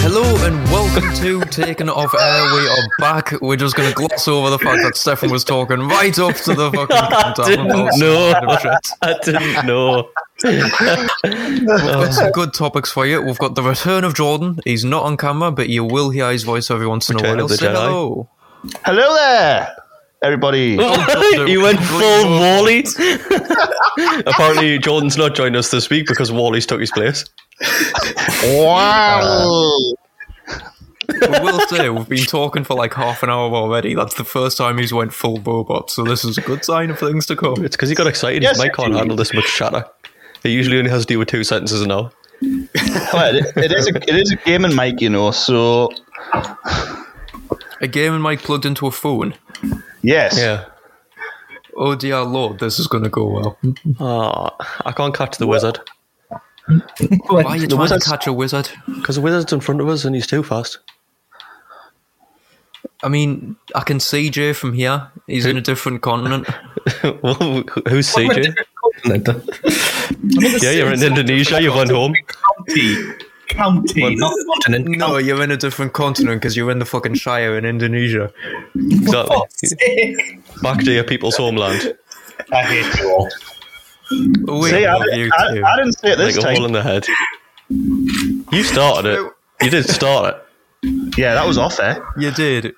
Hello and welcome to Taking It Off Air. We are back. We're just going to gloss over the fact that Stefan was talking right up to the fucking countdown. about some know. kind of shit. I didn't know. We've got some good topics for you. We've got the return of Jordan. He's not on camera, but you will hear his voice every once in a Return while. of the Say Jedi. hello. Hello there, everybody. you went full Wally. Apparently, Jordan's not joined us this week because Wally's took his place. wow. We will say we've been talking for like half an hour already. That's the first time he's went full robot, so this is a good sign of things to come. It's because he got excited. Yes, Mike can't indeed. handle this much chatter. He usually only has to deal with two sentences an hour. Well, it, it is a it is a gaming mic, you know. So A gaming mic plugged into a phone. yes, Yeah. Oh dear lord, this is going to go well. Ah, I can't catch the wizard Why are you trying to wizard's- catch a wizard? because the wizard's in front of us and he's too fast. I mean, I can see Jay from here. He's in a different continent. Well, Who's CJ? Yeah, you're in Indonesia. You've went home. County. County, not continent. Oh. No, you're in a different continent because you're in the fucking Shire in Indonesia. Exactly. Sick. Back to your people's homeland. I hate you all. We See, I, love you I- too. I didn't say it like this a time. hole in the head. You started it. You did start it. Yeah, that was off eh? air. you did.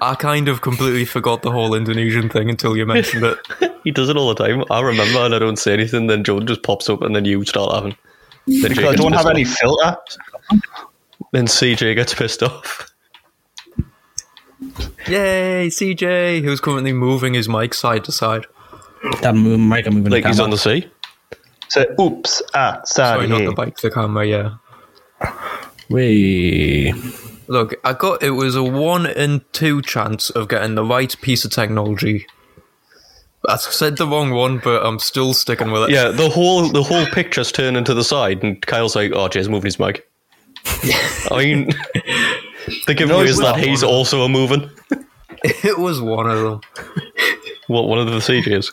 I kind of completely forgot the whole Indonesian thing until you mentioned it. He does it all the time. I remember and I don't say anything. Then Jordan just pops up and then you start laughing. Then, Jay I gets don't have pissed any off. filter. then CJ gets pissed off. Yay, CJ, who's currently moving his mic side to side. I'm moving, Mike. I'm moving. Like the he's camera. on the sea. So oops, ah, Sorry, sorry. not the mic, the camera, yeah. Wait. Look, I got it was a one in two chance of getting the right piece of technology. I said the wrong one, but I'm still sticking with it. Yeah, the whole the whole picture's turning to the side, and Kyle's like, "Oh, Jay's moving his mic." I mean, the giveaway is that he's also a moving. It was one of them. What one of the CJs?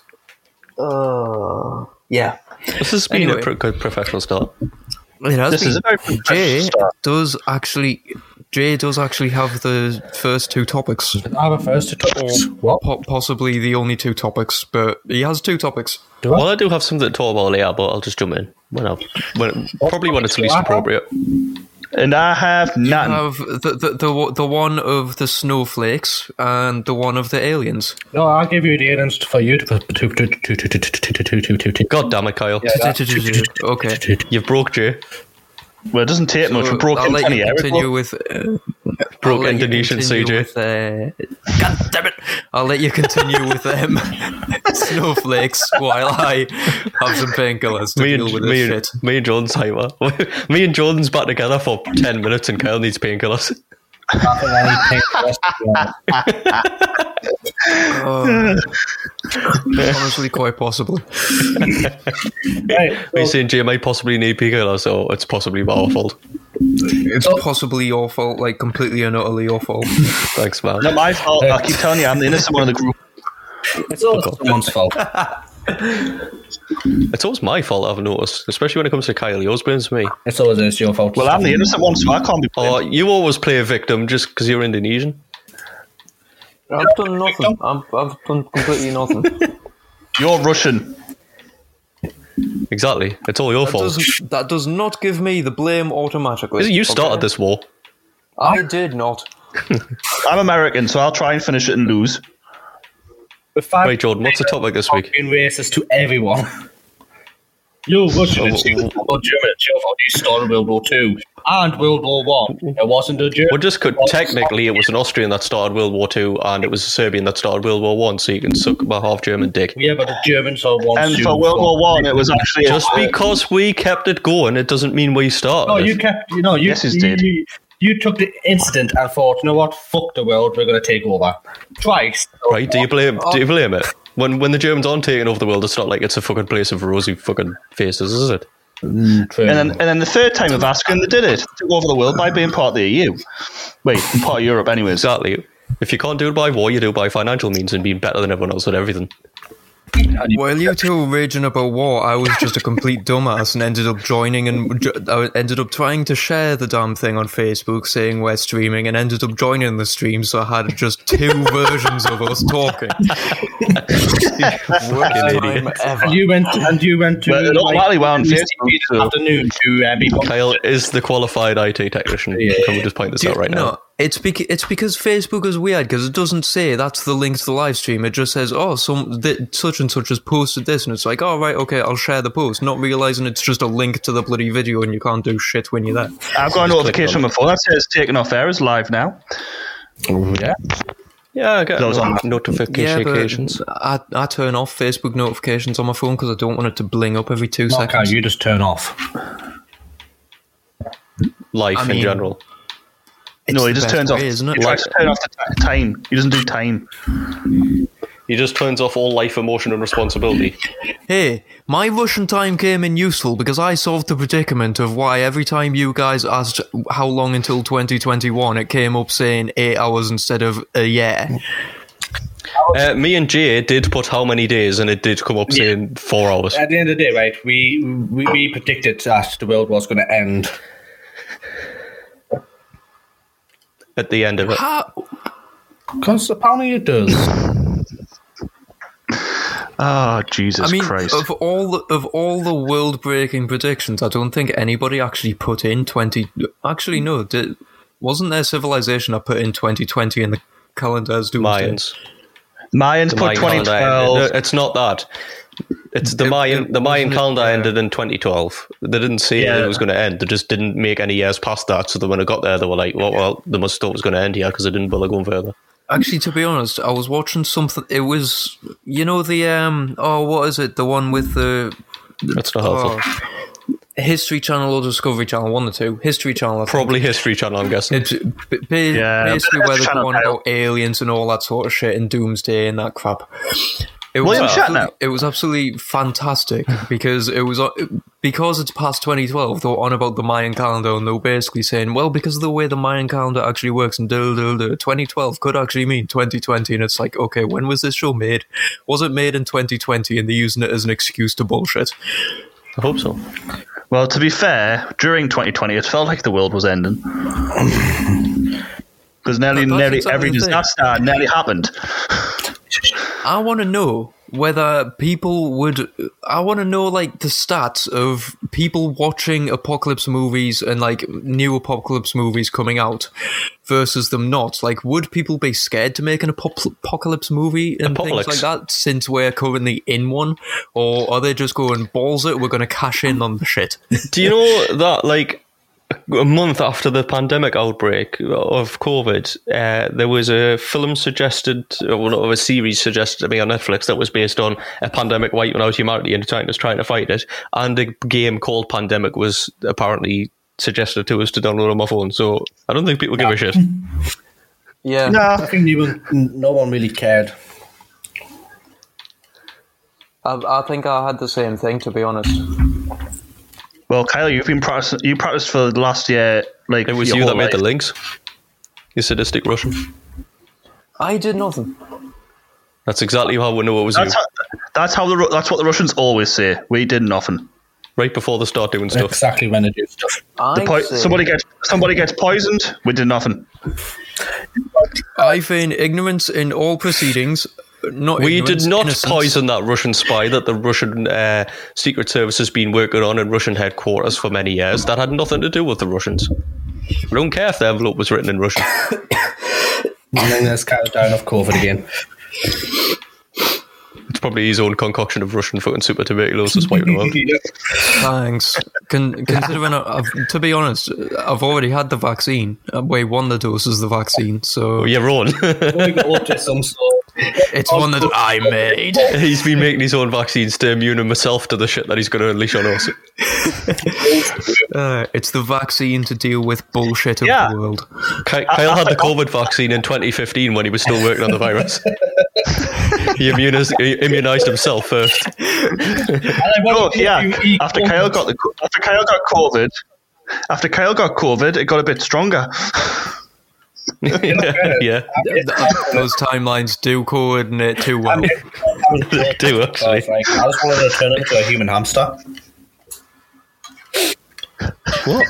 Uh, Yeah. This has been Anyway. a pro- good professional start. It has This been. is a very professional Jay start. does actually. Jay does actually have the first two topics, I have a first to talk. What? po- possibly the only two topics, but he has two topics. Well, I do have something to talk about later, but I'll just jump in when I when probably when it's least appropriate. And I have I none. have the, the the o- the one of the snowflakes and the one of the aliens. No, I'll give you the aliens for you to to to to to to to to to to to to. God damn it, Kyle! Okay, You've broke Jay. well, it doesn't take much. We broke I'll in let twenty you hours. continue with uh, Broke I'll let you Indonesian continue CJ. with, uh, God damn it! I'll let you continue with um, snowflakes while I have some painkillers to Me deal and, with me, this and, shit. me and Jordan's hyper. me and Jordan's back together for 10 minutes and Kyle needs painkillers. Oh. Honestly, quite possibly. He's saying Jay might possibly need painkillers, so it's possibly our fault. It's possibly your fault, like completely and utterly your fault. Thanks, man. Not my fault. I keep telling you, I'm the innocent one of the group. It's all someone's fault. It's always my fault, I've noticed, especially when it comes to Kyle. He always blames me. It's always it's your fault. Well, I'm the innocent one, so I can't be blamed. Oh, you always play a victim just because you're Indonesian. I've done nothing. I've, I've done completely nothing. You're Russian. Exactly. It's all your That, fault. doesn't, that does not give me the blame automatically. You started this war. I did not. I'm American, so I'll try and finish it and lose. Right, Jordan, what's the topic this week? Being racist to everyone. You're Russian. It's your fault. You're German. It's your fault. You started World War Two and World War One. It wasn't a German. Well, just could, technically, it was an Austrian that started World War Two, and it was a Serbian that started World War One. So you can suck my half German dick. Yeah, but the Germans are one. And super for World War One, it was actually Just because we kept it going, it doesn't mean we started. No, it. you kept. You know, you, Yes, it's you, dead. you, You took the incident and thought, you know what? Fuck the world. We're going to take over. Twice. Right? Do you blame? Do you blame it? When when the Germans aren't taking over the world, it's not like it's a fucking place of rosy fucking faces, is it? True. And then, and then the third time of asking, they did it. They took over the world by being part of the EU. Wait, part of Europe, anyways. Exactly. If you can't do it by war, you do it by financial means and being better than everyone else at everything. While you two were raging about war, I was just a complete dumbass and ended up joining and jo- I ended up trying to share the damn thing on Facebook saying we're streaming and ended up joining the stream, so I had just two versions of us talking. Worst time ever. and you went and you went to Well, it automatically went on Mr. Facebook, Peter's so- afternoon to uh, be Kyle is the qualified IT technician. Can we just point this Do- out right now? No, it's beca- it's because Facebook is weird because it doesn't say that's the link to the live stream. It just says, oh, some th- such and such has posted this, and it's like, oh right, okay, I'll share the post, not realizing it's just a link to the bloody video, and you can't do shit when you're there. I've got a notification on my phone that says taking off air is live now. Yeah, I get Those no- are- notification but occasions. I, I turn off Facebook notifications on my phone because I don't want it to bling up every two Okay, seconds. you just turn off. Life I mean- in general. It's no, he the just best turns off. way, isn't it? He tries to turn off the ti- time. He doesn't do time. He just turns off all life, emotion, and responsibility. Hey, my Russian time came in useful because I solved the predicament of why every time you guys asked how long until 2021, it came up saying eight hours instead of a year. Uh, me and Jay did put how many days, and it did come up saying four hours. At the end of the day, right? We we, we predicted that the world was going to end. at the end of it. Ah, Because apparently it does. Ah, Oh, Jesus I mean, Christ. of all the, of all the world-breaking predictions, I don't think anybody actually put in 20. Actually, no, did, wasn't there civilization that put in 2020 in the calendar as doomsday? Mayans. Mayans The put Mayan calendar 2012. ended- no, it's not that. It's the It- Mayan. it the Mayan wasn't- calendar yeah. ended in 2012. They didn't say that it was going to end. They just didn't make any years past that. So that when I got there, they were like, "Well, well they must have thought it was going to end here because they didn't bother going further." Actually, to be honest, I was watching something. It was, you know, the um, oh, what is it? The one with the That's not Oh. helpful. History Channel or Discovery Channel, one or two. History Channel, I think. Probably History Channel. I'm guessing. It's b- b- Yeah, basically but where they're Channel going Kyle. about aliens and all that sort of shit and doomsday and that crap. It William was absolutely- Shatner. It was absolutely fantastic because it was on- because it's past 2012. They were on about the Mayan calendar and they were basically saying, well, because of the way the Mayan calendar actually works and duh, duh, duh, 2012 could actually mean 2020. And it's like, okay, when was this show made? Was it made in 2020? And they're using it as an excuse to bullshit. I hope so. Well, to be fair, during 2020, it felt like the world was ending. Because nearly, But that's nearly exactly every the thing. disaster nearly happened. I want to know whether people would. I want to know like the stats of people watching apocalypse movies and like new apocalypse movies coming out versus them not. Like, would people be scared to make an apop- apocalypse movie and Apocalypse. things like that since we're currently in one, or are they just going balls it? We're going to cash in on the shit. Do you know that like a month after the pandemic outbreak of COVID, uh, there was a film suggested, or not, a series suggested to me on Netflix that was based on a pandemic wiping out humanity and trying was trying to fight it, and a game called Pandemic was apparently suggested to us to download on my phone. So I don't think people give a shit. yeah. I think even no one really cared. I, I think I had the same thing to be honest. Well, Kyle, you've been practicing. You practiced for the last year. Like It was your you whole that made the life. links. You sadistic Russian. I did nothing. That's exactly how we know it was That's you. how, that's how the Ru- that's what the Russians always say. We did nothing. right before they start doing stuff. exactly when they do stuff. I The po- say- somebody gets somebody gets poisoned. We did nothing. I feign ignorance in all proceedings. Not We ignorance, did not innocence. poison that Russian spy that the Russian uh, Secret Service has been working on in Russian headquarters for many years. That had nothing to do with the Russians. I don't care if the envelope was written in Russian. And then there's kind of down off COVID again. It's probably his own concoction of Russian fucking super tuberculosis wiping him out. Thanks. Con- considering, I- I've, to be honest, I've already had Oh, the vaccine. Uh, Wait, one of the doses of the vaccine. So But yeah, Ron. We got up to some sort It's one that I made. He's been making his own vaccines to immune himself to the shit that he's going to unleash on us. Uh, it's the vaccine to deal with bullshit of Yeah. the world. Ky- Kyle had the COVID vaccine in 2015 when he was still working on the virus. he, immunis- he immunized himself first. No, yeah. After Kyle got the after Kyle got COVID, after Kyle got COVID, it got a bit stronger. yeah, Th- Those timelines do coordinate too well. they do actually. Frank, I just wanted to turn him into a human hamster. What?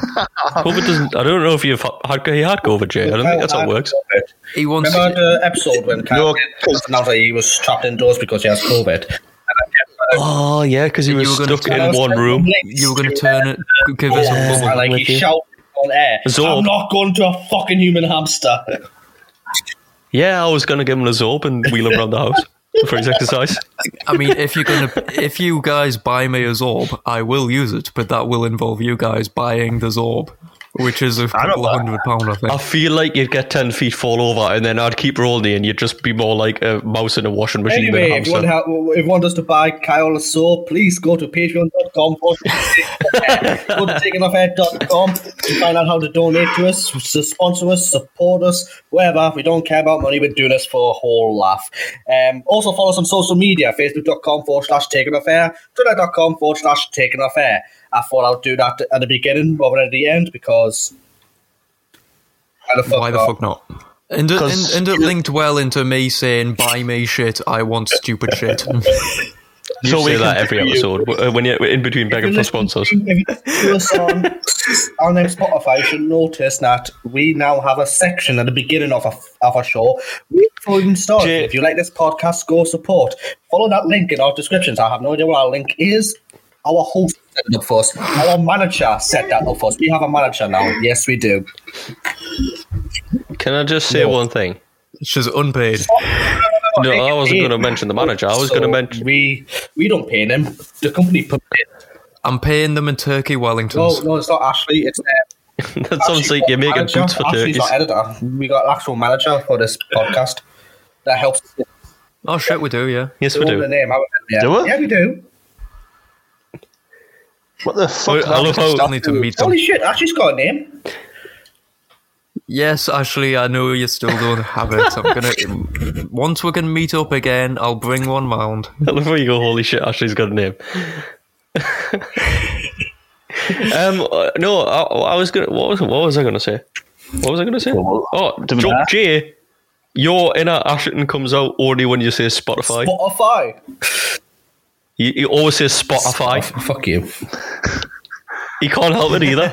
COVID doesn't. I don't know if you've ha- had. He had COVID, Jay. I don't think that's how it works. He wants Remember the episode when Kyle announced that he was trapped indoors because he has COVID? Oh yeah, because he You was were gonna stuck tell in us one room. you were going to turn it, give us a And bubble. like with he you. shouted on air, Zorb. I'm not going to a fucking human hamster. Yeah, I was going to give him a zorb and wheel him around the house for his exercise. I mean, if you're gonna, if you guys buy me a Zorb, I will use it, but that will involve you guys buying the Zorb, which is a couple of hundred pound, I think. I feel like you'd get ten feet fall over, and then I'd keep rolling, and you'd just be more like a mouse in a washing machine Anyway, than a if you, want hamster. help, if you want us to buy Kyle a soap, please go to patreon.com forward slash go to takingofair.com to find out how to donate to us, to sponsor us, support us, whatever. We don't care about money, we're doing this for a whole laugh. Um, also, follow us on social media facebook.com forward slash takingofair, twitter.com forward slash takingofair. I thought I'd do that at the beginning rather than at the end because. Why the fuck, Why the not? fuck not? And it, and, and it linked well into me saying, "Buy me shit. I want stupid shit." You So we say can that every episode uh, when you're in between begging for sponsors. If you us on, on them Spotify, you should notice that we now have a section at the beginning of a, of a show. We before we even started. Jay- If you like this podcast, go support. Follow that link in our descriptions. I have no idea what our link is. Our host set it up for us. Our manager set that up for us. We have a manager now. Yes, we do. Can I just say one thing? It's just unpaid. Oh, No, I wasn't going to mention the manager. I was So going to mention. we we don't pay them. The company put it. I'm paying them in Turkey No, Wellingtons. no, it's not Ashley. It's uh, That sounds like you're making manager. boots for Ashley's turkeys. our editor. We got an actual manager for this podcast. That helps. Oh shit, we do, yeah. Yes, we All The do. name. haven't we? Yeah. Do we? Yeah, we do. What the I fuck? I love how Still need to meet them. Holy shit! Ashley's got a name. Yes, Ashley, I know you still don't have it. I'm gonna. Once we can meet up again, I'll bring one round. I love how you go, holy shit, Ashley's got a name. um, uh, no, I, I was gonna. What was what was I gonna say? What was I gonna say? Oh, Doesn't John matter. Jay, your inner Ashton comes out only when you say Spotify. Spotify. Oh, you, you always say Spotify. Fuck you. He can't help it either.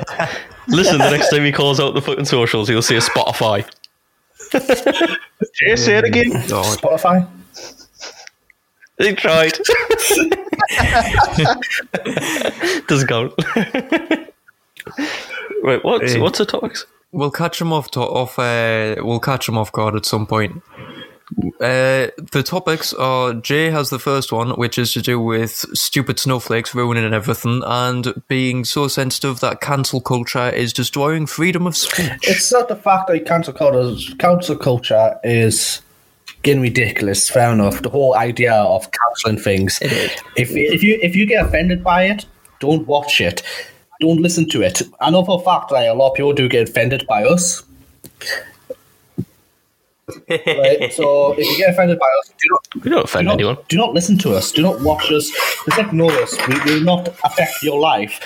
Listen, the next time he calls out the fucking socials, he'll say Spotify. Jay, say it again. God. Spotify. He tried. Doesn't count. right, what's Hey. what's the topics? We'll catch him off to- off. Uh, we'll catch him off guard at some point. Uh, the topics are Jay has the first one, which is to do with stupid snowflakes ruining everything and being so sensitive that cancel culture is destroying freedom of speech. It's not the fact that council culture, council culture is getting ridiculous. Fair enough. The whole idea of cancelling things. If if you if you get offended by it, don't watch it. Don't listen to it. I know for a fact that a lot of people do get offended by us. right? So if you get offended by us, do not We don't offend do not, anyone. do not listen to us. Do not watch us. Just ignore us. We will not affect your life.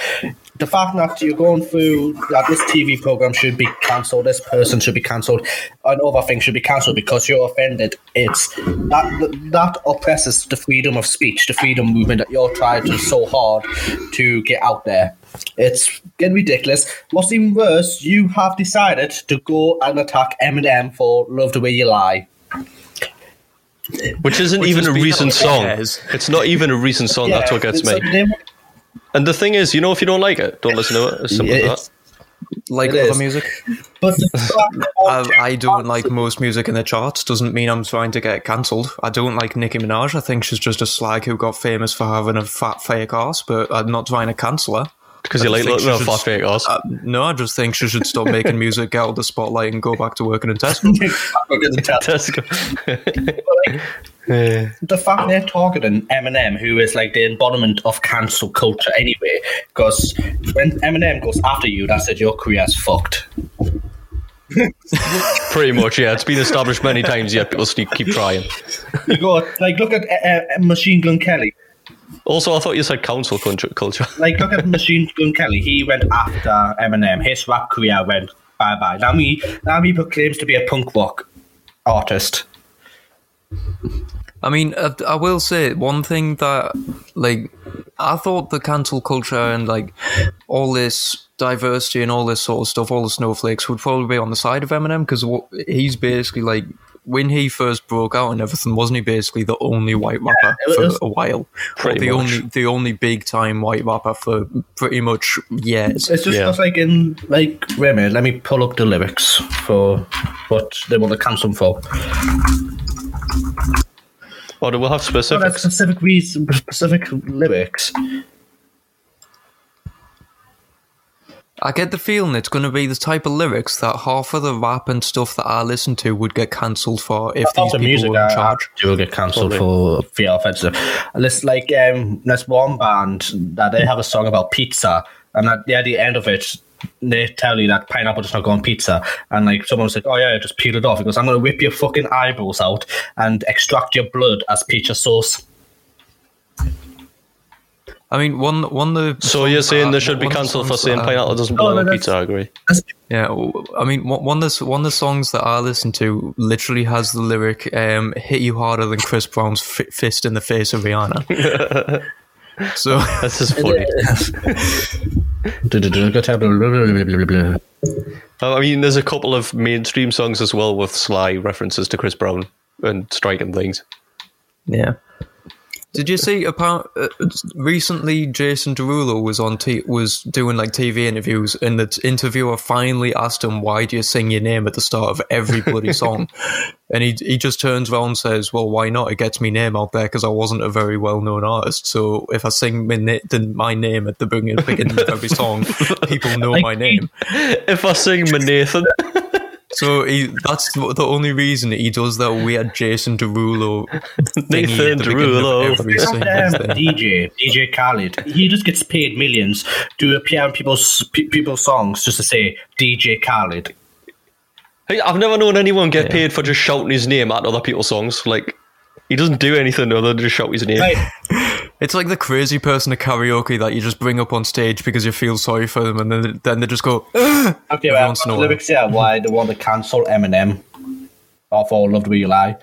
The fact that you're going through that this TV program should be cancelled, this person should be cancelled, and other things should be cancelled because you're offended. It's that that oppresses the freedom of speech, the freedom movement that you're trying to so hard to get out there. It's getting ridiculous. What's even worse, you have decided to go and attack Eminem for "Love the Way You Lie." Which isn't even is a being recent held song. as- It's not even a recent song. That's what gets it's me. like they- And the thing is, you know, if you don't like it, don't listen to it. It's simple as Yeah, that. it's- Like It other is. Oh, music, But the fact I, of- I don't like most music in the charts. Doesn't mean I'm trying to get cancelled. I don't like Nicki Minaj. I think she's just a slag who got famous for having a fat fake ass, but I'm not trying to cancel her. because you I like think little she fat should- fake ass. Uh, no, I just think she should stop making music, get out of the spotlight, and go back to working in Tesco. Tesco. the fact they're targeting Eminem, who is like the embodiment of cancel culture anyway, because when Eminem goes after you, that says your career's fucked. Pretty much, yeah. It's been established many times, yet people still keep trying. You go like look at uh, uh, Machine Gun Kelly. Also, I thought you said council culture. culture. Like look at Machine Gun Kelly. He went after Eminem. His rap career went bye bye. Now he now he proclaims to be a punk rock artist. I mean, I, I will say one thing that, like, I thought the cancel culture and like all this diversity and all this sort of stuff, all the snowflakes would probably be on the side of Eminem because he's basically like when he first broke out and everything, wasn't he basically the only white rapper it for was- a while? Pretty the much. only the only big time white rapper for pretty much years. It's just Yeah. because, like in like wait a minute, let me pull up the lyrics for what they want to cancel him for. Or do we have Well, Oh, that's specifics? specific reason, specific lyrics. I get the feeling it's going to be the type of lyrics that half of the rap and stuff that I listen to would get cancelled for if these the people music were in charge. do get cancelled for fear offensive. Let's like um, there's one band that they have a song about pizza, and at the, at the end of it, they tell you that pineapple does not go on pizza, and like someone's like, oh yeah, just peel it off. He goes, I'm gonna whip your fucking eyeballs out and extract your blood as pizza sauce. I mean, one one the So you're saying they should be one of the cancelled for songs saying that I- pineapple doesn't Oh, no, belong on that's- pizza? I agree. Yeah, w- I mean, one one of the one of the songs that I listen to literally has the lyric um, "Hit you harder than Chris Brown's f- fist in the face of Rihanna." so This is funny. I mean, there's a couple of mainstream songs as well with sly references to Chris Brown and striking things. yeah. Did you see? Apparent, uh, recently, Jason Derulo was on t- was doing like TV interviews, and the t- interviewer finally asked him, "Why do you sing your name at the start of every bloody song?" and he he just turns around and says, "Well, why not? It gets me name out there because I wasn't a very well known artist. So if I sing my, na- then my name at the beginning beginning of every song, people know my name." If I sing my Nathan, So he, that's the the only reason he does that weird Jason Derulo thingy Nathan at the beginning Derulo. of every Not, single um, thing. DJ DJ Khaled, he just gets paid millions to appear on people's pe- people's songs just to say DJ Khaled. Hey, I've never known anyone get paid for just shouting his name at other people's songs. Like, he doesn't do anything other than just shout his name. Right. It's like the crazy person at karaoke that you just bring up on stage because you feel sorry for them, and then then they just go. "Ugh." Every Okay, well, once in a the while. lyrics here why they want to cancel Eminem of All Loved Will You Lie.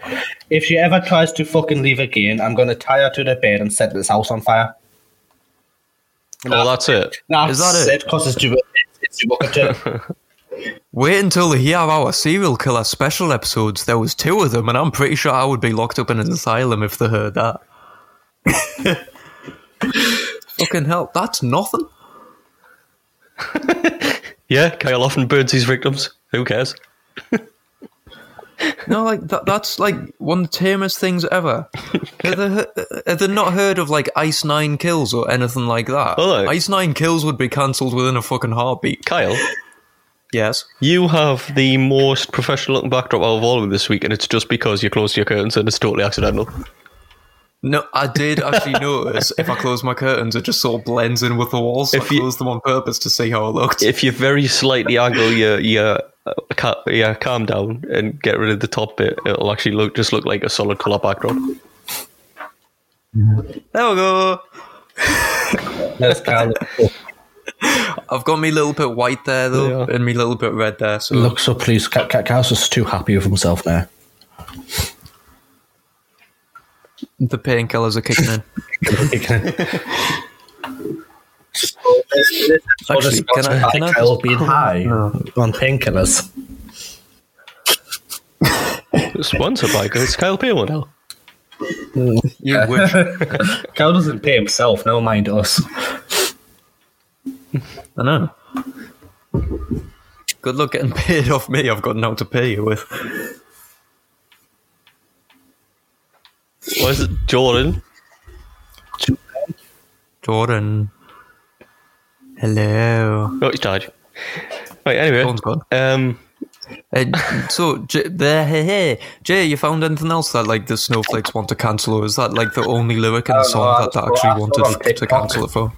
If she ever tries to fucking leave again, I'm going to tie her to the bed and set this house on fire. Oh, that's it. That's Is that it? Because it's due. It's due Wait until they hear our serial killer special episodes. There was two of them, and I'm pretty sure I would be locked up in an asylum if they heard that. Fucking hell, that's nothing. Yeah, Kyle often burns his victims. Who cares? No, like that, that's like one of the tamest things ever. Have they, he- have they not heard of like Ice Nine Kills or anything like that? Hello. Ice Nine Kills would be cancelled within a fucking heartbeat. Kyle, Yes. you have the most professional looking backdrop out of all of them this week, and it's just because you closed your curtains and it's totally accidental. No, I did actually notice if I close my curtains, it just sort of blends in with the walls. So If I you- closed them on purpose to see how it looked. If you very slightly angle your your uh, ca- yeah, calm down and get rid of the top bit, it'll actually look just look like a solid color backdrop. there we go. That's Khaled. I've got me little bit white there though, and me little bit red there. So Looks up, please. Cows is too happy with himself now. the painkillers are kicking in. Actually, can I- can I Kyle being high on painkillers. Sponsored by it's Kyle Payne now. You wish. Kyle doesn't pay himself, never mind us. I know. Good luck getting paid off me. I've got nothing to pay you with. What is it, Jordan? Jordan. Hello. Oh, he's died. Right, anyway. Phone's gone. Um, Uh, so, J- the, hey, hey, Jay, you found anything else that like the snowflakes want to cancel, or is that like the only lyric in I the don't song know, I that they just saw- I actually saw wanted on f- to TikTok. cancel it for?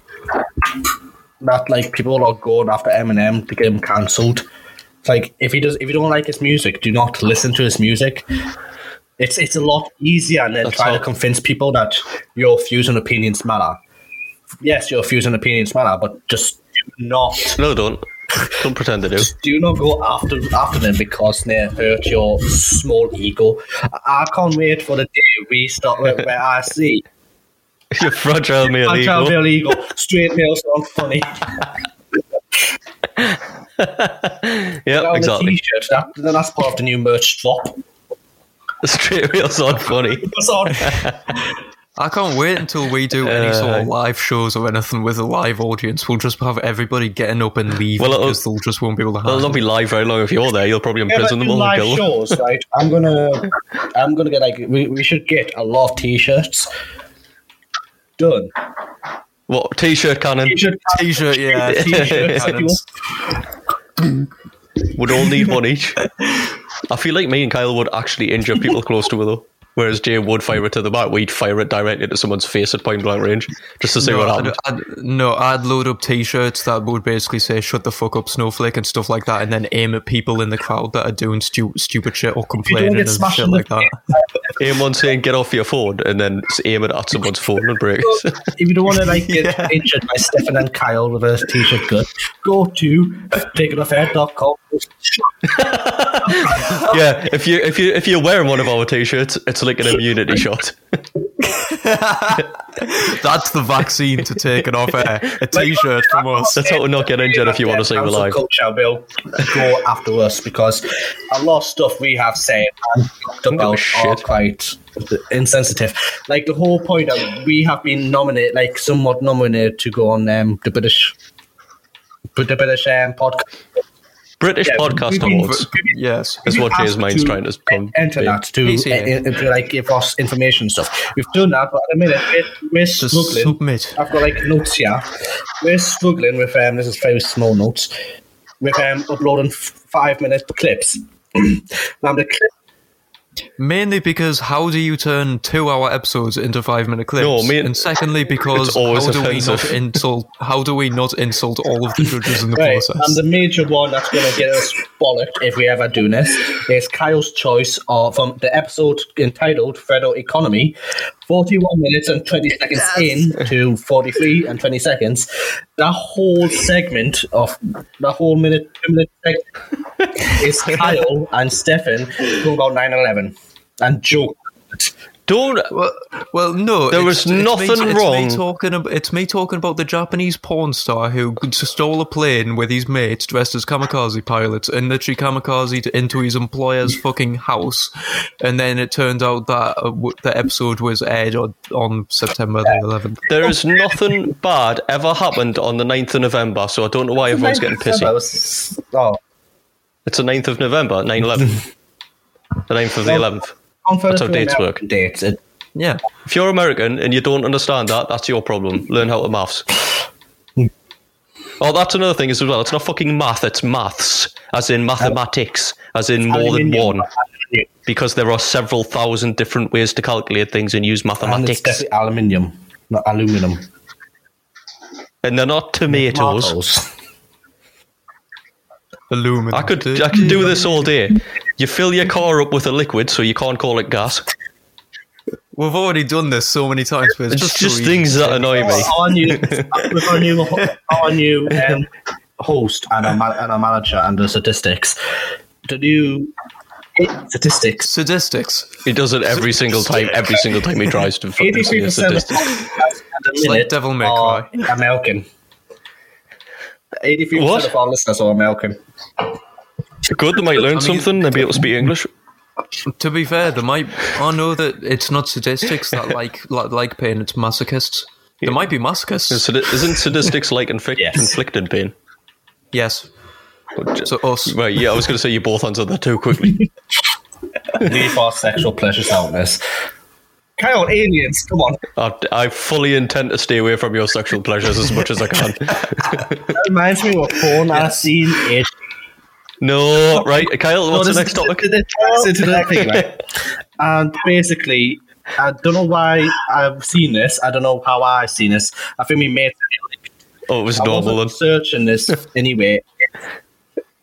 that like people are going after Eminem to get him cancelled. It's like if he does, if you don't like his music, do not listen to his music. It's it's a lot easier than trying all. to convince people that your views and opinions matter. Yes, your views and opinions matter, but just do not no, don't. Don't pretend to do. do not go after after them because they hurt your small ego. I, I can't wait for the day we start where, where I see You're fragile, male fragile ego. male ego, straight males aren't funny. Yeah, on a exactly. t-shirt. That, that's part of the new merch drop. Straight wheels on funny. That's on. I can't wait until we do Uh, any sort of live shows or anything with a live audience. We'll just have everybody getting up and leaving Well, it'll- because they'll just won't be able to They'll handle not be live very long if you're there. You'll probably Yeah, but imprison in them all and live kill them. shows, right? I'm gonna, I'm gonna get like we, we should get a lot of t-shirts. Done. What? T-shirt cannon. T-shirt, T-shirt, yeah. uh, t-shirts. if you want. Would all need one each. I feel like me and Kyle would actually injure people close to us, though. Whereas Jay would fire it to the back, we'd fire it directly into someone's face at point blank range, just to see No, what I'd, happened. I'd- no, I'd load up T-shirts that would basically say "Shut the fuck up, snowflake" and stuff like that, and then aim at people in the crowd that are doing stu- stupid shit or If you don't complaining get and smashed shit in the like that. Aim on saying "get off your phone" and then s- aim it at someone's phone and break. it. if you don't want to like get injured by Stefan and Kyle with a t-shirt good, go to takeitoffair.com. yeah, if you if you if you're wearing one of our t-shirts, it's like an immunity shot. That's the vaccine to take it off air. A T-shirt from us. That's how to not get injured if you want to save a Council life. Culture bill go after us because a lot of stuff we have said and talked give a about are shit. quite insensitive. Like the whole point of we have been nominated, like somewhat nominated to go on um, the British. But the British um, podcast British yeah, we've Podcast been- Awards Yes. is what Jay's asked mind's to trying to come. enter that to, He's here. uh, uh, to like give us information and stuff. We've done that, but at the minute we're, we're Just struggling. submit. I've got like notes here. We're struggling with um. This is very small notes. With um uploading f- five minute clips. now the clip. Mainly because how do you turn two-hour episodes into five-minute clips? No, me- and secondly because It's how always do we offensive. not insult? How do we not insult all of the judges in the Right, process? and the major one that's going to get us bollocked if we ever do this is Kyle's choice of, from the episode entitled Fredo Economy, 41 minutes and 20 seconds in to 43 and 20 seconds. That whole segment of the whole minute, two minute segment is Kyle and Stefan talking about 9 11 and joke. Don't Well, well, no. There was it's- it's nothing me, it's wrong. Me talking ab- it's me talking about the Japanese porn star who stole a plane with his mates dressed as kamikaze pilots and literally kamikaze into his employer's fucking house, and then it turned out that uh, w- the episode was aired on, on September the 11th. There is nothing bad ever happened on the 9th of November, so I don't know why everyone's getting pissy. Oh, It's the 9th of November, 9 11. the 9th of the 11th. on further That's how to dates American work. Dates. It, Yeah, If you're American and you don't understand that, that's your problem. Learn how to maths. Oh, that's another thing as well. It's not fucking math, it's maths, as in mathematics, as in more than aluminium. one, because there are several thousand different ways to calculate things and use And it's mathematics. definitely aluminium, not aluminum. And they're not tomatoes. Marcos. aluminum. I could I could do this all day. You fill your car up with a liquid, so you can't call it gas. We've already done this so many times, but it's, It's just, just, so easy. things that annoy me. Well, our new, with our new, our new um, host and our, ma- and our manager and the statistics, the new statistics. Statistics. He does it every single time. Every single time he tries to fucking Eighty-three see a percent of statistic. podcasts at the like minute Devil May are American. Eighty-three What? percent of our listeners are American. Good, they might learn something. They'll be able to speak English. To be fair, there might. I know that it's not statistics that like like, like pain. It's masochists. There might be masochists. Sadi- Isn't statistics like inflict- Yes. inflicted pain? Yes. So us. Right? Yeah, I was going to say you both answered that too quickly. Leave our sexual pleasures out of this. Kyle, aliens, come on. I, I fully intend to stay away from your sexual pleasures as much as I can. That reminds me of a porn I've seen. It. No, right, Kyle. What's this the next is- topic? this ties into the next thing, right? And basically, I don't know why I've seen this. I don't know how I've seen this. I think we made Oh, it was I normal. wasn't Then. searching this anyway.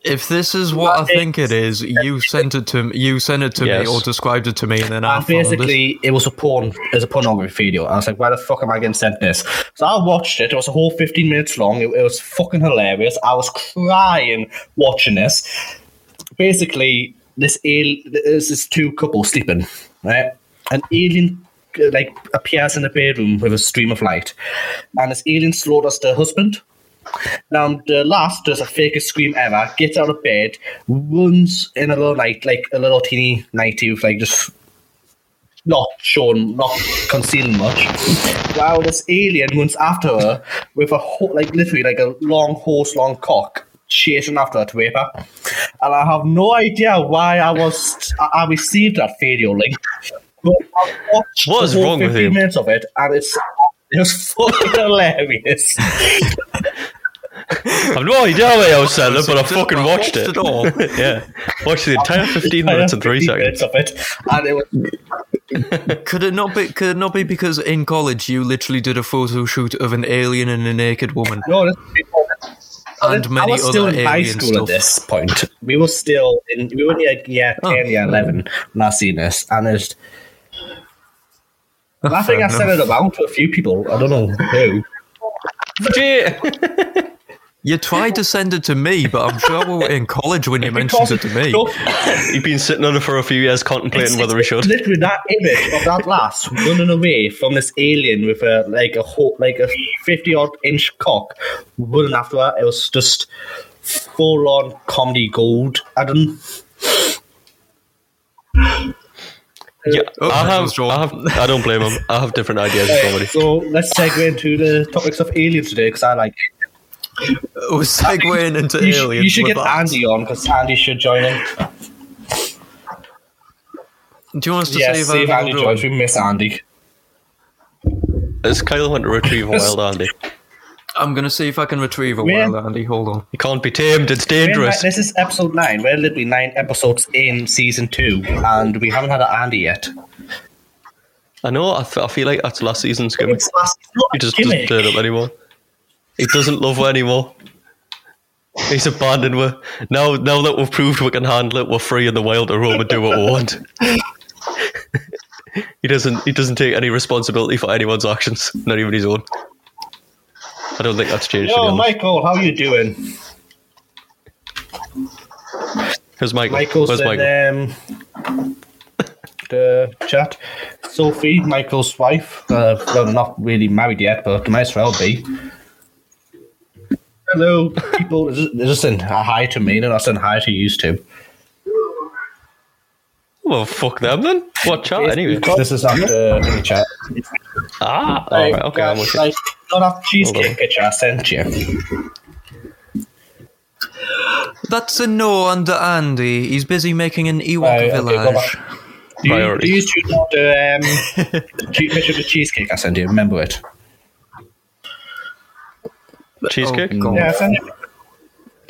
If this is what I think it is, you sent it to me, you sent it to Yes. me or described it to me, and then I And followed it. basically, it was a porn, it was a pornography video. I was like, why the fuck am I getting sent this? So I watched it. It was a whole 15 minutes long. It, it was fucking hilarious. I was crying watching this. Basically, this al- there's this two couples sleeping, right? An alien uh, like appears in the bedroom with a stream of light, and this alien slaughters the husband. Now the uh, last does a fakest scream ever, gets out of bed, runs in a little night like a little teeny nighty with like just not shown, not concealing much. While this alien runs after her with a ho- like literally like a long horse long cock chasing after her to rape her. And I have no idea why I was I, I received that video link. But I watched What the is whole wrong with 15 you? minutes of it and it's it was fucking hilarious. I've no idea where I was sent it, but I Just- fucking I watched it. it all. yeah, watched the entire fifteen minutes and three 15 seconds. minutes of it, and it was Could it not be? Could it not be because in college you literally did a photo shoot of an alien and a naked woman no. This, and I many was other still in alien high school stuff? at this point. We were still in. We were in like yeah, Oh. ten, yeah, eleven when I seen this, and it's. I think I Oh, Fair sent it around to a few people. I don't know who. Jay, You tried to send it to me, but I'm sure we were in college when you mentioned it to me. No, He'd been sitting on it for a few years, contemplating whether he should. Literally, that image of that lass running away from this alien with a like a ho- like a fifty odd inch cock running after her. It was just full on comedy gold. I don't. Yeah, Oh, I that have, was Joel. I have. I don't blame him. I have different ideas of comedy. So let's segue into the topics of aliens today because I like. it. It was segueing into You, sh- aliens. you should with get that. Andy on because Andy should join in. Do you want us to Yes, save, save Andy Andy? joins. We miss Andy. As Kyle went to retrieve a wild Andy, I'm gonna see if I can retrieve a Where- while, Andy. Hold on. you can't be tamed. It's We're in- dangerous. This is episode nine. We're literally nine episodes in season two, and we haven't had an Andy yet. I know. I, f- I feel like that's last season's gimmick. It's last, it's not He a just doesn't gimmick. turn up anymore. He doesn't love her anymore. He's abandoned her. Now, now that we've proved we can handle it, we're free in the wild to roam and do what we want. he doesn't. He doesn't take any responsibility for anyone's actions, not even his own. I don't think that's changed. Yo, Michael, how you doing? Because Michael, Michael's where's in Michael? um, the chat. Sophie, Michael's wife. Uh, well, not really married yet, but might as well be. Hello, people. Listen, hi to me, and I saying hi to you too. Well, fuck them then. What chat anyway? This is not the the chat. Ah, all right, okay, I'm with you. Like, not that cheesecake picture I sent you. That's a no under Andy. He's busy making an Ewok Right, Uh, okay, go village. back. Do you, do Priorities. you two know the um, che- picture of the cheesecake I sent you? Remember it? Cheesecake. Oh, God. Yeah, I sent you.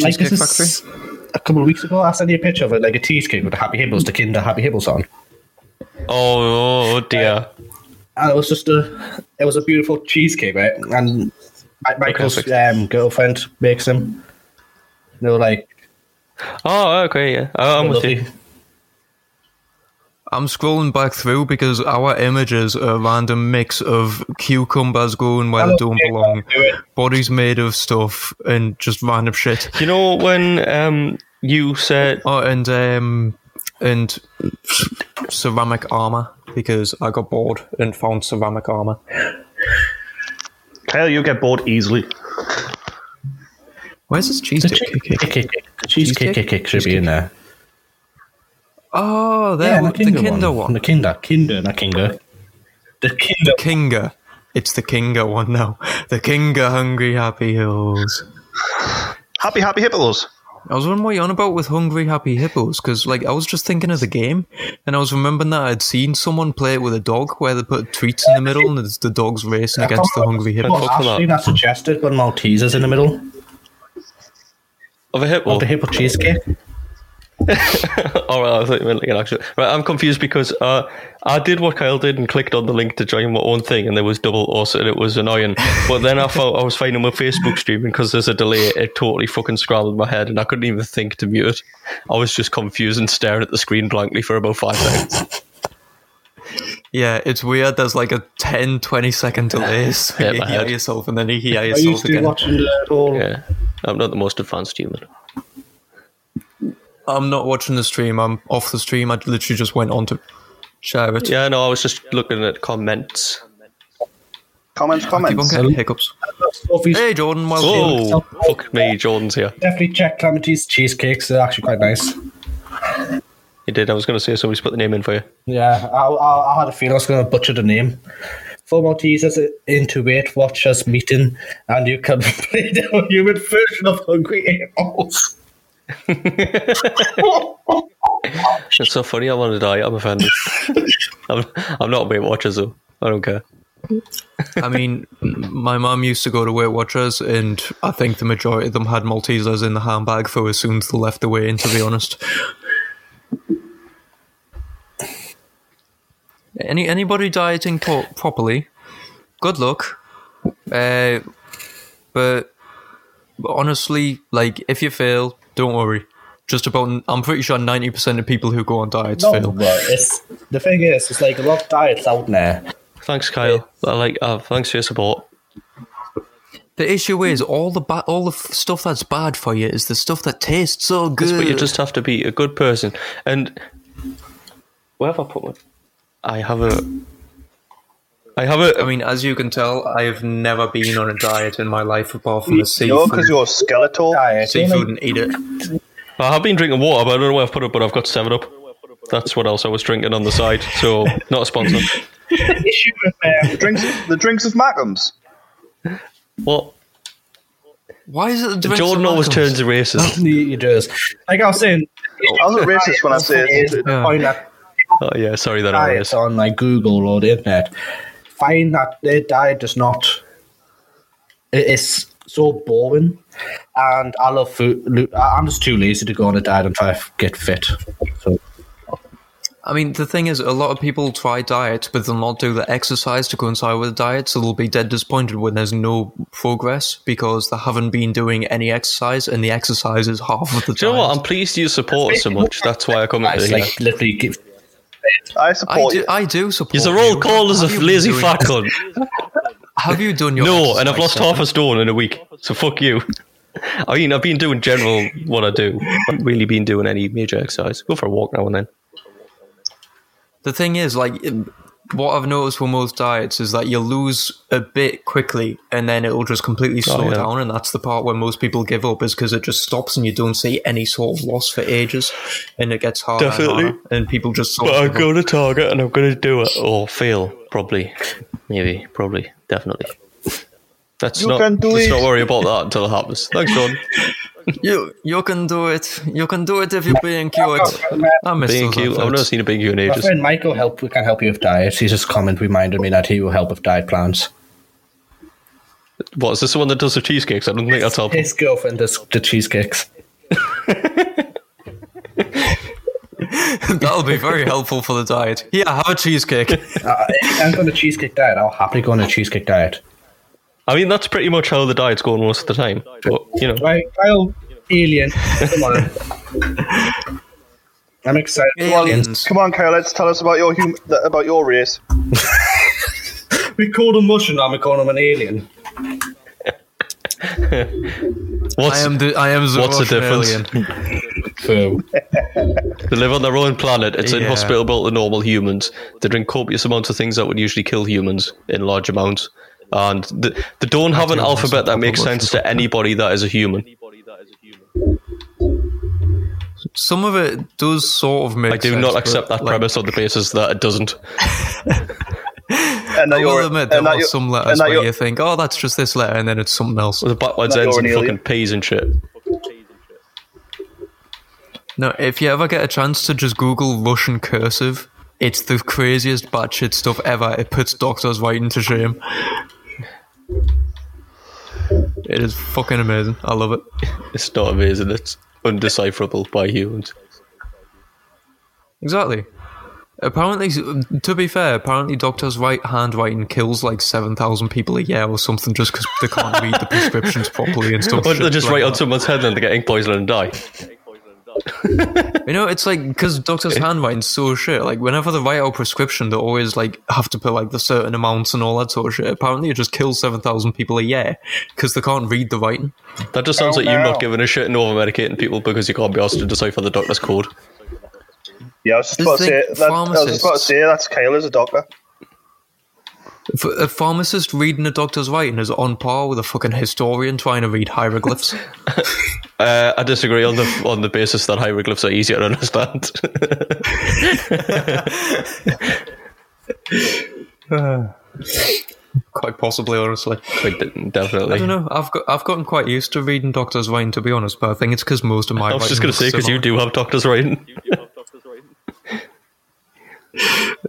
Like this Cheesecake is a couple of weeks ago, I sent you a picture of it, like a cheesecake with the Happy Hibbles, the Kinder Happy Hibbles on, Oh, oh dear. and it was just a, it was a beautiful cheesecake, right? And Mi- Michael's fixed. um, girlfriend makes them. They were like, Oh, okay, yeah. I- I'm with you. lovely. I'm scrolling back through because our images are a random mix of cucumbers going where they don't belong, bodies made of stuff, and just random shit. You know when um you said Oh, and um, and ceramic armor because I got bored and found ceramic armor. Kyle, you get bored easily. Where's this cheesecake? cheesecake, the cheesecake, Cheesecake? cake should be in there. Oh, there, the, Kinder one. the Kinder, Kinder, not Kinder, the Kinder. Kinga. It's the Kinga one now. The Kinga Hungry Happy Hills. Happy, happy hippos. I was wondering what you're on about with Hungry Happy Hippos because, like, I was just thinking of the game and I was remembering that I'd seen someone play it with a dog where they put treats in the middle and it's the dog's racing against the Hungry Hippo. Well, actually, that suggested but Maltesers in the middle Of a hippo. of Oh. the hippo cheesecake. All right, oh, I thought you meant like an actual. Right, I'm confused because uh, I did what Kyle did and clicked on the link to join my own thing, and there was double us, and it was annoying. But then I felt I was finding my Facebook streaming because there's a delay. It totally fucking scrambled my head, and I couldn't even think to mute it. I was just confused and staring at the screen blankly for about five seconds. Yeah, it's weird. There's like a 10, 20 second delay. So Yeah, you my hear head. yourself and then you hear I used yourself to Oh, again. watching the all. Yeah, I'm not the most advanced human. I'm not watching the stream. I'm off the stream. I literally just went on to share it. Yeah, no, I was just looking at comments. Comments, Keep on comments. getting hiccups. Sophie's Hey, Jordan. Well, Oh, fuck me, Jordan's here. definitely check Clemente's cheesecakes. They're actually quite nice. He did. I was going to say somebody's put the name in for you. Yeah, I, I, I had a feeling I was going to butcher the name. Four Maltesers into Weight Watchers meeting, and you can play the human version of Hungry Animals. It's so funny. I want to die. I'm offended. I'm, I'm not a Weight Watchers though. I don't care. I mean, my mum used to go to Weight Watchers, and I think the majority of them had Maltesers in the handbag for as soon as they left the weigh-in. To be honest, any anybody dieting pro- properly, good luck. Uh, but honestly, like if you fail, don't worry. Just about, I'm pretty sure ninety percent of people who go on diets No, fail. but it's the thing is, it's like a lot of diets out there. Thanks, Kyle. I like. Uh, thanks for your support. The issue is all the ba- all the f- stuff that's bad for you is the stuff that tastes so good. But you just have to be a good person. And where have I put my? I have a. I have a. I mean, as you can tell, I have never been on a diet in my life apart from the No, seafood, because you're skeletal. Diet, seafood and eat it. I have been drinking water, but I don't know where I've put it. But I've got Seven Up. That's what else I was drinking on the side. So not a sponsor. issue with um, Drinks, the drinks of Macums. What? Why is it the drinks Jordan are always macros? turns racist. you do is, like I was saying, I wasn't racist when I said is it. to find that Oh yeah, sorry that I diet was. on like Google or the internet. Find that their diet does not. It is so boring, and I love food. lo- I- I'm just too lazy to go on a diet and try to get fit. So I mean, the thing is, a lot of people try diets, but they'll not do the exercise to coincide with the diet, so they'll be dead disappointed when there's no progress because they haven't been doing any exercise, and the exercise is half of the Do you know diet. what? I'm pleased you support us so much. That's why I come into it's here. like literally give I I support do, you. I do support. You're all oh, you. called as Have a you been lazy doing- fat cunt. Have you done your? No, and I've exercise, lost Seth? half a stone in a week. So fuck you. I mean, I've been doing general what I do. I haven't really been doing any major exercise. Go for a walk now and then. The thing is, like, it- what I've noticed with most diets is that you lose a bit quickly, and then it'll just completely slow Oh, yeah. down, and that's the part where most people give up, is because it just stops and you don't see any sort of loss for ages, and it gets harder, Definitely. and, harder, and people just sort But of I'm give up. going to Target and I'm going to do it. Or fail, probably. Maybe, probably, definitely. Let's You not, can do let's it. not worry about that until it happens. Thanks, John. You you can do it. You can do it if you're being cute. I miss B and those Q. I've never outfits. seen a B and Q in my ages. friend Michael help. We can help you with diets. He's just comment reminded me that he will help with diet plans. What, is this the one that does the cheesecakes? I don't think that's helpful. His girlfriend does the cheesecakes. That'll be very helpful for the diet. Yeah, have a cheesecake. Uh, if I'm going to cheesecake diet. I'll happily go on a cheesecake diet. I mean, that's pretty much how the diet's going most of the time. But, you know, Right, Kyle, alien. Come on. I'm excited. Aliens. Come on, Kyle. Let's tell us about your hum- th- about your race. We called him Russian, now we call him an alien. I what's, am the I am the What's the Russian difference? alien. So They live on their own planet. It's Yeah. inhospitable to normal humans. They drink copious amounts of things that would usually kill humans in large amounts. And th they don't have an do want alphabet that some makes proper sense to anybody that is a human. Some of it does sort of make. I do sense, not but, accept that like, premise on the basis that it doesn't. And that I you're, will admit and there that are you're- some and letters that where you're- you think, oh, that's just this letter, and then it's something else. The backwards Like ends you're and an alien. fucking peas and shit. No, if you ever get a chance to just Google Russian cursive, it's the craziest batshit stuff ever. It puts doctors right into shame. It is fucking amazing. I love it. It's not amazing. It's undecipherable by humans. Exactly. Apparently, to be fair, apparently doctors' right handwriting kills like seven thousand people a year or something just because they can't read the prescriptions properly and stuff. But they shit just like write on that. someone's head and they get ink poisoning and die. You know, it's like because doctors' handwriting's so shit. Like whenever they write out a prescription, they always like have to put like the certain amounts and all that sort of shit. Apparently, it just kills seven thousand people a year because they can't read the writing. That just Oh, sounds like you not giving a shit and over medicating people because you can't be asked to decipher the doctor's code. Yeah, I was just This about to thing- say that, I was just about to pharmacists. say that's Kyle as a doctor. F- A pharmacist reading a doctor's writing is on par with a fucking historian trying to read hieroglyphs. Uh, I disagree on the on the basis that hieroglyphs are easier to understand. Quite possibly, honestly. Like, de- definitely. I don't know. I've got, I've gotten quite used to reading doctor's writing, to be honest. But I think it's because most of my I was just going to say because you do have doctors writing.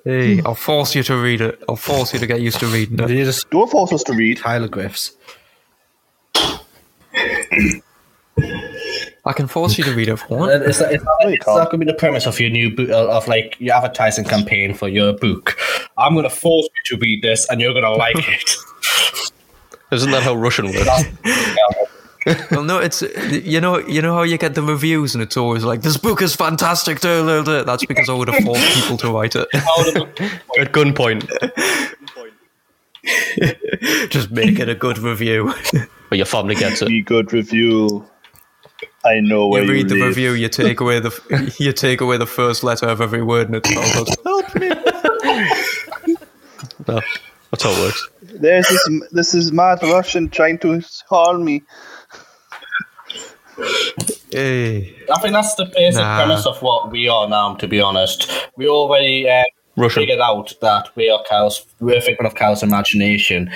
Hey, I'll force you to read it. I'll force you to get used to reading it. You just Don't force us to read. Hieroglyphs. I can force you to read it if you want. And Is that, is that, you is that can't. going to be the premise of your new book, of like your advertising campaign for your book? I'm going to force you to read this, and you're going to like it. Isn't that how Russian works? Well, no, it's you know you know how you get the reviews and it's always like this book is fantastic. duh, duh, duh." That's because I would have forced people to write it. At gunpoint. Just make it a good review. But your family gets it. Be good review. I know where You you, read the live. review, you take away the f- you take away the first letter of every word, and it's all good. No, that's how it works. There's this this is mad Russian trying to harm me. Hey, I think that's the basic Nah. premise of what we are now. To be honest, we already uh, Russian. figured out that we are Kyle's. We're figment of Kyle's imagination.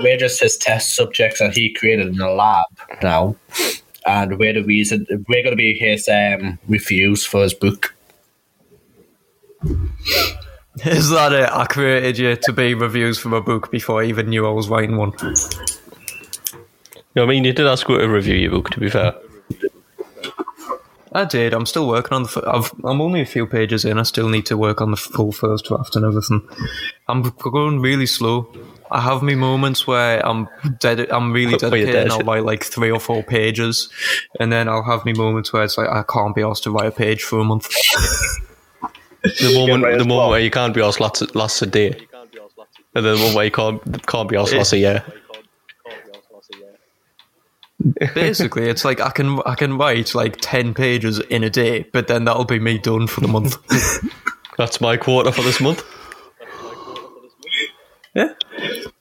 We're just his test subjects that he created in a lab now, and we're the reason. We're going to be his um, reviews for his book. is that it? I created you to be reviews for my book before I even knew I was writing one. You know what I mean? You did ask her to review your book, to be fair. I did. I'm still working on the. f- I've, I'm only a few pages in. I still need to work on the full first draft and everything. I'm g- going really slow. I have me moments where I'm dead. I'm really Where you're dedicated. and I'll dedicated. write like three or four pages, and then I'll have me moments where it's like I can't be asked to write a page for a month. The moment, right the as moment well. where you can't be asked last, last a day, and then the moment where you can't can't be asked last a year. Basically, it's like I can I can write like ten pages in a day, but then that'll be me done for the month. That's my quarter for this month.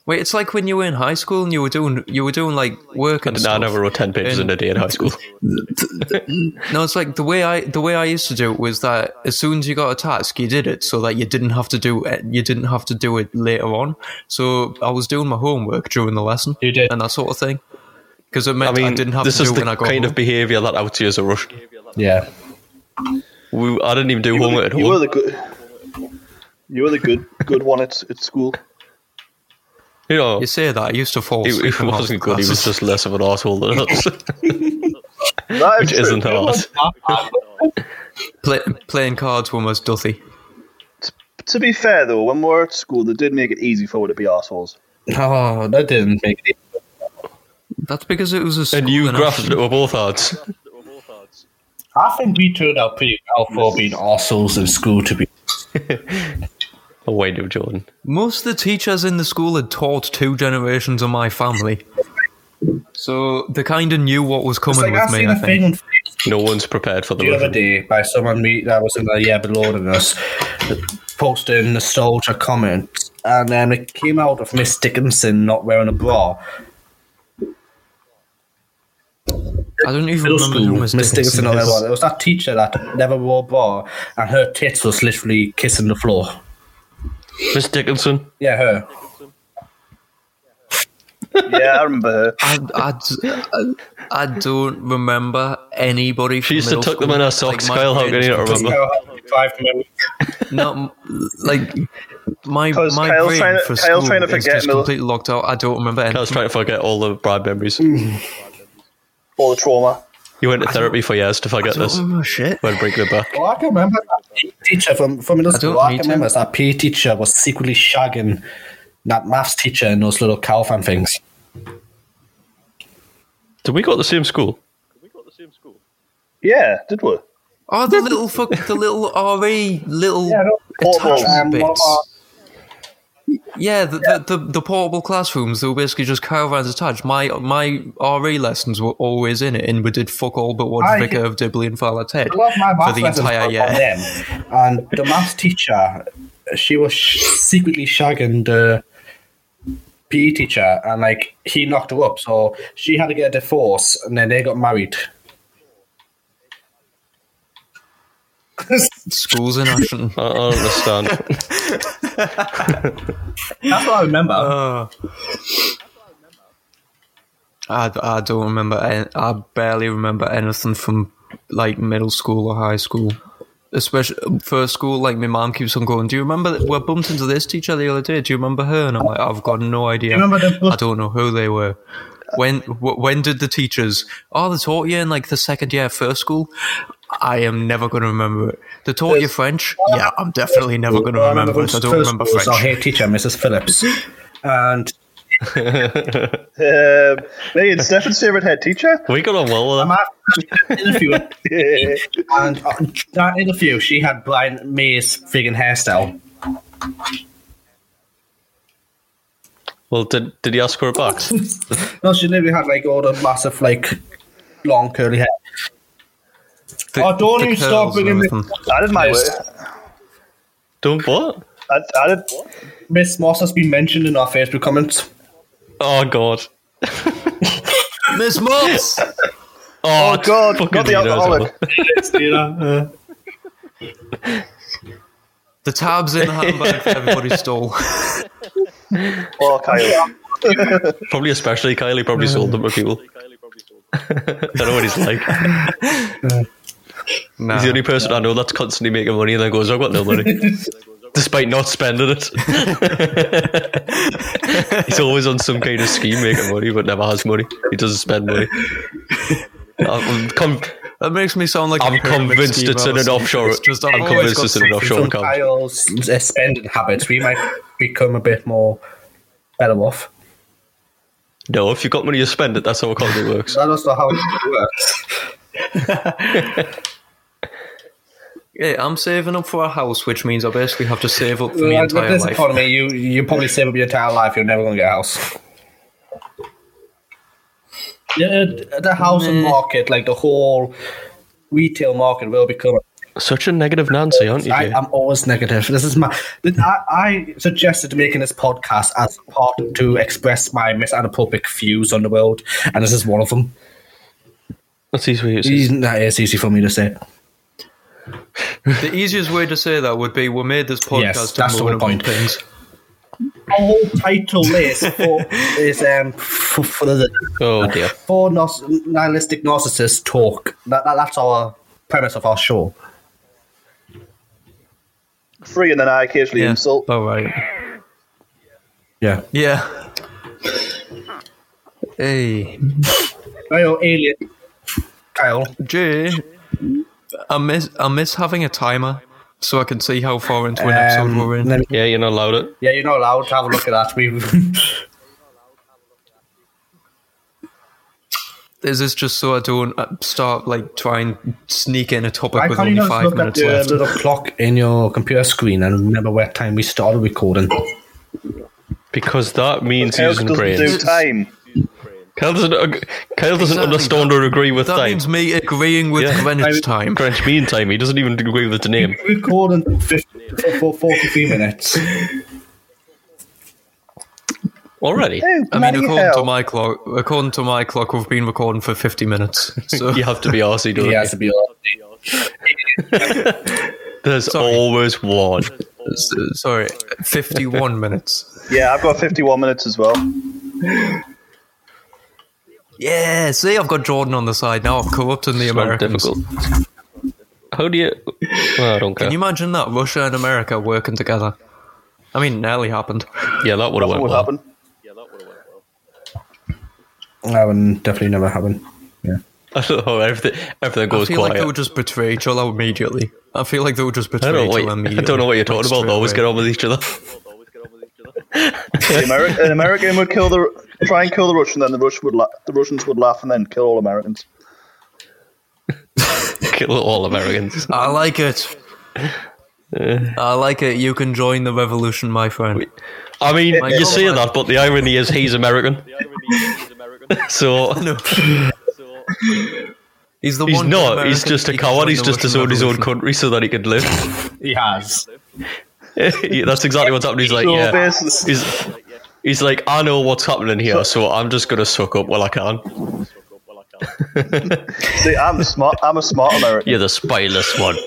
Wait, it's like when you were in high school and you were doing you were doing like work and No, I stuff. never wrote ten pages in a day in high school. No, it's like the way I the way I used to do it was that as soon as you got a task, you did it so that you didn't have to do it. You didn't have to do it later on. So I was doing my homework during the lesson. You did. and that sort of thing. Because it meant I I, mean, didn't have this to do is it the when I got kind home. of behaviour that outs you as a Russian. Yeah. We, I didn't even do were homework the- at You were home. the good. You were the good good one at, at school. You know, You say that I used to fall he, asleep. he in half wasn't good. He was classes. just less of an asshole than us, That which true. isn't hard. Play, playing cards were most duthy. To be fair though, when we were at school, they did make it easy for us to be assholes. Oh, that didn't make it. That's because it was a school And you I grafted it shouldn't- with both hands. I think we turned out pretty well for being assholes in school. To be Oh, wait, no, Jordan. Most of the teachers in the school had taught two generations of my family. So they kind of knew what was coming like with I've me. seen I a think. thing on No one's prepared for the the other Russian. day by someone we, that was in the year below than us posting nostalgia comments, and then it came out of Miss Dickinson not wearing a bra. I don't even Middle remember school, who Miss Miss Dickinson Dickinson, not wearing a bra. is. It was that teacher that never wore a bra, and her tits was literally kissing the floor. Miss Dickinson. Yeah, her. yeah, I remember her. I, I d- I- I don't remember anybody. From She used to middle tuck them school. in her Like, socks, my Kyle. How can you not brain's remember? How hard you drive from him. not like my Cause my Kyle's brain trying to- for Kyle's school trying to is forget just Mil- completely locked out. I don't remember I anything. was trying to forget all the bad memories. Mm. All the trauma. You went to therapy for years to forget I don't this. remember shit. When bring them back. Well, Oh, I can remember that PE teacher from, from middle I school. don't I, need can to. remember that PE teacher was secretly shagging that maths teacher in those little cow fan things. Did we go to the same school? Yeah, did we? Oh, the little fuck, the little re little Yeah, no, portable, um, attachment what bits. are- Yeah, the, the, the the portable classrooms. They were basically just caravans attached. My my RE lessons were always in it, and we did fuck all but watch I- Vicar of Dibley and Fowler Ted I love my for maths the lessons entire from year. them. And the maths teacher, she was sh- secretly shagging the PE teacher, and like he knocked her up, so she had to get a divorce, and then they got married. Schools in action. I, I don't understand. That's what I remember. Uh, I, I don't remember. an- I barely remember anything from like middle school or high school. Especially first school, like my mom keeps on going. Do you remember that we bumped into this teacher the other day? Do you remember her? And I'm like, I've got no idea. remember the book- I don't know who they were. When wh- when did the teachers? Oh, they taught you in like the second year of first school. I am never going to remember it. They taught you French. Yeah, I'm definitely never going to Well, remember it. I first don't remember was Our French. head teacher, Mrs. Phillips, and Um, hey, it's Stefan's favourite head teacher. we got on well with I'm that. after interview, and Yeah. uh, that interview, she had Brian May's friggin' hairstyle. Well, did did he ask for it back? No, she literally had like all the massive, like long curly hair. The- Oh, don't the you stop curls and bringing me- everything. I did my work. Don't what? I, I did. Miss Moss has been mentioned in our Facebook comments. Oh god. Miss Moss. Oh, God, fucking not the Dino's alcoholic. over. The tab's in the handbag for everybody's stall. Oh, Kyle. Probably especially Kylie probably sold them to people. I don't know what he's like. Nah. He's Ah. the only person I know that's constantly making money and then goes, I've got no money. Despite not spending it. He's always on some kind of scheme making money, but never has money. He doesn't spend money. Uh, um, I'm, com- that makes me sound like a I'm pyramid convinced scheme it's in an ever offshore- since. It's just I've I'm always convinced got it's in an something offshore from- From account. Kyle's uh, spending habits, we might become a bit more better off. no, if you've got money, you spend it. That's how economy works. I don't know how it works. Yeah, I'm saving up for a house, which means I basically have to save up for my Like, with entire this life. economy, you you probably save up your entire life. You're never going to get a house. Yeah, the housing market, like the whole retail market, will become. Such a negative Nancy, aren't you? I, Jay? I'm always negative. This is my. I, I suggested making this podcast as part to express my misanthropic views on the world, and this is one of them. That's easy way it is. Isn't that- It's easy for me to say. The easiest way to say that would be we made this podcast Yes, to that's the moan whole about point. things. Our whole title is for is um for, for the Oh dear. four nos- nihilistic narcissists talk. That, that that's our premise of our show. Free, and then I occasionally Yeah. insult. All right. Yeah. Yeah. Hey, Oh, alien. Kyle. Jay. I miss I miss having a timer so I can see how far into an episode Um, we're in. let me- Yeah, you're not allowed it. yeah, you're not allowed to have a look at that. We Is this just so I don't uh, start like try and sneak in a topic I with can't only even five look at minutes the left? little clock in your computer screen and remember what time we started recording. Because that means Kyle using doesn't do brains. time. Kyle doesn't, ag- Kyle doesn't Exactly. understand or agree with That time. means me agreeing with Yeah. Greenwich time. Crunch mean time. He doesn't even agree with the name. Recording for, for 43 minutes. Already. I mean, Bloody according to hell. my clock, according to my clock, we've been recording for fifty minutes. So You have to be arsey, don't He you? has to be on. There's Sorry. always one. s- sorry, fifty-one minutes. Yeah, I've got 51 minutes as well. Yeah, see, I've got Jordan on the side now. I've corrupted the It's not Americans. difficult. How do you? Well, I don't care. Can you imagine that Russia and America working together? I mean, nearly happened. yeah, that would have went Nothing would well. happen. That would definitely never happen. I don't know. Oh, Everything, everything I goes feel like quiet. they would just betray each other immediately. I feel like they would just betray I don't, know each what, other you- immediately. I don't know what you're talking Like, about. They always straight get away. on with each other. The Ameri- an American would kill the try and kill the Russian, then the Russian would la- the Russians would laugh and then kill all Americans. Kill all Americans. I like it. I like it. You can join the revolution, my friend. I mean, My you God. say that, but the irony is he's American. so He's the he's one. not. American He's just a that can join coward. He's the just Russian disowned his own revolution. country so that he could live. He has. Yeah, That's exactly what's happening. He's like, So yeah. basically- He's, he's like, I know what's happening here, so I'm just gonna suck up while I can. See, I'm a smart. I'm a smart American. You're the spyless one.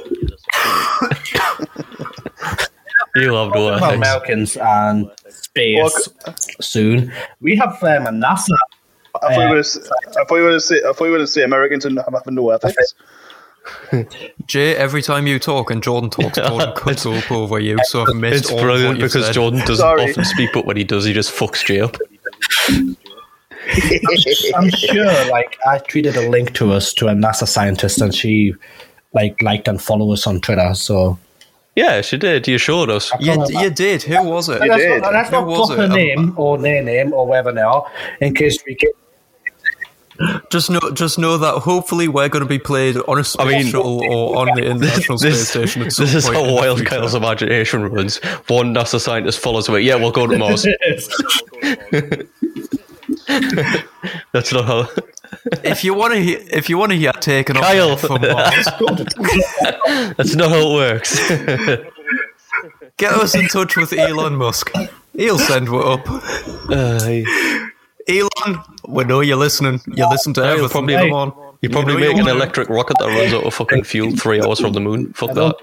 you have no Well, ethics. Americans and space soon. We have um, a NASA. I thought you were gonna say. I thought you were gonna say. I thought you were gonna say Americans and I'm having no ethics. Jay, every time you talk and Jordan talks, Jordan cuts up over you. So I've missed It's all of what brilliant you've because said. Jordan doesn't Sorry. often speak, but when he does, he just fucks Jay up. I'm sure, like, I tweeted a link to us to a NASA scientist, and she like liked and followed us on Twitter. So Yeah, she did. You showed us. You, you did. Who was it? let's did. not, let's not Who was drop it? Um, her name or their name or whatever they are, in case we get. Just know, just know that hopefully we're going to be played on a space mean- shuttle or on the international space This, station. At some this is point how in the wild future. Kyle's imagination runs. One NASA scientist follows away. Yeah, we'll go to Mars. That's not how. If you want to, hear, if you want to hear taken off Kyle. from Mars, That's not how it works. get us in touch with Elon Musk. He'll send what up. Elon, we know you're listening. You listen to everything. probably- Come on. you probably know you make an wanna- electric rocket that runs out of fucking fuel three hours from the moon. Fuck that.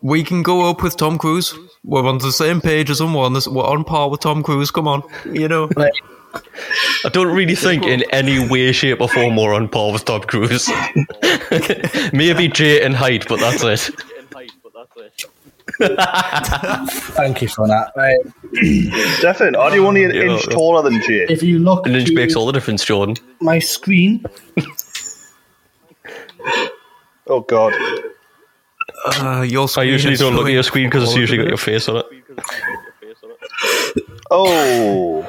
We can go up with Tom Cruise. We're on the same page as him. We're on, this, we're on par with Tom Cruise. Come on, you know. I don't really think in any way, shape, or form we're on par with Tom Cruise. Maybe Jay and height, but that's it. Thank you for that. Right. Stefan, are you only an Yeah. inch taller than Jay? If you look An inch to makes all the difference, Jordan. my screen, Oh God! Uh, your I screen usually is don't look at showing- your screen because it's usually got your face on it. Oh,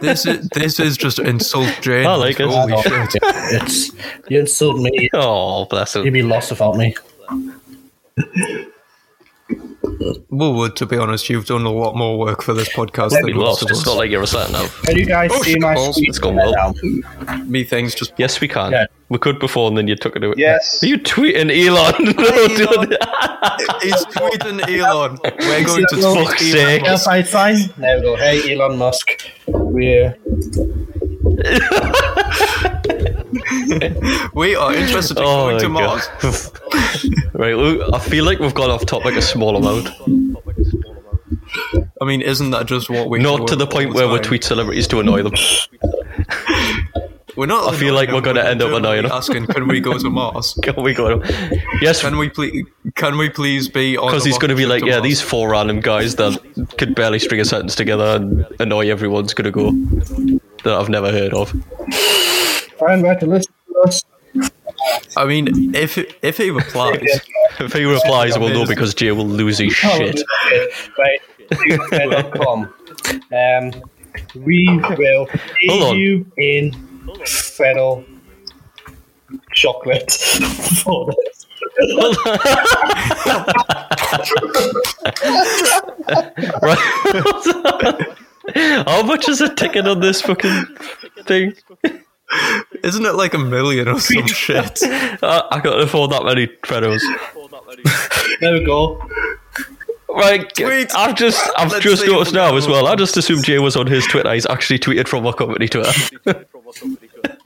This is this is just insult, Jane. I like it. Holy I shit. it's you insult me. Oh, bless You'd him. be lost without me. Well, would to be honest, you've done a lot more work for this podcast Let than You're most lost. of It's not us. like you're a sat nav. Can you guys Oh, see shit, my balls. screen? It's gone well. now? Me things just Yes, we can. Yeah. We could before, and then you took it away. Yes. Are you tweeting Elon? no, Elon. dude. He's tweeting Elon. We're going to Elon. tweet Fuck's Elon. sake. Yes, I sign. There we go. Hey, Elon Musk. uh, We're We are interested in Oh, going to my God. Mars. right, look, I feel like we've gone off topic a small amount. I mean, isn't that just what we? do Not to the all point where we time? tweet celebrities to annoy them. We're not. I feel like we're gonna end up annoying them. Asking, can we go to Mars? Can we go? Yes, Can we please? Can we please be on? because a he's going to be rocket like, ship yeah, Mars?" these four random guys that could barely string a sentence together and annoy everyone's going to go that I've never heard of. fine. Right to listen to us. I mean, if if he replies, If he replies, we'll know because Jay will lose Oh. his shit. Oh, Right. Fred.com. Um, we will Hold pay on. you in fennel chocolate for this. How much is a ticket on this fucking thing? isn't it like a million or some shit? I, I can't afford that many Trenos. There we go. Right, Tweet. I've just I've Let's just see noticed if we now know. as well. I just assumed Jay was on his Twitter. He's actually tweeted from our company Twitter. yeah.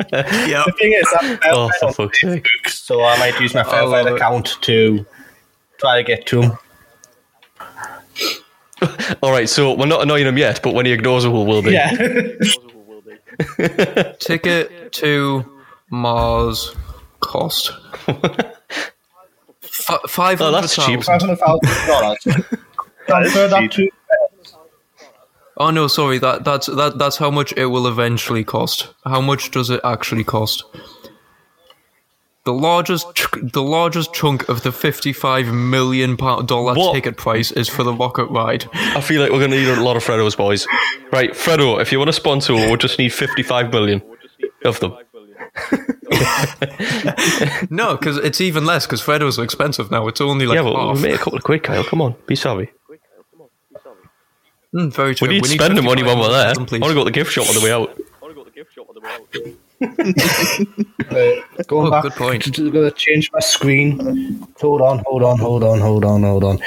The thing is, I'm oh, verified for on fuck's sake! Facebook, so I might use my love verified it. account to try to get to him. All right, so we're not annoying him yet, but when he ignores us, we will be. Yeah. Ticket to Mars cost F- five Oh, hundred. that's cheap. $500,000. Transfer that to. Oh no, sorry. That that's that that's how much it will eventually cost. How much does it actually cost? The largest, ch- the largest chunk of the fifty-five million pound dollar What? ticket price is for the rocket ride. I feel like we're going to need a lot of Fredo's boys. Right, Fredo, if you want to sponsor, we'll just need 55 million of them. No, because it's even less. Because Fredos are expensive now. It's only like Yeah, but half. we made a couple of quid, Kyle. Come on, be sorry. Mm, very true. We need to spend the money when 55 we're there. I million, want to please. go to the gift shop on the way out. Uh, going Oh, back, good point. to- to- gonna change my screen. Hold on, hold on, hold on, hold on, hold on.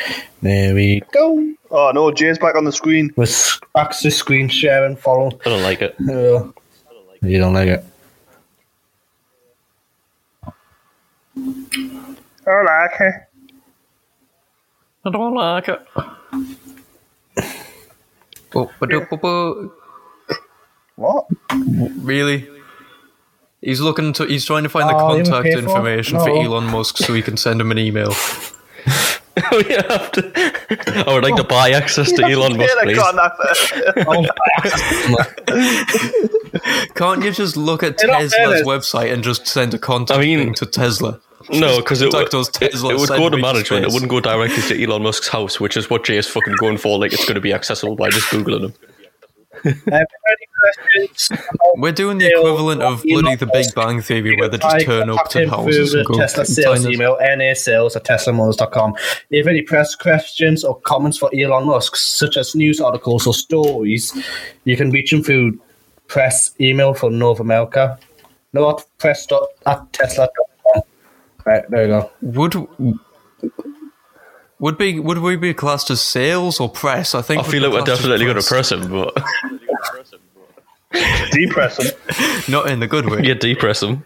There we go. Oh no, Jay's back on the screen. We're s- back to screen share and follow. I don't like it. Uh, you don't like it. I like it. I don't like it. Oh, ba-do-ba-boo. What? Really? He's looking to. He's trying to find the Oh, you contact okay for- information for no. Elon Musk so he can send him an email. We have to- I would like to buy access to Elon Musk, Yeah, I please. can't have it. Can't you just look at all Tesla's fairness- website and just send a contact I mean- thing to Tesla? No, because it, contact us, it, Tesla, it would send go to me to management. It space. wouldn't go directly to Elon Musk's house, which is what Jay is fucking going for. Like, it's going to be accessible by just Googling him. Uh, any questions? We're doing the They'll- equivalent of Elon bloody the Big Musk- Bang Theory where they just I turn up contact to him houses through and the go. Tesla "Can you sales sign us?" email, nasales at teslamotors.com. If any press questions or comments for Elon Musk, such as news articles or stories, you can reach him through press email for North America. No, at press dot, at tesla.com. Right, there you go. Would would be would we be classed as sales or press? I think I feel like we're classed as definitely going to press. press him, but Depressing. Not in the good way. yeah, depress him.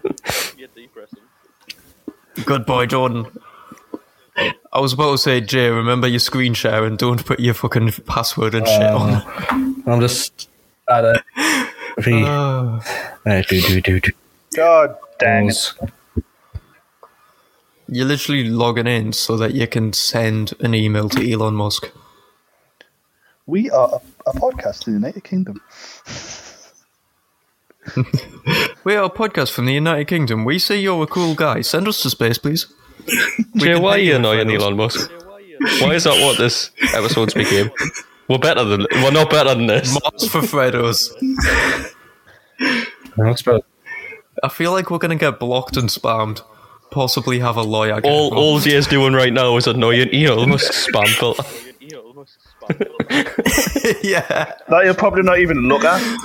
Good boy, Jordan. I was about to say, Jay, remember your screen share and don't put your fucking password and shit on. I'm just at a. Re- Ah. uh, do, do, do, do. God dang it. Pause. You're literally logging in so that you can send an email to Elon Musk. We are a, a podcast in the United Kingdom. We are a podcast from the United Kingdom. We say you're a cool guy. Send us to space, please. Jay, why are pay you you annoying for those. Elon Musk? Why is that what this episode's became? We're better than we're not better than this. Mars for Fredos. Looks about- I feel like we're going to get blocked and spammed. Possibly have a lawyer. get All involved. all Jay's doing right now is annoying Elon Musk spam filter. yeah. That you'll probably not even look at.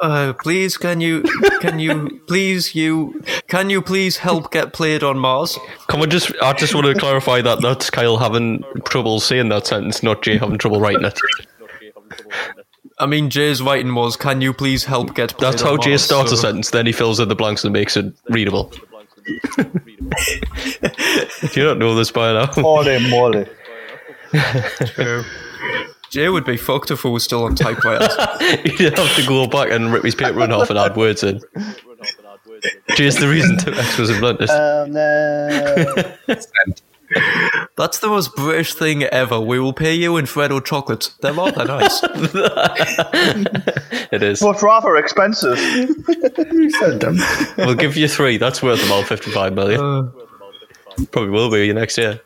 Uh, please, can you, can you, please, you, can you please help get played on Mars? Can we just? I just want to clarify that that's Kyle having trouble saying that sentence, not Jay having trouble writing it. I mean, Jay's writing was, "Can you please help get?" That's Plato how Jay Mars?" starts a So- sentence, then he fills in the blanks and makes it readable. you don't know this by now. Holy moly. Jay would be fucked if we were still on typewriters. You'd have to go back and rip his paper in half and add words in. Jay's the reason Timex was invented. Um, no. That's the most British thing ever. We will pay you in Freddo chocolates. They're not that nice. it is. but rather expensive. We'll give you three. That's worth about 55 million. Probably will be next year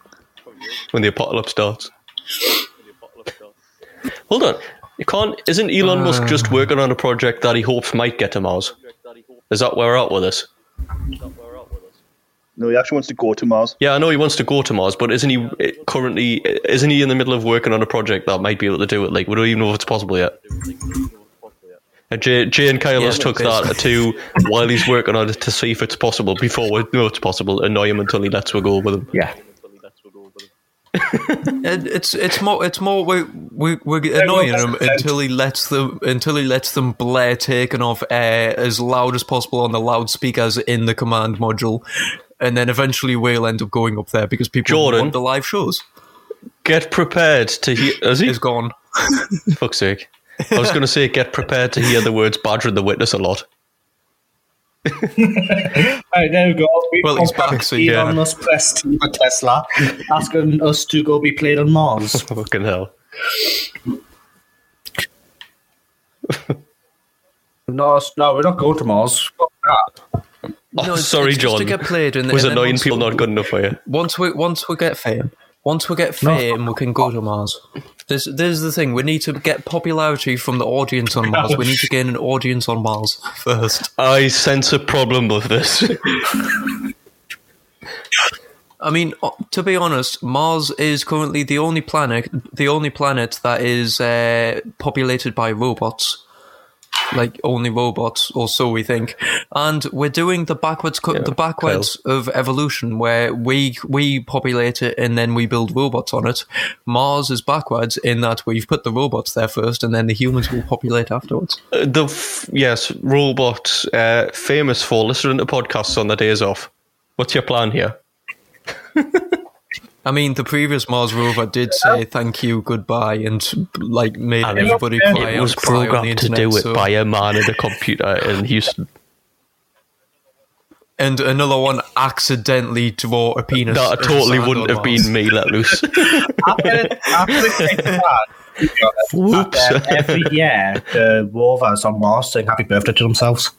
when the apocalypse starts. Hold on. You can't. Isn't Elon Musk just working on a project that he hopes might get to Mars? Is that where we're at with this? No, he actually wants to go to Mars. Yeah, I know he wants to go to Mars, but isn't he eh, currently? eh, Isn't he in the middle of working on a project that might be able to do it? Like, we don't even know if it's possible yet. And Jay, Jay and Kyle Yeah, just took basically. that to while he's working on it to see if it's possible before we know it's possible. Annoy him until he lets we go with him. Yeah. It- it's it's more it's more we we we're annoying him until he lets them until he lets them blare taken off air as loud as possible on the loudspeakers in the command module, and then eventually we'll end up going up there because people Jordan. want the live shows. Get prepared to hear. Is he? Is gone. Fuck's sake. I was going to say, get prepared to hear the words badger and the witness a lot. Right, there we go. We've Well, he's back, so contacted yeah. Elon Musk press team at Tesla, asking us to go be played on Mars. Fucking hell. no, no, we're not going to Mars. Fuck that. Oh, No, it's- sorry, it's John. Just to get played and, was and then annoying once people we- not good enough for you? Once we once we get fame, once we get fame, we can go to Mars. This this is the thing. We need to get popularity from the audience on Mars. We need to gain an audience on Mars first. I sense a problem with this. I mean, o- to be honest, Mars is currently the only planet the only planet that is uh, populated by robots. Like only robots, or so we think, and we're doing the backwards co- the backwards of evolution, where we we populate it and then we build robots on it. Mars is backwards in that we've put the robots there first, and then the humans will populate afterwards. the f- yes, robot uh, famous for listening to podcasts on the days off. What's your plan here? I mean, the previous Mars rover did say thank you, goodbye, and like made everybody cry. It out was cry on the programmed to internet, do it so- by a man at a computer in Houston. and another one accidentally draw a penis. That and totally sand wouldn't on have Mars. been me let loose. after, after the kick start, you know, Whoops. that, uh, every year, the rovers on Mars sing happy birthday to themselves.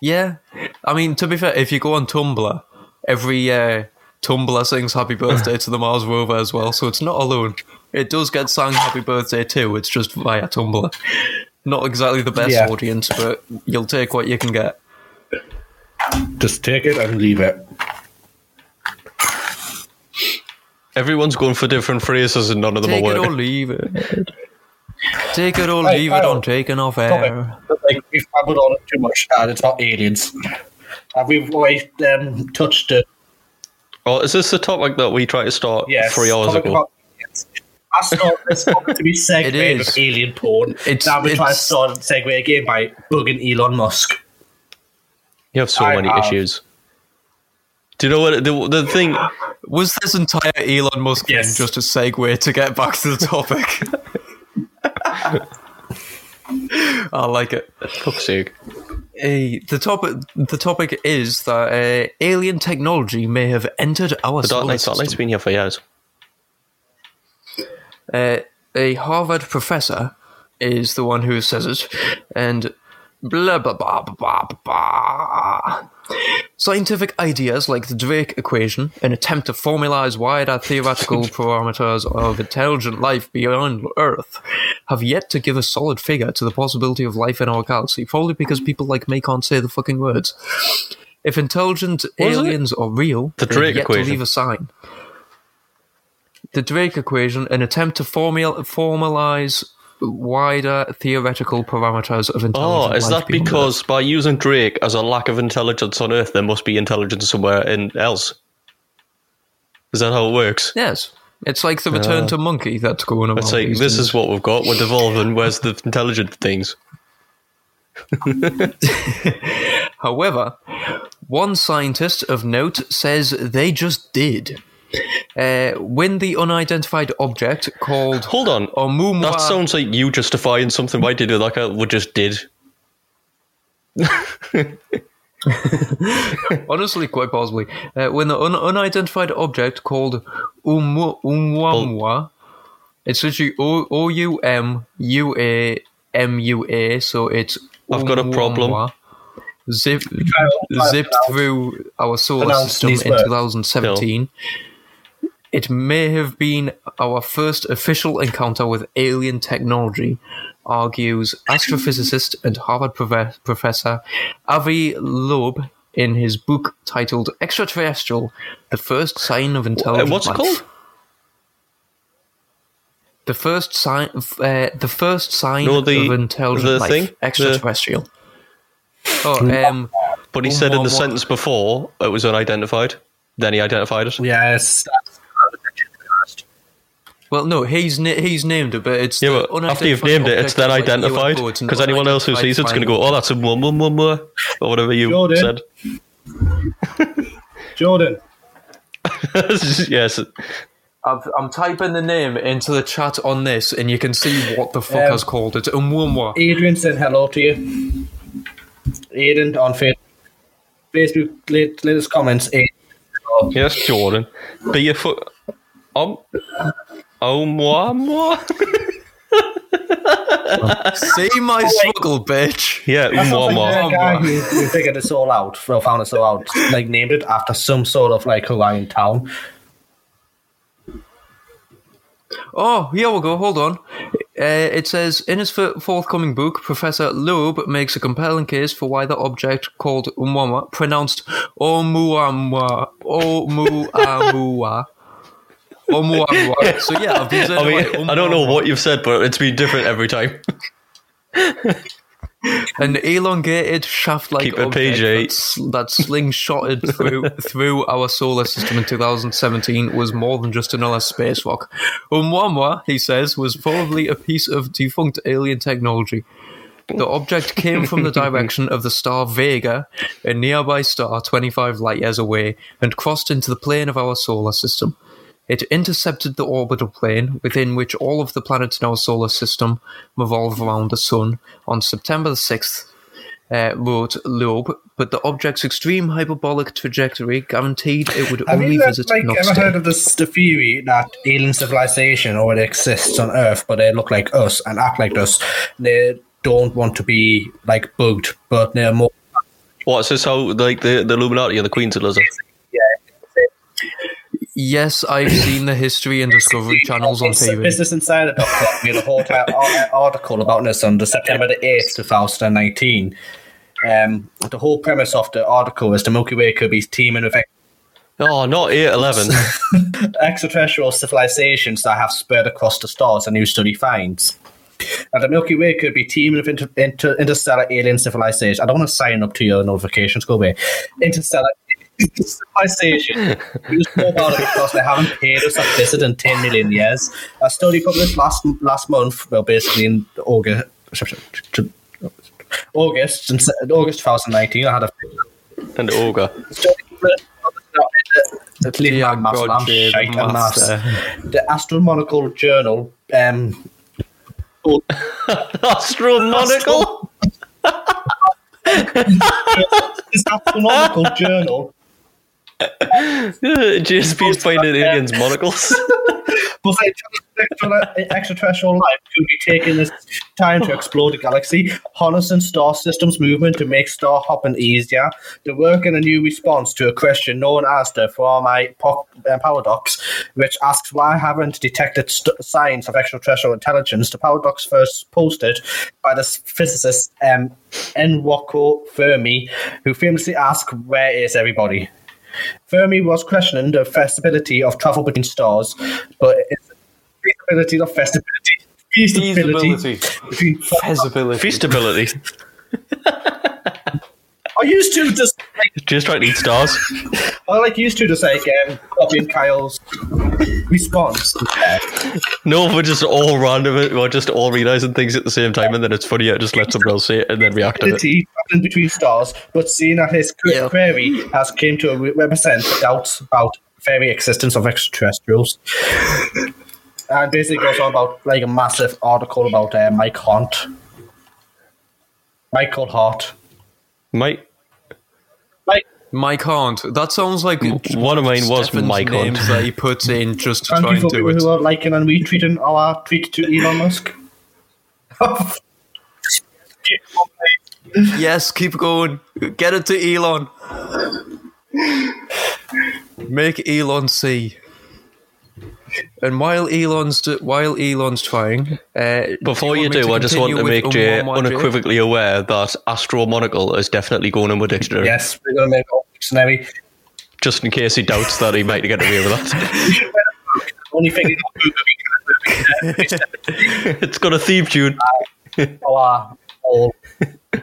Yeah, I mean to be fair, if you go on Tumblr, every year Tumblr sings "Happy Birthday" to the Mars rover as well, so it's not alone. It does get sung "Happy Birthday" too. It's just via Tumblr. Not exactly the best Yeah. audience, but you'll take what you can get. Just take it and leave it. Everyone's going for different phrases and none of them Take are it or working. leave it. Take it or Hey, leave it Kyle. on taking off Okay. air. But, like, we've babbled on it too much, and it's not aliens. And we've already um, touched it. Oh, is this the topic that we tried to start Yes. three hours Talking ago? about aliens. I started this topic to be It segued is. with alien porn. It's- now we try to it's- start and segue again by bugging Elon Musk. You have so I many have. issues. Do you know what the, the thing? Was this entire Elon Musk thing Yes. just a segue to get back to the topic? I like it. Fuck's sake! Eh, the topic. The topic is that uh, alien technology may have entered our The Dark solar Knight Satellite's system. been here for years. Uh, a Harvard professor is the one who says it, and blah blah blah blah blah. blah, blah. Scientific ideas like the Drake equation, an attempt to formalize wider theoretical parameters of intelligent life beyond Earth, have yet to give a solid figure to the possibility of life in our galaxy, probably because people like me can't say the fucking words. If intelligent is it? aliens are real, The they Drake have yet equation. to leave a sign. The Drake equation, an attempt to formula- formalize wider theoretical parameters of Oh, intelligent is life that beyond Earth. because by using Drake as a lack of intelligence on Earth, there must be intelligence somewhere in else? Is that how it works? Yes. It's like the return to monkey that's going on. It's like this is what we've got. We're devolving. Where's the intelligent things? However, one scientist of note says they just did. Uh, when the unidentified object called Hold on. Oumuamua, That sounds like you justifying something by did it like I we just did. honestly, quite possibly, uh, when the un- unidentified object called Oumu- Oumuamua, it's literally O O U M U A M U A, so it's I've got a problem. Oumuamua, Zip, Kyle, zipped through our solar Pronounce system in these words. 2017. It may have been our first official encounter with alien technology, argues astrophysicist and Harvard profe- professor Avi Loeb in his book titled Extraterrestrial The First Sign of Intelligent Uh, What's it Life. called? The first sign, of, uh, the first sign No, the- of intelligent the life, thing? The- extraterrestrial. Hmm. Oh, um, But he said in the Oumuamua. sentence before it was unidentified. Then he identified it. Yes. Well, no, he's na- he's named it, but it's Yeah, the but after you've unidentified named it, it's object then of, like, identified. UFO, it's an Because anyone else who unidentified sees it's going to go, finding. oh, that's a mum, mum, mum, uh," or whatever you Jordan. said. Jordan, yes. I've, I'm typing the name into the chat on this, and you can see what the fuck Um, has called it. Umwumwa. Adrian said hello to you. Aiden on Fa- Facebook, let, let us comments. Aiden. Yes, Jordan. Be your foot. Um. Oh, moi, moi. See my struggle, bitch. Yeah, That sounds moi, moi. like the guy who, who figured this all out, well, found this all out, like named it after some sort of like Hawaiian town. Oh, here we go. Hold on. Uh, it says in his f- forthcoming book, Professor Loeb makes a compelling case for why the object called umwama, pronounced omuamwa, omuamua, omuamwa. So yeah, I've been saying I it right, mean, I don't know what you've said, but it's been different every time. an elongated shaft-like Keep it object PG. That, sl- that slingshotted through through our solar system in 2017 was more than just another space rock. Umwamwa, he says, was probably a piece of defunct alien technology. The object came from the direction of the star Vega, a nearby star 25 light years away, and crossed into the plane of our solar system. It intercepted the orbital plane within which all of the planets in our solar system revolve around the Sun on September the 6th, uh, wrote Loeb, but the object's extreme hyperbolic trajectory guaranteed it would Have only you visit like, not ever stay. heard of this the theory that alien civilization already exists on Earth, but they look like us and act like us? They don't want to be like bugged, but they're more What's this? How like the the Illuminati and the Queen's Elizabeth? Yes, I've seen the History and Discovery channels on Business- TV. Business Insider.com made a whole ti- ar- article about this on the September the 8th, 2019. Um, the whole premise of the article is the Milky Way could be teaming with ex- Oh, not eight eleven. extraterrestrial civilizations that have spread across the stars, a new study finds. And the Milky Way could be teaming with inter- inter- interstellar alien civilization. I don't want to sign up to your notifications, go away. Interstellar civilization. We just know about it because they haven't paid us a visit in 10 million years. A study published last last month, well, basically in August, August, in se- August 2019, I had a and Olga. the Cleveland Yeah, Master, God, I'm Jay, the shite and master. master. The Astronomical Journal. Um, Astronomical. this Astronomical Journal GSP's finding aliens monocles. was like extraterrestrial- extraterrestrial life could be taking this time to explore the galaxy, harnessing star systems movement to make star hopping easier. They're working a new response to a question no one asked her for my po- uh, paradox, which asks why haven't detected st- signs of extraterrestrial intelligence. The paradox first posted by the s- physicist um, Enrico Fermi, who famously asked, "Where is everybody?" Fermi was questioning the feasibility of travel between stars, but it's feasibility, not festibility. Feasibility. between- Feasibility. Feastability. I used to just, like, Just trying to eat stars. I like used to just like um, copying Kyle's response. No, we're just all random. We're just all realizing things at the same time, and then it's funny. I just let someone else say it and then react to it. Feasibility traveling between stars, but seeing that his qu- Yeah. query has came to re- represent doubts about very existence of extraterrestrials. And basically goes on about like a massive article about uh, Mike Hunt, Michael Hart. Mike, Mike Mike Hunt. That sounds like one of mine was Stefan's Mike Hunt. names that he puts in just to Thank try you and for do people it. who are liking and retweeting our tweet to Elon Musk. Yes, keep going. Get it to Elon. Make Elon see. And while Elon's do- while Elon's trying, uh, Before you want me do, I just want to continue make with Jay Umwamwa, Jay? unequivocally aware that Astro Monocle is definitely going in with dictionary. yes, we're going to make it all dictionary. Just in case he doubts that he might get away with that. Only thing is, it's got a theme tune. our all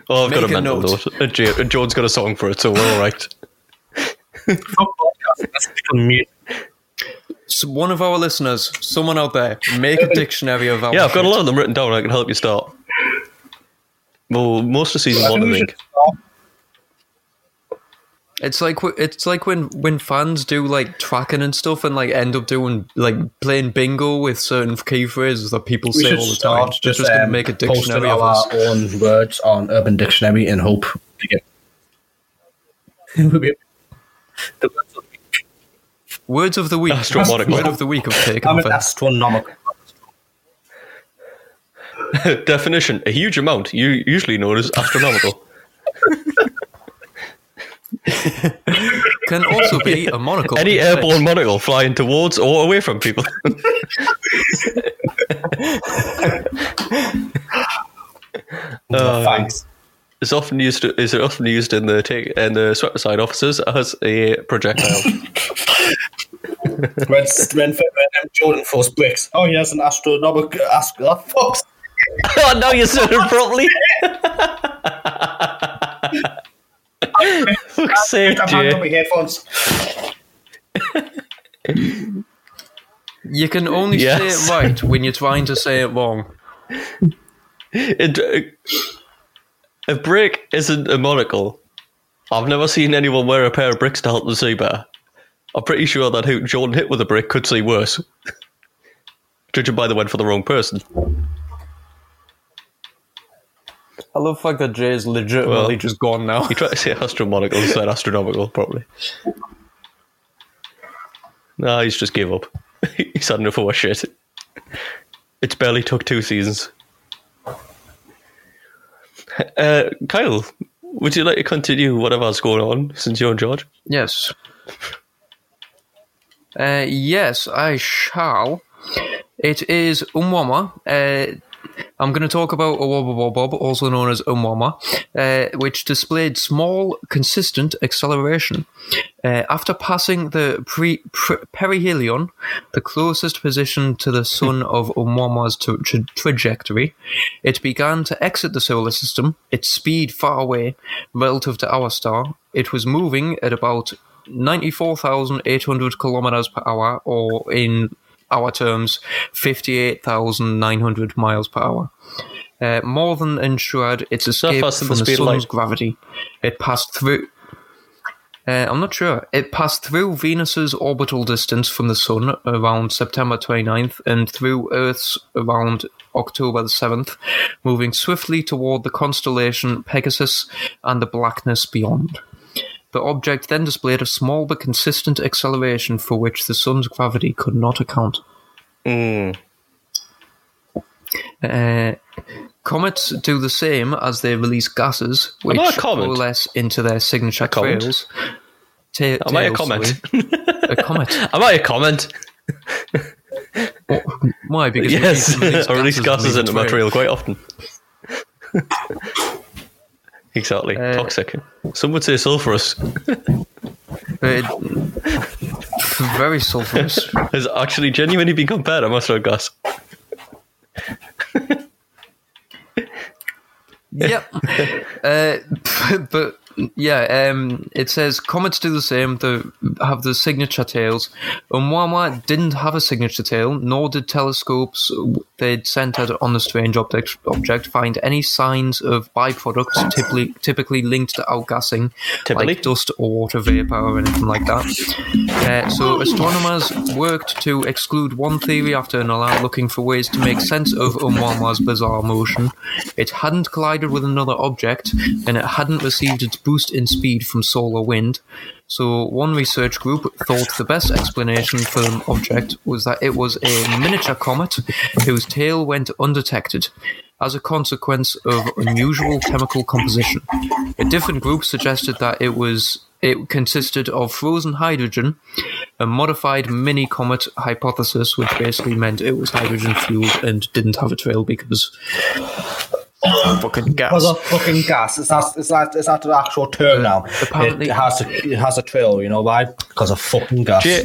Oh, I've got Make a a mental note. note. Uh, Jay, uh, John's got a song for it, so we're all right. podcast has become mute. So one of our listeners, someone out there, make a dictionary of our. Yeah, I've got a lot of them written down. I can help you start. Well, most of season I one, think I we think. should stop. It's like wh- it's like when when fans do like tracking and stuff and like end up doing like playing bingo with certain key phrases that people We say should all the time. start It's just gonna um, make a posting dictionary of our us. own words on Urban Dictionary and hope to get. The words of- Words of the week. Astronomical. Word of the week of taken I'm an offense. astronomical. Definition: a huge amount, u- usually known as astronomical. Can also be a monocle. Any in sex. airborne monocle flying towards or away from people. Oh, Thanks. is often used is often used in the take in the swept aside officers as a projectile. When, when, when um, Jordan force bricks. Oh, he has an astronomical. Ast- oh, fuck. oh, now you said it properly. Fuck's sake, I've hung up dear. my headphones. You can only Yes. say it right when you're trying to say it wrong. It- uh, a brick isn't a monocle. I've never seen anyone wear a pair of bricks to help them see better. I'm pretty sure that who Jordan hit with a brick could see worse. Judging by the went for the wrong person. I love the fact that Jay is legitimately Well, just gone now. He tried to say astronomical instead of astronomical, probably. No, he's just gave up. he's had enough of our shit. It's barely took two seasons. Uh, Kyle, would you like to continue whatever's going on since you're in charge? Yes. Uh, yes, I shall. It is Umwama. Uh, I'm going to talk about Owobobob, also known as Umwama, uh, which displayed small, consistent acceleration. Uh, after passing the pre- pre- perihelion, the closest position to the Hmm. sun of Umwama's tra- tra- trajectory, it began to exit the solar system, its speed far away relative to our star. It was moving at about 94,800 kilometers per hour, or in our terms, 58,900 miles per hour. Uh, more than ensured its escape faster than from the the speed sun's of light. gravity. It passed through. Uh, I'm not sure. It passed through Venus's orbital distance from the Sun around September 29th and through Earth's around October the 7th, moving swiftly toward the constellation Pegasus and the blackness beyond. The object then displayed a small but consistent acceleration for which the Sun's gravity could not account. Uh, comets do the same as they release gases, which I a comet? coalesce into their signature comet? trails. Ta- Am I a tails, comment? sorry. a comet. Am I a comment? Why? Because we Yes, release I release gases leave a into trail. material quite often. exactly. Toxic. Some would say sulfurous. Uh, very sulfurous. has actually genuinely been compared, I must have gas. yep. Uh, but yeah, um, it says comets do the same. They have the signature tails. Umwama didn't have a signature tail, nor did telescopes they'd centered on the strange object, object find any signs of byproducts typically typically linked to outgassing, Typically? like dust or water vapor or anything like that. Uh, so astronomers worked to exclude one theory after another, looking for ways to make sense of Umwama's bizarre motion. It hadn't collided with another object, and it hadn't received its boost in speed from solar wind. So one research group thought the best explanation for the object was that it was a miniature comet whose tail went undetected as a consequence of unusual chemical composition. A different group suggested that it was it consisted of frozen hydrogen, a modified mini comet hypothesis, which basically meant it was hydrogen fueled and didn't have a trail because fucking Because gas. of fucking gas. It's not, it's not, it's not the actual term now. apparently- it, has a, it has a trail, you know why? Because of fucking gas. Yeah,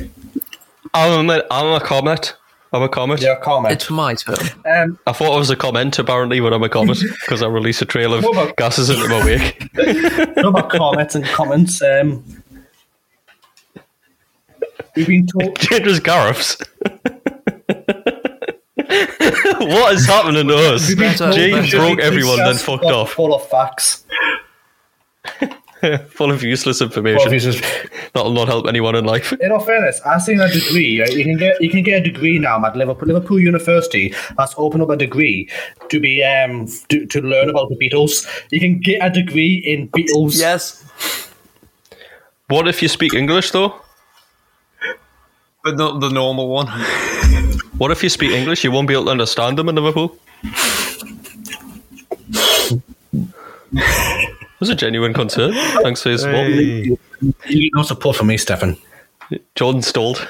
I'm a, I'm a comet. I'm a comet. Yeah, comment. It's my turn. Um, I thought I was a comment, apparently, when I'm a comet, because I release a trail of What about- gases into my wake. another comment and comments. Um, we've been told. Changes Gareth's. what is happening to us? we've been Better- told James we should be broke everyone, then successful, fucked off. Full of facts. full of useless information. Well, if you just- That'll not help anyone in life. In all fairness, I've seen a degree. right? You can get you can get a degree now at Liverpool, Liverpool University. That's opened up a degree to be um to, to learn about the Beatles. You can get a degree in Beatles. Yes, What if you speak English though? but not the normal one. What if you speak English? You won't be able to understand them in Liverpool. it was a genuine concern. Thanks for your support. You get no support from me, Stefan. Jordan stalled.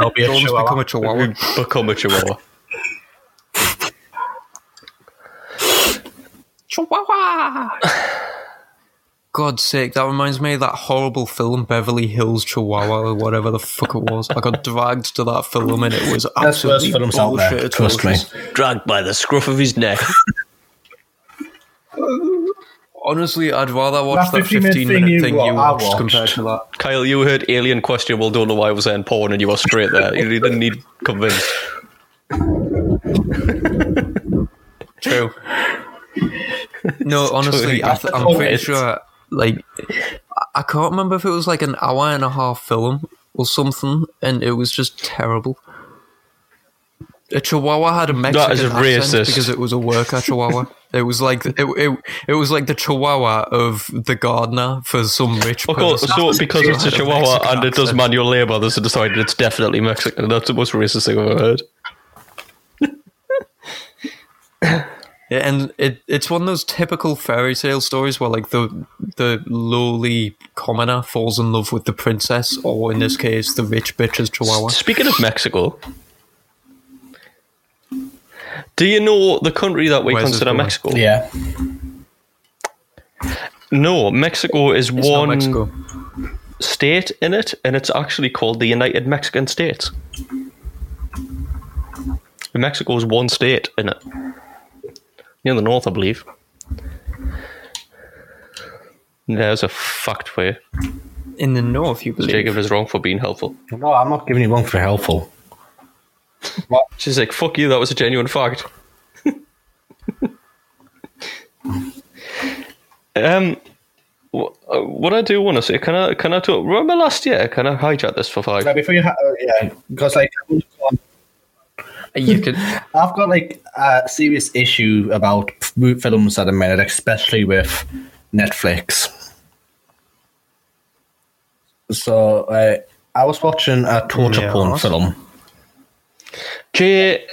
I'll be a Almost chihuahua. become a chihuahua. Become a chihuahua. Chihuahua. God's sake, that reminds me of that horrible film Beverly Hills Chihuahua or whatever the fuck it was. I got dragged to that film and it was That's worse absolutely films out bullshit. there. It Trust me. was- Dragged by the scruff of his neck. Honestly, I'd rather watch That that 15 minute 15 thing you minute thing wa- I you watched watched. compared to that. Kyle, you heard alien questionable. Don't know why I was saying porn, and you were straight there. You didn't need convinced. True. No, honestly, I th- I'm pretty It's- sure. Like, I- I can't remember if it was like an hour and a half film or something, and it was just terrible. A Chihuahua had a Mexican is accent racist. because it was a worker Chihuahua. it was like it, it, it was like the Chihuahua of the gardener for some rich. Of course, person. so because it's a chihuahua and it does manual labour, they decided it's definitely Mexican. That's the most racist thing I've ever heard. Yeah, and it it's one of those typical fairy tale stories where like the the lowly commoner falls in love with the princess, or in this case, the rich bitch's chihuahua. Speaking of Mexico, do you know the country that we Where's this consider going? Mexico? Yeah. No, Mexico is It's not one Mexico. state in it, and it's actually called the United Mexican States. And Mexico is one state in it. Near the north, I believe. There's a fact for you. In the north, you believe. Jacob is wrong for being helpful. No, I'm not giving you one for helpful. She's like, fuck you, that was a genuine fact. um, wh- uh, what I do want to say, can I can I talk? Remember last year? Can I hijack this for five? Now, before you, ha- uh, yeah, because like Uh, You could. I've got like a serious issue about f- films at the minute, especially with Netflix. So uh, I was watching a torture porn film. Jay,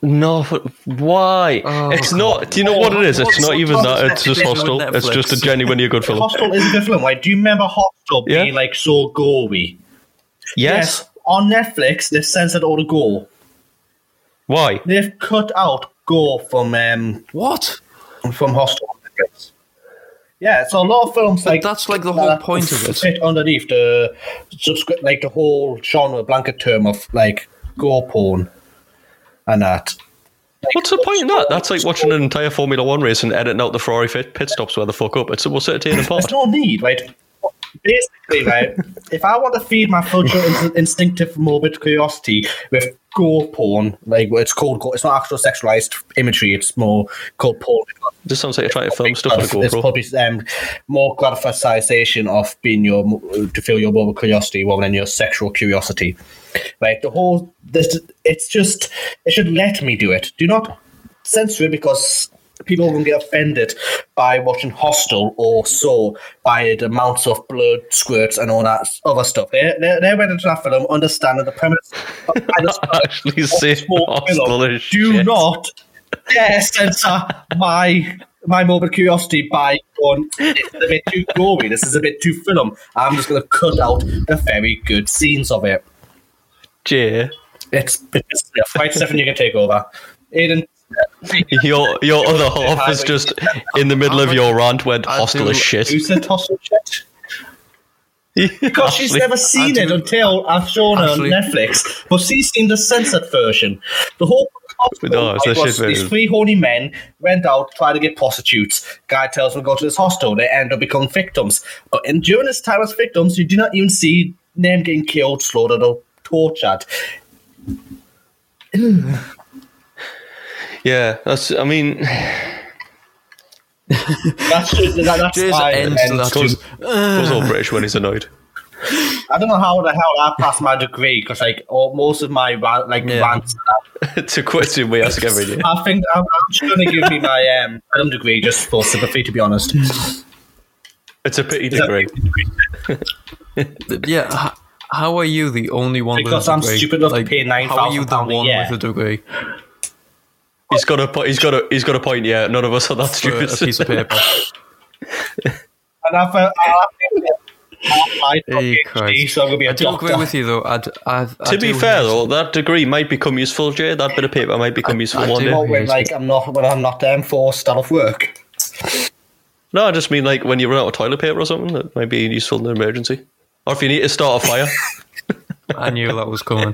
no, but why? Oh, it's not. Do you know what it is? It's What's- not even what's that. It's Netflix just with hostile. It's Netflix? just a genuinely a good film. Hostel is a good film. Like, do you remember Hostel Yeah. being like so gory? Yes. On Netflix, they've censored all the gore. Why? They've cut out gore from um, What? from Hostel. on Netflix. Yeah, so a lot of films like that's, like, the whole that point of it. Fit underneath the subscri- like the whole genre blanket term of like gore porn and that. What's the point in that? That's like watching an entire Formula One race and editing out the Ferrari fit pit stops where the fuck up. It's what's it tearing apart? There's no need, right? Basically, right. if I want to feed my future ins- instinctive morbid curiosity with gore porn, like well, it's called, gore, it's not actual sexualized imagery. It's more called porn. This sounds like you're trying to film stuff on a It's, it's GoPro. probably um, more gratification of being your to feel your moral curiosity rather than your sexual curiosity. Like the whole, this it's just it should let me do it. Do not censor it because people will get offended by watching Hostel or Saw by the amounts of blood squirts and all that other stuff. They they, they went into that film understanding the premise. of- and it's- Actually, saying hostile is do shit. not dare censor my my morbid curiosity by going, it's a bit too gory, this is a bit too film. I'm just going to cut out the very good scenes of it. Jay, It's, it's right, Stefan, you can take over. Aiden, your your other half is just in the middle of your rant went I hostile do- as shit. who said hostile shit? Because she's Ashley- never seen I it do- until I've shown her on Ashley- Netflix. But she's seen the censored version. The whole No, it's the shit was these version. three horny men went out trying to get prostitutes. Guy tells them to go to this hostel. They end up becoming victims. But in, during this time as victims, you do not even see them getting killed, slaughtered, or tortured. Yeah, that's. I mean, That's just, that, that's Just fine. ends and- that. Goes, goes all British when he's annoyed. I don't know how the hell I passed my degree because like all, most of my ra- like Yeah. rants. it's a question we ask every day. I think I'm, I'm just going to give me my um, film degree just for sympathy. To be honest, It's a pity degree. Th- Yeah. h- How are you the only one Because with a I'm degree? stupid enough to Like, pay How are you the £9,000 a one year? with a degree He's got a po- he's got a he's got a point. Yeah, none of us are that for a stupid. piece of paper? and I've uh, I think Hey, PhD, Christ. so I'm going to be a I do agree doctor. with you though. I'd, I've, I to be do fair hate- though, that degree might become useful, Jay. That bit of paper might become useful I one do. day. Or when like I'm not when I'm not um, forced out of work. No, I just mean like when you run out of toilet paper or something, that might be useful in an emergency. Or if you need to start a fire. I knew that was coming.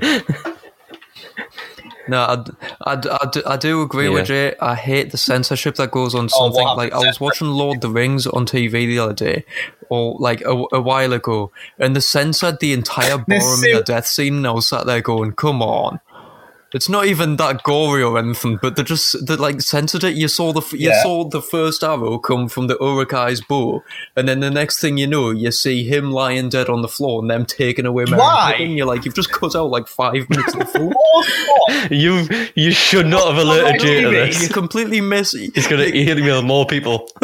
No, I, d- I, d- I d- I do agree with Jay. I hate the censorship that goes on Oh, something. wow. like, I was watching Lord of the Rings on TV the other day, or like a, a while ago, and they censored the entire This Boromir suit- death scene, and I was sat there going, come on. It's not even that gory or anything, but they just they like censored it. You saw the f- you Yeah. saw the first arrow come from the Urukai's bow, and then the next thing you know, you see him lying dead on the floor and them taking away Mary Why? Pippin. You're like, you've just cut out like five minutes of the film. you you should not have alerted Jay to You this. completely miss. He's gonna email more people.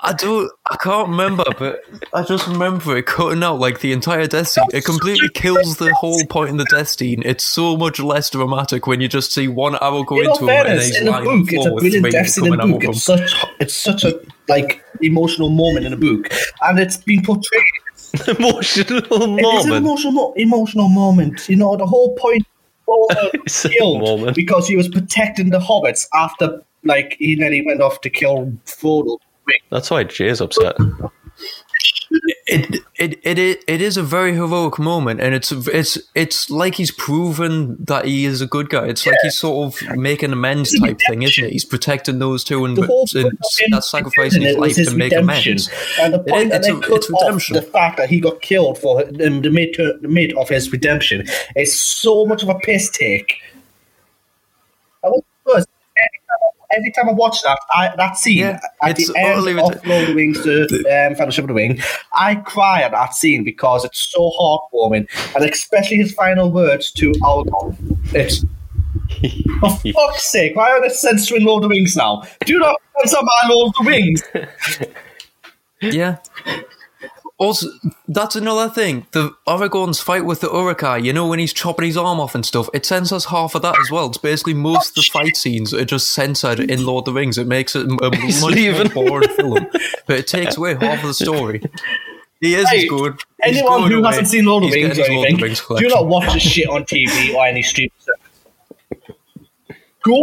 I do. I can't remember, but I just remember it cutting out like the entire death scene. It completely kills the whole point in the death scene. It's so much less dramatic when you just see one arrow go In all into him and fairness, he's in the lying on book, the it's a floor with brilliant three death scene in the coming out book. of him. It's such it's such a like emotional moment in the book, and it's been portrayed. Emotional It's an moment. emotional mo- emotional moment. You know the whole point. All It's a killed moment. because he was protecting the hobbits after like he then he went off to kill Frodo. That's why Jay's upset. it it it i- it is a very heroic moment, and it's it's it's like he's proven that he is a good guy. It's like he's sort of making amends type thing, isn't it? He's protecting those two and, The whole and, point of him that's sacrificing his it life was to make redemption. amends. And the It- point that it's they a- cut it's off redemption. the fact that he got killed for um, the mid the mid of his redemption is so much of a piss take. I was first. Every time I- Every time I watch that, I, that scene Yeah, at it's the end utterly of rid- Lord of the Rings, the um, Fellowship of the Ring, I cry at that scene because it's so heartwarming, and especially his final words to Aragorn. It's for fuck's sake, why are they censoring Lord of the Rings now? Do not censor my Lord of the Rings. Yeah. Also, that's another thing. The Oregon's fight with the Urukai, you know, when he's chopping his arm off and stuff, it censors half of that as well. It's basically most of Oh, the fight scenes are just censored in Lord of the Rings. It makes it a much more leaving. boring film, but it takes away half of the story. He is Hey, he's good. He's Anyone going who away. hasn't seen Lord of He's the getting Rings or his Lord of the anything, Rings do collection. not watch this shit on TV or any streaming service. Go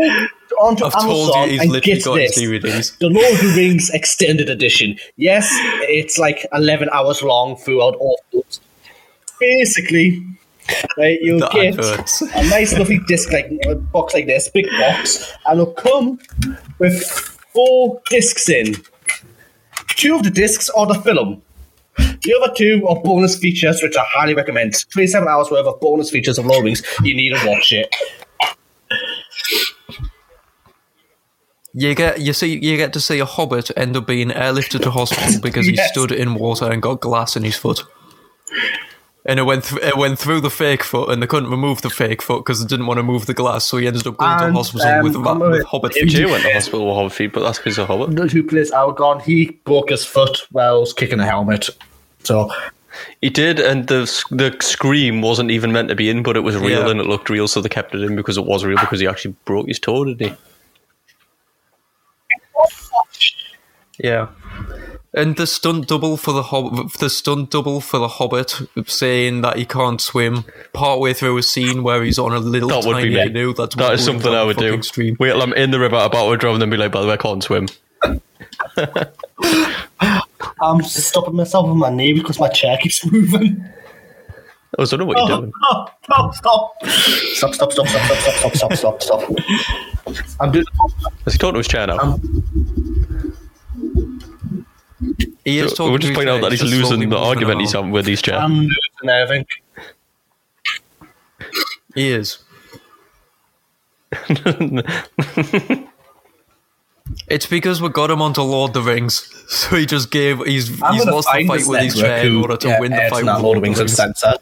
onto I've Amazon told you he's and literally get got his this. DVDs. The Lord of the Rings Extended Edition. Yes, it's like 11 hours long throughout all books. Basically, right, you'll That get hurts. a nice lovely disc like a box like this, big box, and it'll come with four discs in. Two of the discs are the film. The other two are bonus features, which I highly recommend. 27 hours worth of bonus features of Lord of the Rings. You need to watch it. You get you see you get to see a hobbit end up being airlifted to hospital because he Yes. stood in water and got glass in his foot. And it went th- it went through the fake foot, and they couldn't remove the fake foot because they didn't want to move the glass, so he ended up going to And, hospital um, with, a ra- remember with it- hobbit it- feet. Jay went to hospital with hobbit feet, but that's because of hobbit. Who plays Aragorn? He broke his foot while was kicking a helmet. So He did, and the the scream wasn't even meant to be in, but it was real Yeah. and it looked real, so they kept it in because it was real because he actually broke his toe, didn't he? Yeah. And the stunt double for the hob- the stunt double for the Hobbit saying that he can't swim partway through a scene where he's on a little That would tiny be me. canoe. That's that is something I would do. Stream. Wait till I'm in the river at a battlewood drum and then be like, by the way, I can't swim. I'm stopping myself with my knee because my chair keeps moving. I was wondering what you're doing. Oh, stop, stop. Stop, stop, stop, stop, stop, stop, stop, stop, stop. I'm doing Is he talking to his chair now? He is we'll talking just to point his out that face, he's just slowly losing the moving argument around. he's having with his chair. I'm losing everything. He is. It's because we got him onto Lord of the Rings, so he just gave. He's I'm he's gonna lost the find fight this with his network chair in who, order to yeah, win the airs fight. that with Lord of the Rings and censor.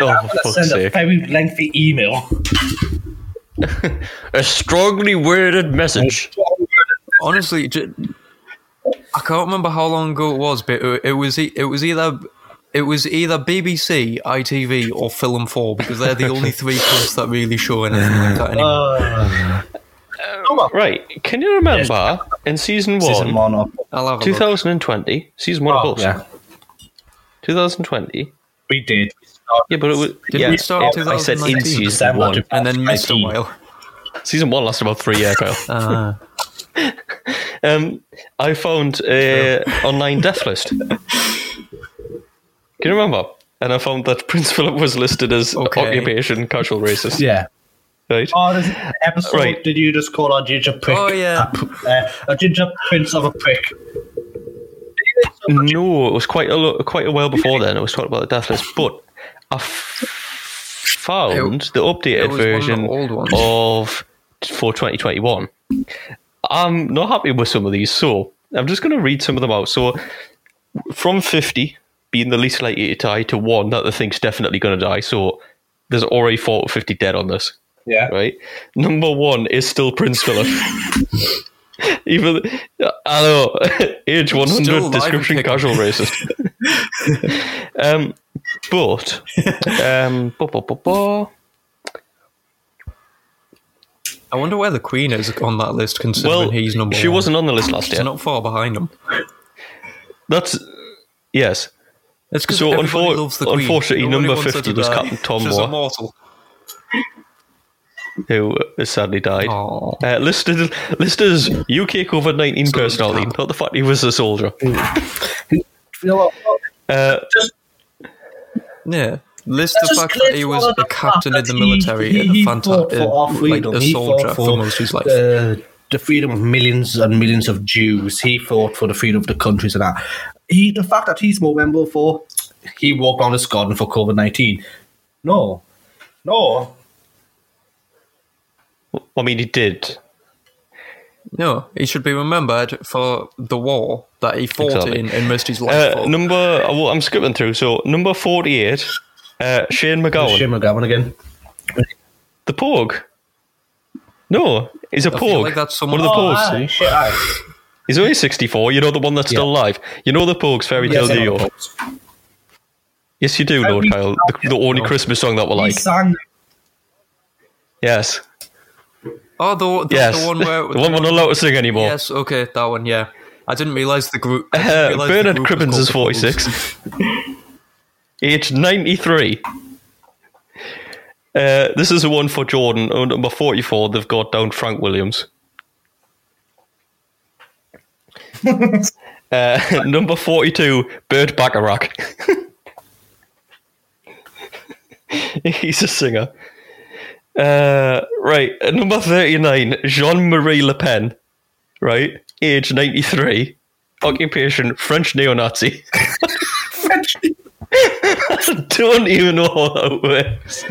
Oh, for I'm going to fuck's send a sake. very lengthy email. A strongly worded message. Honestly, j- I can't remember how long ago it was, but it it was e- it was either it was either BBC, ITV, or Film Four because they're the only three clips that really show anything like that anymore. Right. Can you remember in season one, Season one up. I'll have a look. 2020, season one of us, yeah. 2020? We did. Yeah, but it was. Did yeah, we start it- I said in 2019? season December one. and then missed a 2019. while. Season one lasted about three years, Kyle. Ah. Um, I found a online death list. Can you remember? And I found that Prince Philip was listed as Okay. occupation casual racist. Yeah. Right? Oh, there's an episode. Right. Did you just call our ginger prick? Oh, yeah. A, p- uh, a ginger prince of a prick. No, it was quite a lo- quite a while before then. It was talking about the death list, but I f- found the updated it was one of the version old ones. of for 2021. I'm not happy with some of these, so I'm just going to read some of them out. So, from 50 being the least likely to die to one that the thing's definitely going to die, so there's already 40 50 dead on this Yeah. right? Number one is still Prince Philip. Even I know age one Still hundred alive description and kicking. casual racist. um, but um, bu- bu- bu- bu- I wonder where the Queen is on that list, considering well, he's number she one. wasn't on the list last She's year. not far behind him. That's yes. It's because So, everybody unfor- loves the Queen. unfortunately, Nobody number wants her 50 to was die. Captain Tom She's Moore. immortal. Who uh, sadly died. Aw. Uh, listed listed as UK COVID nineteen personality, not the fact he was a soldier. You know what? Uh, Yeah. List That's the just fact that he clear was all of a the captain in fact the that military he- and a he fantastic, fought for our like freedom. a He soldier fought for, for most of his life. the, the freedom of millions and millions of Jews. He fought for the freedom of the countries and that. He, the fact that he's more memorable for he walked on to Scotland for COVID nineteen. No, no. I mean, he did. no, he should be remembered for the war that he fought Exactly. in and missed his life Uh, for. number oh, well, I'm skipping through. So number forty-eight, uh, Shane McGowan, Shane McGowan again. the Porg. No, he's a I feel Porg. like that's one someone of the Porgs. Aye, shit, aye. He's only sixty-four. You know the one that's still alive. You know the Porgs fairy tale, Yes, I do know. you? Yes, you do, Lord Kyle. The, the only Christmas song that we He like. sang Yes, Oh, the, the, yes. the one where... the one we're not allowed to sing anymore. yes, okay, that one, yeah. I didn't realise the group... I didn't Uh, realise the Bernard group was Cribbins called is the Porgs. forty-six. Age ninety-three. Uh, this is the one for Jordan. Oh, number forty-four. They've got down Frank Williams. uh, number forty-two. Bert Bacharach. He's a singer. Uh, right. at Number thirty-nine. Jean Marie Le Pen. Right. Age ninety-three. Occupation French neo-Nazi. French. Don't even know how that works.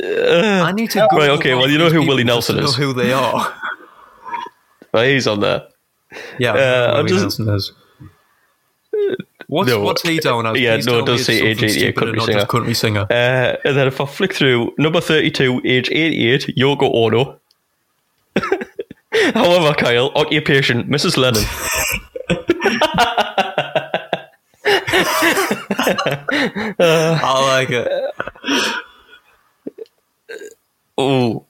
I need to Google Right, okay, all well, you know these who people Willie just to Nelson is. know who they are. Right, he's on there. Yeah, Uh, Willie I'm just- Nelson is. What's, no. what's he down as? Yeah, Please no, tell it me does it's say something age 88 stupid country and not just singer. country singer. Uh, and then if I flick through, number 32, age 88, Yoko Ono. However, Kyle, occupation, Mrs. Lennon. I like it. Oh,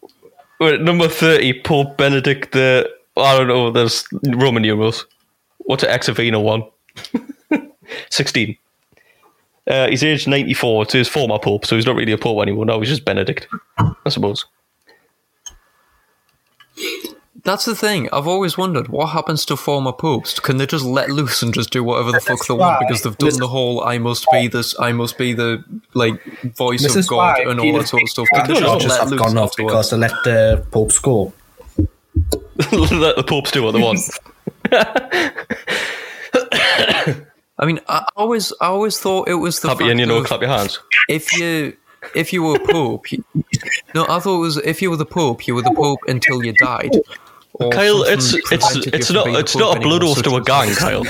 Wait, number 30, Pope Benedict the... I don't know, there's Roman numerals. What's an Exavino E one? 16. Uh, he's aged 94, so he's former Pope, so he's not really a Pope anymore. No, he's just Benedict, I suppose. That's the thing. I've always wondered what happens to former popes. Can they just let loose and just do whatever the fuck they want why- because they've done the whole "I must be this, I must be the like voice This of is God" why and all Peter that sort of stuff. They The can charges just let have loose gone off afterwards. because they let the Pope score. Let the popes do what they want. I mean, I I always, I always thought it was the Clap your fact hand, you know, of- clap your hands. if you if you were a pope, you, no, I thought it was if you were the pope, you were the pope until you died. or Kyle, something it's it's that prevented you it's from not being it's a club not a blood anymore, oath to a such gang, Kyle.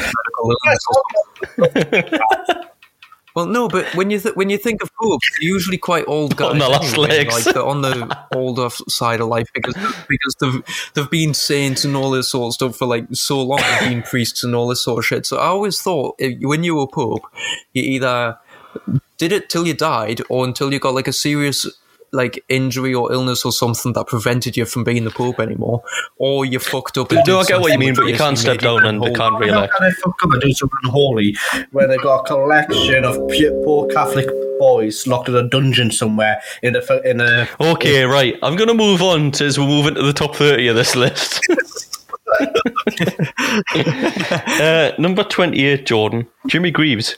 medical illness or Well, no, but when you th- when you think of hoops, they're usually quite old guys On their last anyway, legs. like they're on the older f- side of life because because they've they've been saints and all this sort of stuff for like so long. They've been priests and all this sort of shit. So I always thought if, when you were pope, you either did it till you died or until you got like a serious like injury or illness or something that prevented you from being the pope anymore, or you fucked up. And No, did I get what you something mean, which but you can't basically step made you down and they unholy. can't Why not re-elect. They fuck up and do something holy, where they got a collection of pu- poor Catholic boys locked in a dungeon somewhere in a fu- in a. Okay, right. I'm going to move on to as we're moving to the top 30 of this list. uh, number 28, Jordan. Jimmy Greaves.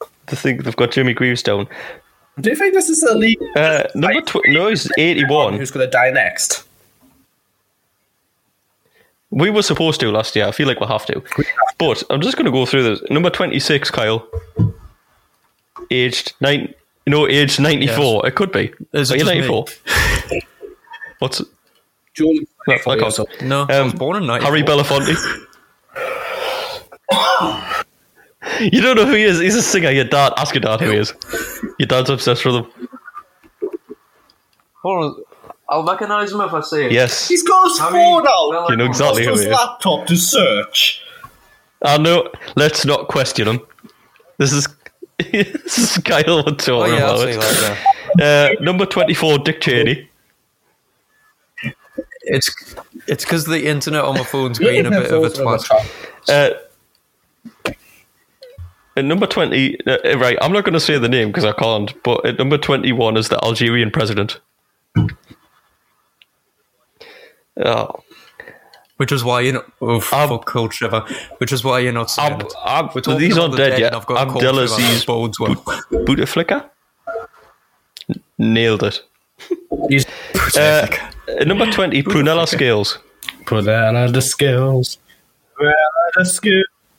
I think they've got Jimmy Greaves down. Do you think this is a league? Um, Uh, number tw- no, he's 81. Who's going to die next? We were supposed to last year. I feel like we'll have to. But I'm just going to go through this. Number 26, Kyle. Aged nine. No, aged 94. It could be. Is it Are you just me? 94? What's. Julie, No, I can't. No, I was born in Um, Harry 94. Belafonte. you don't know who he is. He's a singer. Your dad. Ask your dad who he is. Your dad's obsessed with him. Hold on. I'll recognise him if I see him. Yes. he's got his phone out. You know exactly who Just he his is. laptop to search. I know. Let's not question him. This is. this is Kyle we're talking Oh, yeah, I'll about. see that, Uh, number 24, Dick Cheney. It's it's because the internet on my phone's being a bit of a twat. Uh, at number 20, uh, right, I'm not going to say the name because I can't, but at number 21 is the Algerian president. Oh, Which is why you're not. Oh, fuck cold shiver. Which is why you're not. saying Ab- it. Ab- We're talking these about aren't the dead and yet. I've got a cold Abdelaziz shiver. That bodes well. Bouteflika? N- Nailed it. He's- Uh, at number 20, Prunella Scales. Put that on the scales.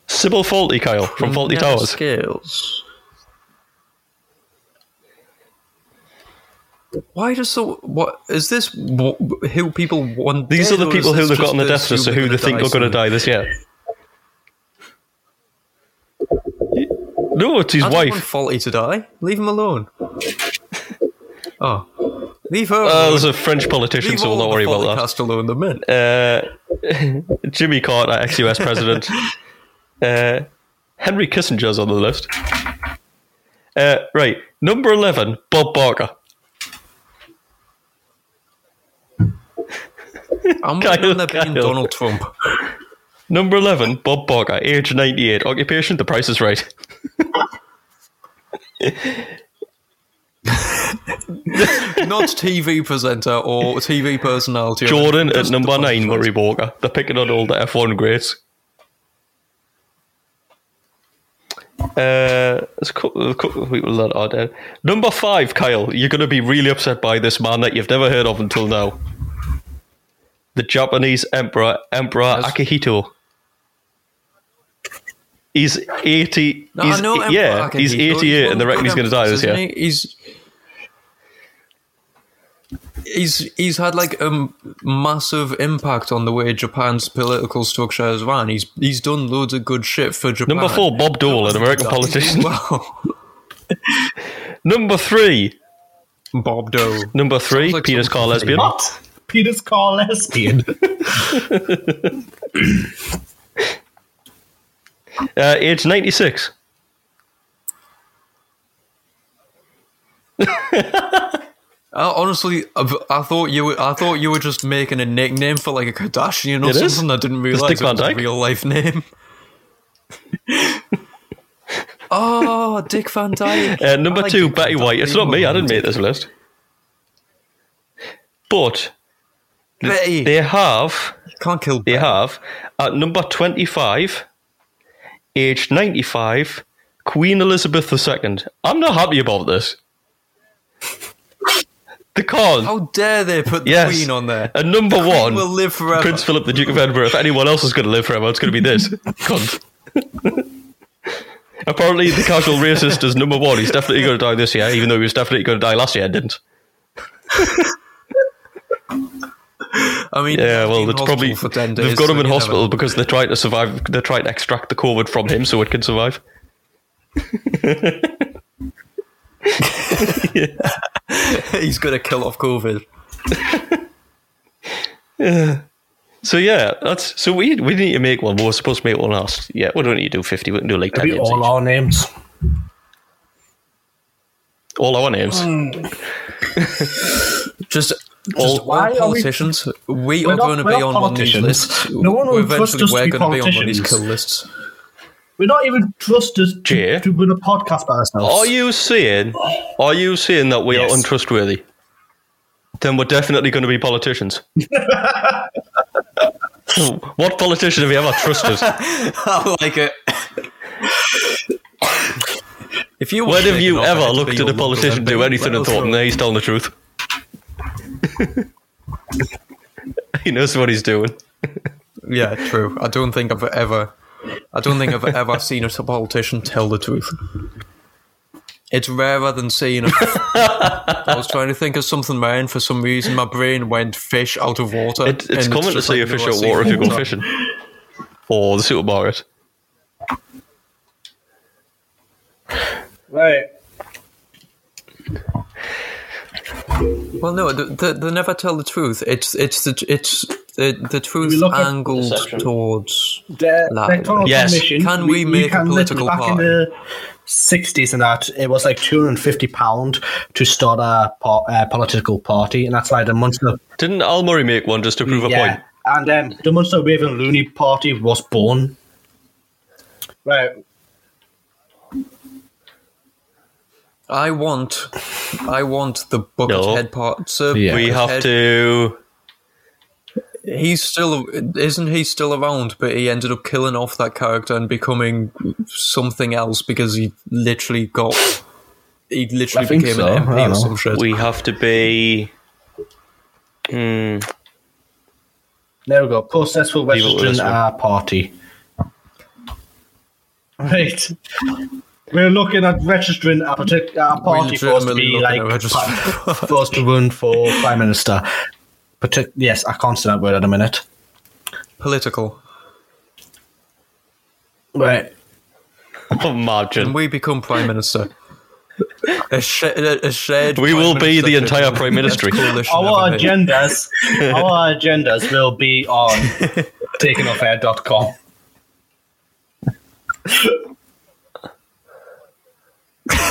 Sybil Faulty, Kyle, from Faulty Yeah, Towers. Scales. Why does so? What is this? wha- Who people want? These dead, are the or people who is this they've just got on the this death list, so you're who they gonna think die are going to soon? die this year. No, it's his I don't want wife. Faulty to die. Leave him alone. oh, leave her. Uh, alone. there's a French politician, leave so we'll not all the worry about Faulty that. cast alone. The men. uh, Jimmy Carter, ex US president. uh, Henry Kissinger's on the list. Uh, right, number 11, Bob Barker. I'm Kyle, waiting on there Kyle. being Donald Trump. Number 11, Bob Barker, age 98, occupation, the price is right. Not TV presenter or TV personality. or Jordan anything, at just number Donald 9, Trump. Murray Walker. They're picking on all the F1 greats. Uh, there's a couple, a couple of people that are dead. Number 5, Kyle. You're going to be really upset by this man that you've never heard of until now. The Japanese Emperor, Emperor Yes. Akihito. He's 80. No, he's, I know. Emperor yeah, Akihito. he's 88 one and they of reckon he's big going to die this emperors, year. isn't he? He's he's he's had like a m- massive impact on the way Japan's political structure has run. He's he's done loads of good shit for Japan. Number 4, Bob Dole, an American politician. Wow, Number 3, Bob Dole. number 3, Sounds like Peter's something car lesbian. What? Peter's car lesbian. Uh, age 96. I, honestly, I've- I thought you were I thought you were just making a nickname for like a Kardashian or It is. something. I didn't It's realize Dick it Van was a Dyke. real life name. oh, Dick Van Dyke. Uh, number I like two, Dick Van Betty Dyke. White. It's not me. I didn't make this list. But Betty, they have, can't kill. they Betty. have at number twenty-five, aged ninety-five, Queen Elizabeth II. I'm not happy about this. The con How dare they put the Yes. Queen on there? and number Queen one, will live forever. Prince Philip, the Duke of Edinburgh. If anyone else is going to live forever, it's going to be this cunt. Apparently, the casual racist is number one. He's definitely going to die this year, even though he was definitely going to die last year and didn't. I mean, Yeah, well, in it's hospital probably for 10 days, they've got so him in you never hospital know. because they're trying to survive. They're trying to extract the COVID from him so it can survive. He's gonna kill off COVID. So yeah, that's so we we need to make one. We We're supposed to make one last. Yeah, we don't need to do fifty. We can do like ten. Maybe Names all each. our names. all our names. Just, All- just all Why are we- politicians. We We're are not- going to we're be not on one of these politicians. lists. No one will trust eventually us to we're be going to be on one of these politicians. kill lists. We're not even trusted Jay? to, to run a podcast by ourselves. Oh, Are you saying? Are you saying that we Yes. are untrustworthy? Then we're definitely going to be politicians. what politician have you ever trusted? I like uh, it. if you When have you ever looked at to a politician do anything and thought, "Nah, he's telling the truth"? he knows what he's doing. Yeah, true. I don't think I've ever. I don't think I've ever seen a politician tell the truth. It's rarer than seeing. A, I was trying to think of something man for some reason. My brain went fish out of water. It, and it's common to just see like, a no, fish out I of see water if you go water. fishing or the supermarket. Right. Well, no, th- th- they never tell the truth. It's it's the it's the, the truth We look at angled deception. towards. The Lie. electoral Yes. commission. Can we make a can look political back in party? the sixties and that it was like two hundred and fifty pound to start a po- uh, political party, and that's like the Munster. Didn't Al Murray make one just to prove a yeah, point? and um, the Munster Raven Looney Party was born. Right. I want, I want the bucket No. head part. Sir, Yeah. We Buckethead- have to. He's still, isn't he still around? But he ended up killing off that character and becoming something else because he literally got, he literally I think became so. an I MP don't or know. some shit. We have to be. Hmm. There we go. Process for it with registering this one. our party. Right. We're looking at registering our, partic- our party for us to legitimately be looking like at registering pri- for us to run for prime minister. Partic- yes, I can't say that word in a minute. Political, Right. and Imagine. we become prime minister. A, sh- a shared. We Prime will be Minister the entire should- Prime Ministry. coalition Our ever made. agendas, our agendas will be on takenoffair.com.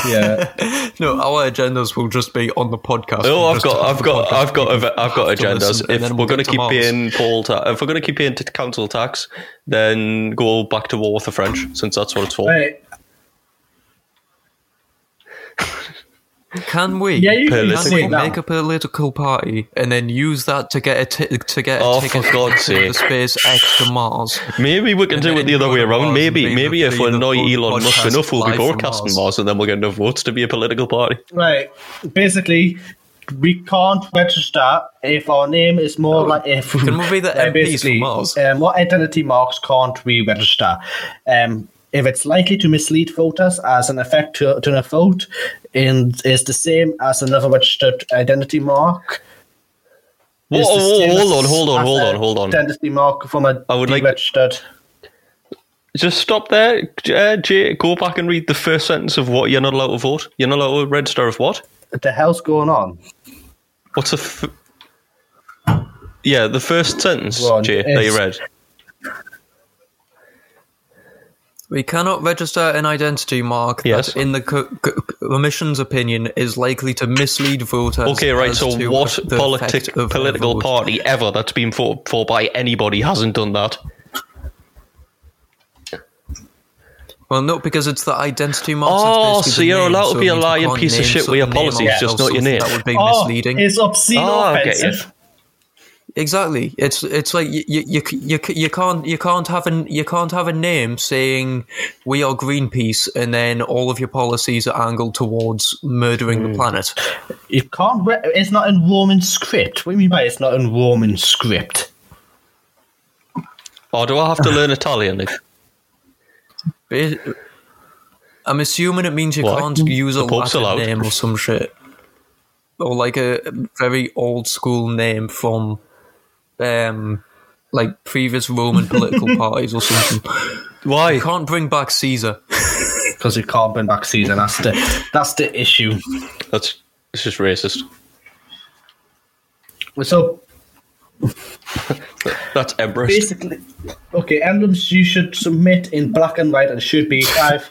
Yeah. No, our agendas will just be on the podcast. Oh, We'll I've just got, have I've the got, podcast. I've got, eva- I've got to agendas. listen, and If then we're we'll going to get to keep Mars. paying poll, ta- if we're going to keep paying t- council tax, then go back to war with the French, since that's what it's for. Right. Can we? Yeah, you can can Political. we say that. make a political party and then use that to get a ti- to get a Oh, ticket for God's to the sake. space X to Mars? Maybe we can And do it then the other go way to around. Mars and Maybe, be maybe the- if be we the annoy pod- Elon Musk podcast enough, we'll be live from broadcasting Mars. Mars, and then we'll get enough votes to be a political party. Right. Basically, we can't register if our name is more like if Can we be the Uh, MPs basically, from Mars? Um, what identity marks can't we register? Um, if it's likely to mislead voters as an effect to, to a vote, and is the same as another registered identity mark. Whoa, is the whoa, same hold as- on, hold on, as hold a on, hold on. Identity mark from a I would like- registered. Just stop there, uh, Jay. Go back and read the first sentence of what you're not allowed to vote. You're not allowed to register of what? What the hell's going on? What's the? F- yeah, the first sentence, Go on, Jay, that you it's- read. We cannot register an identity mark Yes. that, in the co- co- commission's opinion, is likely to mislead voters. Okay, right. as So, to what the effect politic of their political vote. party ever that's been fought for by anybody hasn't done that? Well, no, because it's the identity mark. Oh, it's basically so the you're name, allowed to so be it a means we lying can't piece of name shit with your certain names policies, just not your ourselves, name. That would be Oh, misleading. it's obscene Oh, or I get you. offensive. Exactly. It's it's like you you, you, you, you can't you can't have an you can't have a name saying we are Greenpeace and then all of your policies are angled towards murdering Hmm. the planet. You can't. Re- it's not in Roman script. What do you mean by it's not in Roman script? Or Oh, do I have to learn Italian? But it- I'm assuming it means you Why? can't use a The Pope's Latin allowed. name or some shit, or like a very old school name from um, like previous Roman political parties or something. Why? You can't bring back Caesar. because you can't bring back Caesar. That's the that's the issue. That's it's just racist. What's up? That's Everest. Basically, okay, emblems you should submit in black and white and should be five.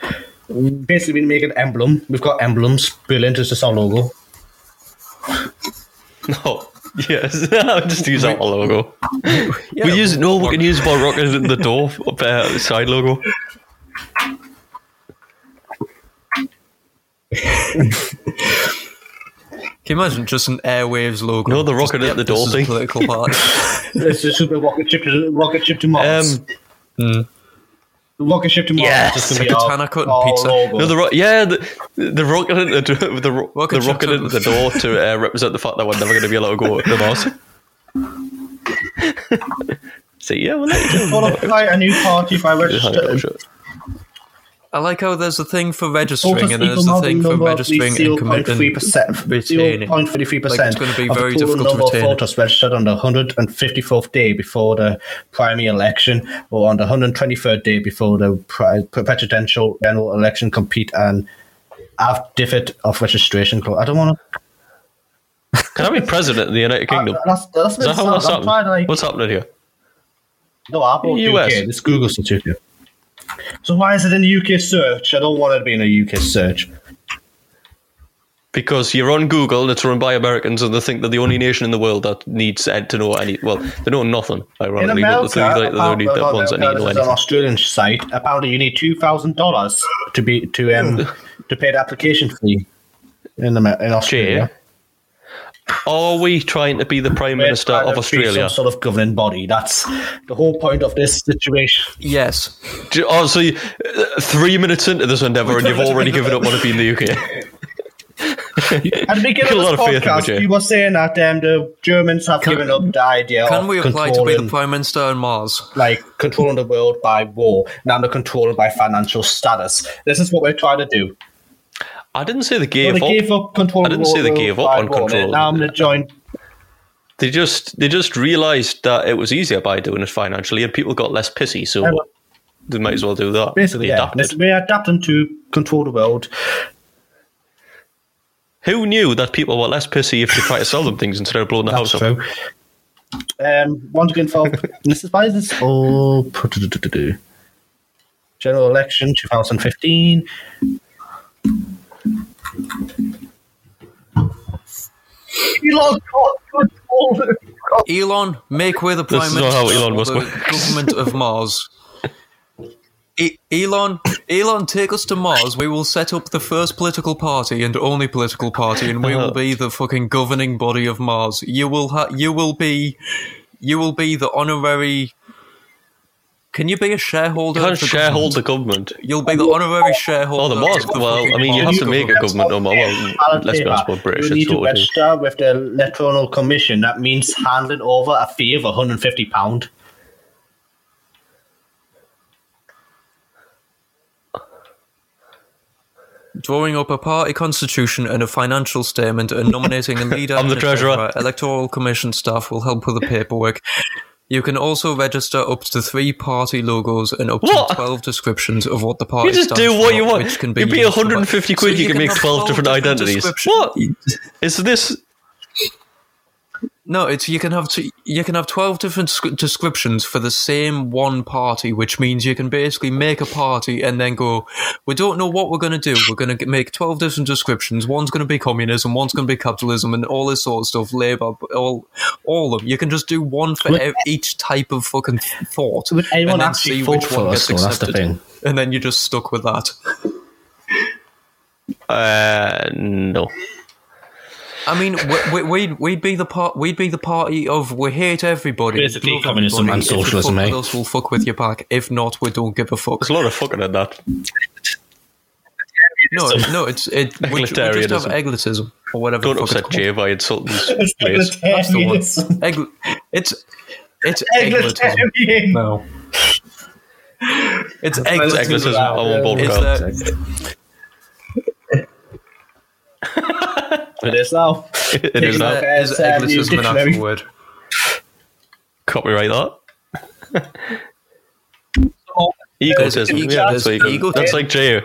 Basically, we make an emblem. We've got emblems. Brilliant. It's just our logo. No. Yes, I'll just use our logo. we use no. We can use Bob Rocket in the door uh, side logo. Can you imagine just an airwaves logo? No, the Just, rocket at yep, the this door is a thing. Political party. It's a super rocket ship to rocket ship to Mars. Um, The rocket ship to Mars. Yes. is just gonna be Katana our- cut and our pizza. logo. no, the ro- yeah, the, the rocket at the door, the, ro- Rocket the rocket ship at the door to uh, represent the fact that we're never going to be allowed to go to the Mars. See, yeah, we'll let you do Well, I'll fight a new party if I register. it. I like how there's a thing for registering Voters and there's a equal not the thing for number of the registering and committing. 0.3%. retaining. 0.33% Like, it's gonna be of very the total difficult to number of retain it. voters registered on the 154th day before the primary election or on the 123rd day before the pri- presidential general election compete and have diffit of registration. clo- I don't want to. Can I be president of the United Kingdom? That's, that's Is that how that's I'm trying to, happening? like, What's happening here? no, I bought US. UK. This Google's the UK. So why is it in the UK search? I don't want it to be in a UK search. Because you're on Google and it's run by Americans and they think they're the only nation in the world that needs uh, to know any. Well, they know nothing, In ironically, but America, they think like, they're the only apparently- the ones that need to this know is an anything. Australian site. Apparently, you need two thousand dollars to be to um to pay the application fee in Amer- in Australia. Jay, are we trying to be the Prime We're Minister trying of to be Australia? some sort of governing body. That's the whole point of this situation. Yes. Do- Oh, so you, uh, three minutes into this endeavour and you've already given up on it being the UK. At the Got beginning of a this lot of faith in you, podcast, Jay. you were saying that um, the Germans have given up the idea Can of we apply to be controlling, the Prime Minister on Mars? like controlling the world by war. Now they're controlling by financial status. This is what we're trying to do. I didn't say they So gave they up. gave up control. I didn't of the say they world gave up by on war. control. Now I'm going to join They just they just realised that it was easier by doing it financially and people got less pissy, so Yeah, well- they might as well do that. Basically, they yeah. adapted. This- We're adapting to control the world. Who knew that people were less pissy if you try to sell them things instead of blowing the house up? Um, once again, for this is why is this all general election 2015. Elon can't control the Elon, make way the Prime This is not Minister. how Elon Musk of the works. Government of Mars. E- Elon, Elon, take us to Mars. We will set up the first political party and only political party, and we will be the fucking governing body of Mars. You will ha- you will be, you will be the honorary. Can you be a shareholder? You can't of the sharehold government? the government. You'll be the honorary shareholder. Oh, the Mars. of the Well, fucking I mean, you Mars have to make a government. No, well, ballot let's be honest, paper. we're British. You It's need to what we do. register with the electoral commission. That means handing over a fee of 150 pound. drawing up a party constitution and a financial statement and nominating a leader. I'm the and a treasurer. Electoral commission staff will help with the paperwork. You can also register up to three party logos and up What? to 12 descriptions of what the party You just stands do what for, you want. which can be You pay used 150 for- quid, you can make have 12 different identities. descriptions. What? Is this No, it's you can have t- you can have 12 different sc- descriptions for the same one party, which means you can basically make a party and then go, we don't know what we're going to do. We're going to make 12 different descriptions. One's going to be communism, one's going to be capitalism and all this sort of stuff, labor, all all of them. You can just do one for ev- each type of fucking thought. Would anyone and then actually see vote which one for gets us, though? That's the accepted. thing. And then you're just stuck with that. Uh, no. I mean, we, we, we'd we'd be the part we'd be the party of we hate everybody. Basically, love communism everybody. and If you fuck socialism, with eh? us, we'll fuck with your back. If not, we don't give a fuck. There's a lot of fucking in that. No, no, it's it. We, we just have Egalitarian-ism. egalitism or whatever. Don't the fuck upset it's Jay by insulting his place. That's the one. Egg, it's it's egalitism. No, It's it's egalitism. egalitism. I won't bother It's about it. that It is now. It is Is that. that is It's, um, egalism an dictionary. actual word? copyright that. Egotism. There's- Yeah, that's, there's ego. that's like J.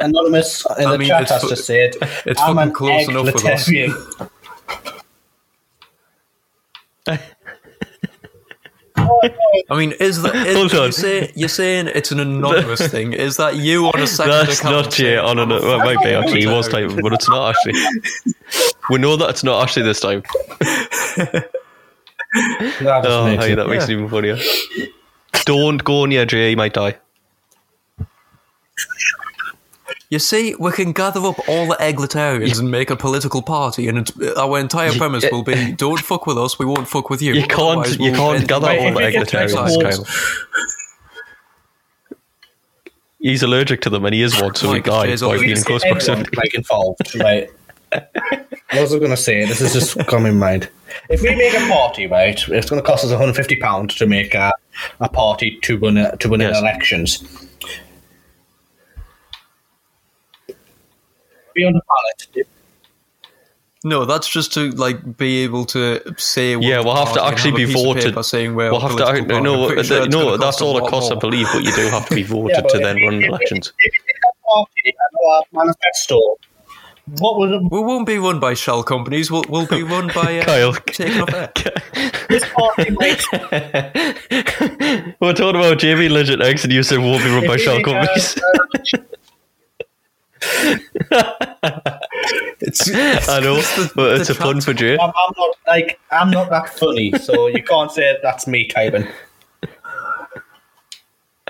Anonymous in I the mean, chat it's has fu- just said, it's "I'm fucking an close egg enough with us." Letarian. I mean, is that is, Hold on. You say, you're saying it's an anonymous thing? Is that you on a second That's account not J. On an, well, it might be actually. He was typing, but it's not actually. We know that it's not actually this time. That just Oh, makes hey, it- that makes it even funnier. Don't go near Jay, you might die. You see, we can gather up all the egalitarians and make a political party, and it's, our entire premise will be: don't fuck with us, we won't fuck with you. You can't, Otherwise you we'll can't end- gather Wait, all the if you get egalitarians, taxed- Kyle. He's allergic to them, and he is one, so he Like, dies Jay's by allergic being in to close Everyone proximity. is, like, involved, right? what was I going to say? This has just come in mind. If we make a party, right, it's going to cost us 150 pounds to make a, a party to win a, to win Yes. an elections. Be on the ballot. No, that's just to like be able to say. what Yeah, we'll have to party and actually have a be piece of voted. paper Saying we're a We'll have to. political No, party. I'm no, pretty sure th- it's gonna no that's cost a all it lot costs, I more. believe. But you do have to be voted Yeah, but to then if- run if- elections. If you make a party and our manifesto, what would a We won't be run by shell companies. We'll, we'll be run by uh, Kyle. Taking off air. party make? We're talking about JB Legend X, and you said we'll be run by shell uh, companies. It's, I know, but it's a pun for Jay. I'm, I'm not like I'm not that funny, so you can't say that's me typing.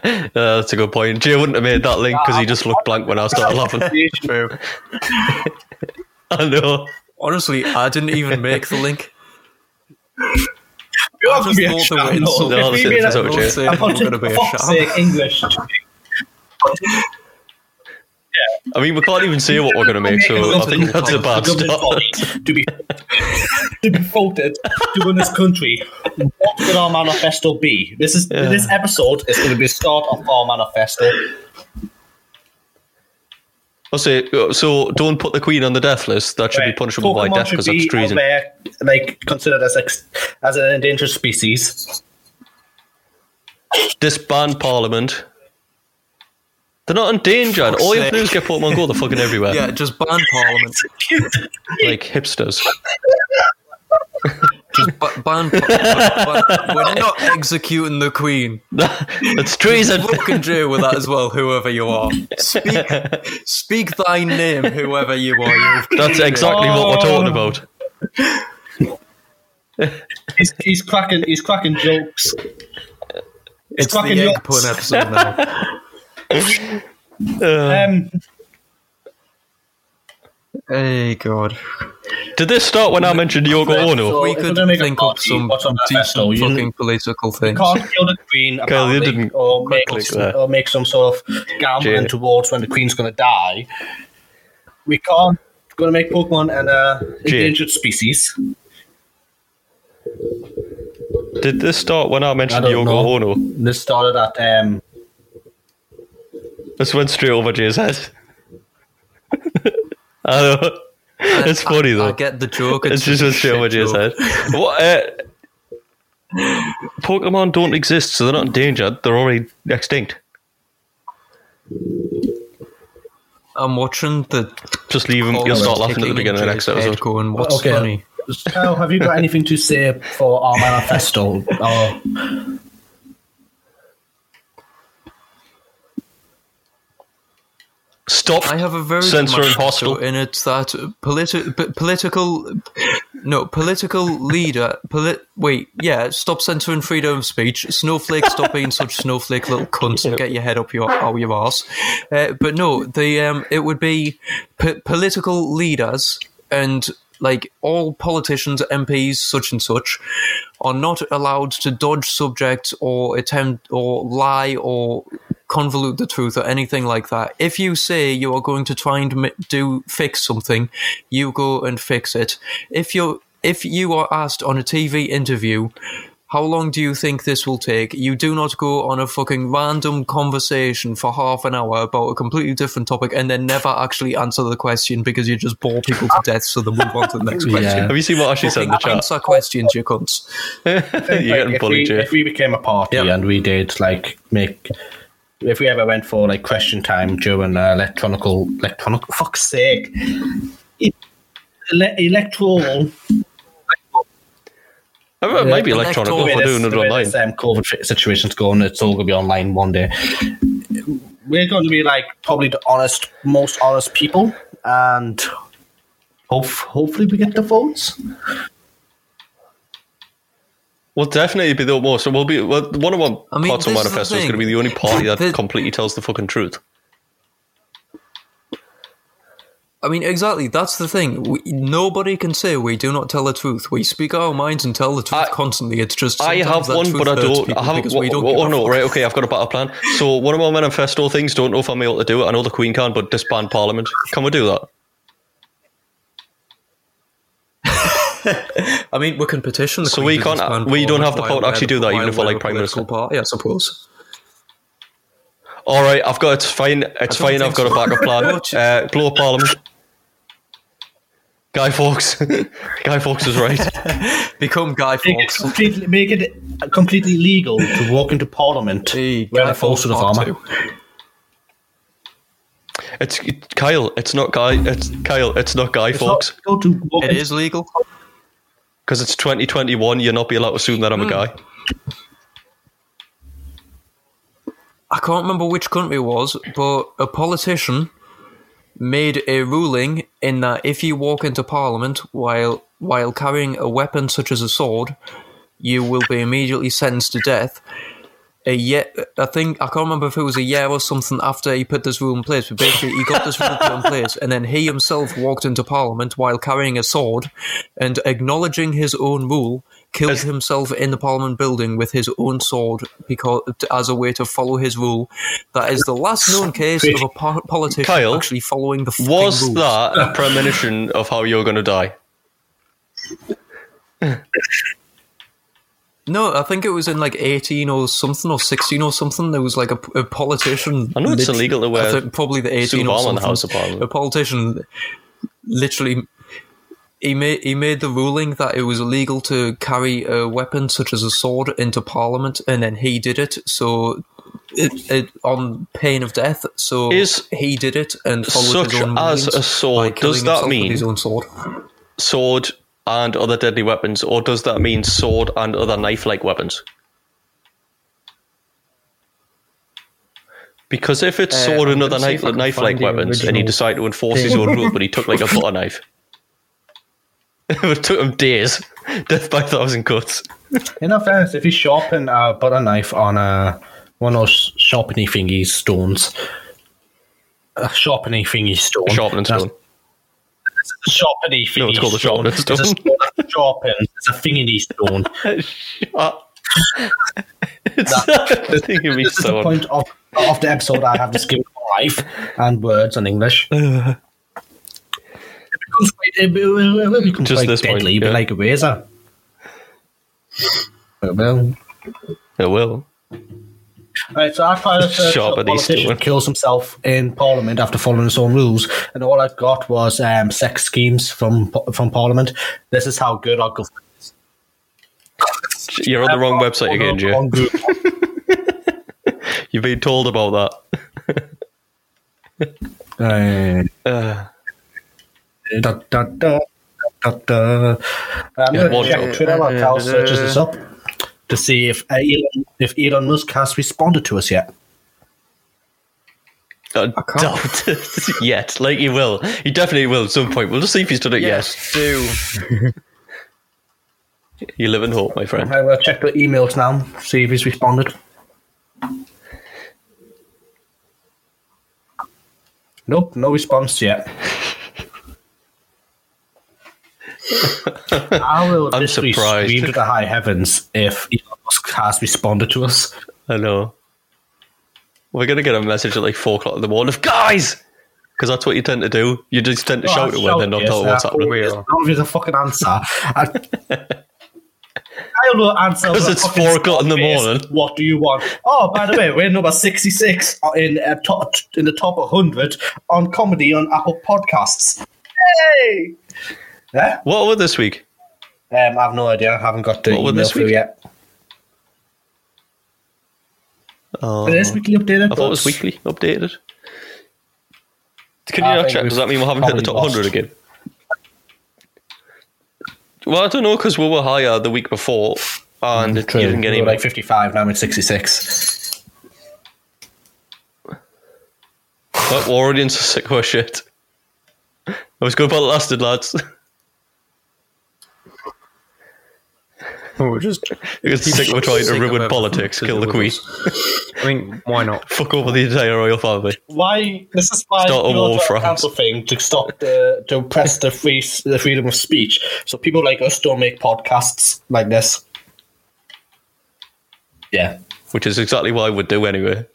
Uh, that's a good point. Jay wouldn't have made that link because he just looked blank when I started laughing. I know. honestly, I didn't even make the link. You I have to just be a thought channel. there No, that's were insults. If we it, made that's a- what Don't Jay- say I'm I'm going to gonna be a fuck's sham. sake, English. I mean, we can't even say what we're going to make, so I think that's a bad start. to be to be voted to win this country. What could our manifesto be? This is this episode is going to be the start of our manifesto. I'll say, uh, so don't put the Queen on the death list. That should be Right. punishable by Pokemon death should because that's be treason. out there, like considered as ex- as an endangered species. Disband Parliament. They're not endangered. Fuck's All you have to sake. do is get Pokemon Go. They're fucking everywhere. Yeah, just ban Parliament. Like hipsters. Just ba- ban Parliament. Ban- We're not executing the Queen. That's treason. Fucking deal with that as well, whoever you are. Speak, speak thy name, whoever you are. You That's exactly what we're talking about. He's, he's cracking he's cracking jokes. it's the fucking egg nuts. pun episode now. Um, hey God, Did this start when I mentioned Yoko Ono? we if we're could gonna make a think up party, some what's on that festival? decent You- fucking political things. can't kill the queen Kyle, you apparently, didn't or, make, click there. or make some sort of gambling Jay. towards when the queen's going to die. We can't. Going to make Pokemon an uh, Jay. endangered species. Did this start when I mentioned I Yoko don't know. Ono? This started at um, This went straight over Jay's head. I know. It's funny I though. get the joke. It's just went a straight over shit Jay's joke. head. What? Uh, Pokemon don't exist, so they're not endangered. They're already extinct. I'm watching the. Just leave them. You'll start laughing at the beginning of the next episode. Going, What's Okay. funny? Kyle, have you got anything to say for our manifesto? Or Stop. I have a very Censor and much hostile. motto, and it's that politi- p- political, no political leader. Polit- wait, yeah, stop censoring freedom of speech. Snowflake, stop being such snowflake little cunt and get your head up your out your ass. Uh, but no, the um, it would be p- political leaders and like all politicians, MPs, such and such, are not allowed to dodge subjects or attempt or lie or convolute the truth or anything like that. If you say you are going to try and m- do fix something, you go and fix it. If you are if you are asked on a TV interview How long do you think this will take? You do not go on a fucking random conversation for half an hour about a completely different topic and then never actually answer the question because you just bore people to death so they move on to the next question. Have you seen what Ashley said in the Fucking chat? answer questions, you cunts. You're getting if, we, bullied, Jeff. if we became a party and we did like make if we ever went for like question time during uh, electronical electronic fuck's sake E-, ele- electoral Oh, It might be Yeah. electronic. Electoral if We're doing it the way online. this, um, COVID fi- situation's going it's all gonna be online one day we're going to be like probably the honest most honest people and hope, hopefully we get the votes We'll definitely be the most. We'll be well, one of one I mean, parts this is the of manifesto is thing. going to be the only party that The- completely tells the fucking truth. I mean, exactly. That's the thing. We, nobody can say we do not tell the truth. We speak our minds and tell the truth I- constantly. It's just I sometimes have that one, truth but I hurts don't. people I haven't. because we don't oh, give oh, a no, fuck. right? Okay, I've got a better plan. So one of my manifesto things. Don't know if I'm able to do it. I know the Queen can, but disband Parliament. Can we do that? I mean, we can petition. The So Queen we to can't- disband we don't have the Parliament power to while actually do that, even we're- if we're, like, while Prime we're a political Party, I suppose. All right, I've got. It's fine. It's don't fine. I've think got a so. backup Oh, plan. Jesus. uh, blow up Parliament. Guy Fawkes. Guy Fawkes is right. Become Guy make it Fawkes. completely, make it completely legal to walk into parliament Hey, wearing Guy a full suit of Fawkes part armor two. It's Kyle. It's not Guy. It's Kyle. It's not Guy Fawkes. go to walk It is legal. Because it's 2021, you're not be allowed to assume that I'm a guy. I can't remember which country it was, but a politician made a ruling in that if you walk into parliament while while carrying a weapon such as a sword, you will be immediately sentenced to death. A year, I think I can't remember if it was a year or something after he put this rule in place. But basically, he got this rule put in place, and then he himself walked into parliament while carrying a sword, and acknowledging his own rule, killed As- himself in the parliament building with his own sword because as a way to follow his rule. That is the last known case of a po- politician Kyle, actually following the fucking Was rules. that a premonition of how you're going to die? No, I think it was in like 18 or something or 16 or something. There was like a, a politician. I know it's lit- illegal to wear I think probably the 18 or armour in the something. House of Parliament. A politician literally he made he made the ruling that it was illegal to carry a weapon such as a sword into parliament and then he did it so it, it, on pain of death so Is he did it and followed such his own as rulings a sword, by killing does that himself with mean- his own sword Sword and other deadly weapons, or does that mean sword and other knife-like weapons? Because if it's Uh, sword and I'm other gonna see knife, if I can knife-like find the weapons, and he original decided to enforce his own rule, but he took like a butter knife. it took him days. Death by a thousand cuts. in our fairness if you sharpen a butter knife on a one of those sharpening thingies stones a sharpening thingy stone Sharpening that's- stone. a sharpening thingy No, it's called a stone. sharpening stone. it's a stone that's sharpened it's a thingy stone I think it'd be this is the so point of, of the episode. I have just given life and words in English. it becomes quite, it, will- it will become Just quite this point, deadly, but yeah. like a razor. It will. It will. Right, so I tried to search Sharp up at these two. politician kills himself in Parliament after following his own rules, and all I got was um, sex schemes from from Parliament. This is how good our government. You're on the wrong website again, Joe. Wrong group. You've been told about Uh, that. Uh, da, da, da, da, er da. I'm Yeah, going one to check job. Twitter while Cal searches this up to see if uh, Elon, if Elon Musk has responded to us yet. I doubt it yet. Like he will. He definitely will at some point. We'll just see if he's done it yet. do You live in hope, my friend. I will check the emails now, see if he's responded. Nope, no response yet. I will I'm literally surprised. scream to the high heavens if Elon Musk has responded to us. I know. We're gonna get a message at like four o'clock in the morning of guys, because that's what you tend to do. You just Oh, tend to shout at when they're not told what's happening. As long as there's a fucking answer. I, I Kyle will answer. Because with a it's fucking four o'clock in the face, morning. What do you want? Oh, by the way, we're number sixty-six in uh, top, in the top hundred on comedy on Apple Podcasts. Hey. Yeah. What were this week? Um, I have no idea. I haven't got the What were email this through week? yet. Oh, It is weekly updated. Uh, I thought it was weekly updated. Can you I not think check? we've Does that mean we haven't hit the probably top lost. hundred again? Well, I don't know because we were higher the week before, and it didn't get We any. were like fifty-five. Now it's sixty-six. But we're already into sick horse shit. I was good, but it lasted, lads. We're just It's sick. We're trying to ruin politics, kill the queen, I mean, why not? fuck over the entire royal family. Why? This is why Start a you war all with try to France. cancel thing to stop the to oppress the free the freedom of speech. So people like us don't make podcasts like this. Yeah. which is exactly what I would do anyway.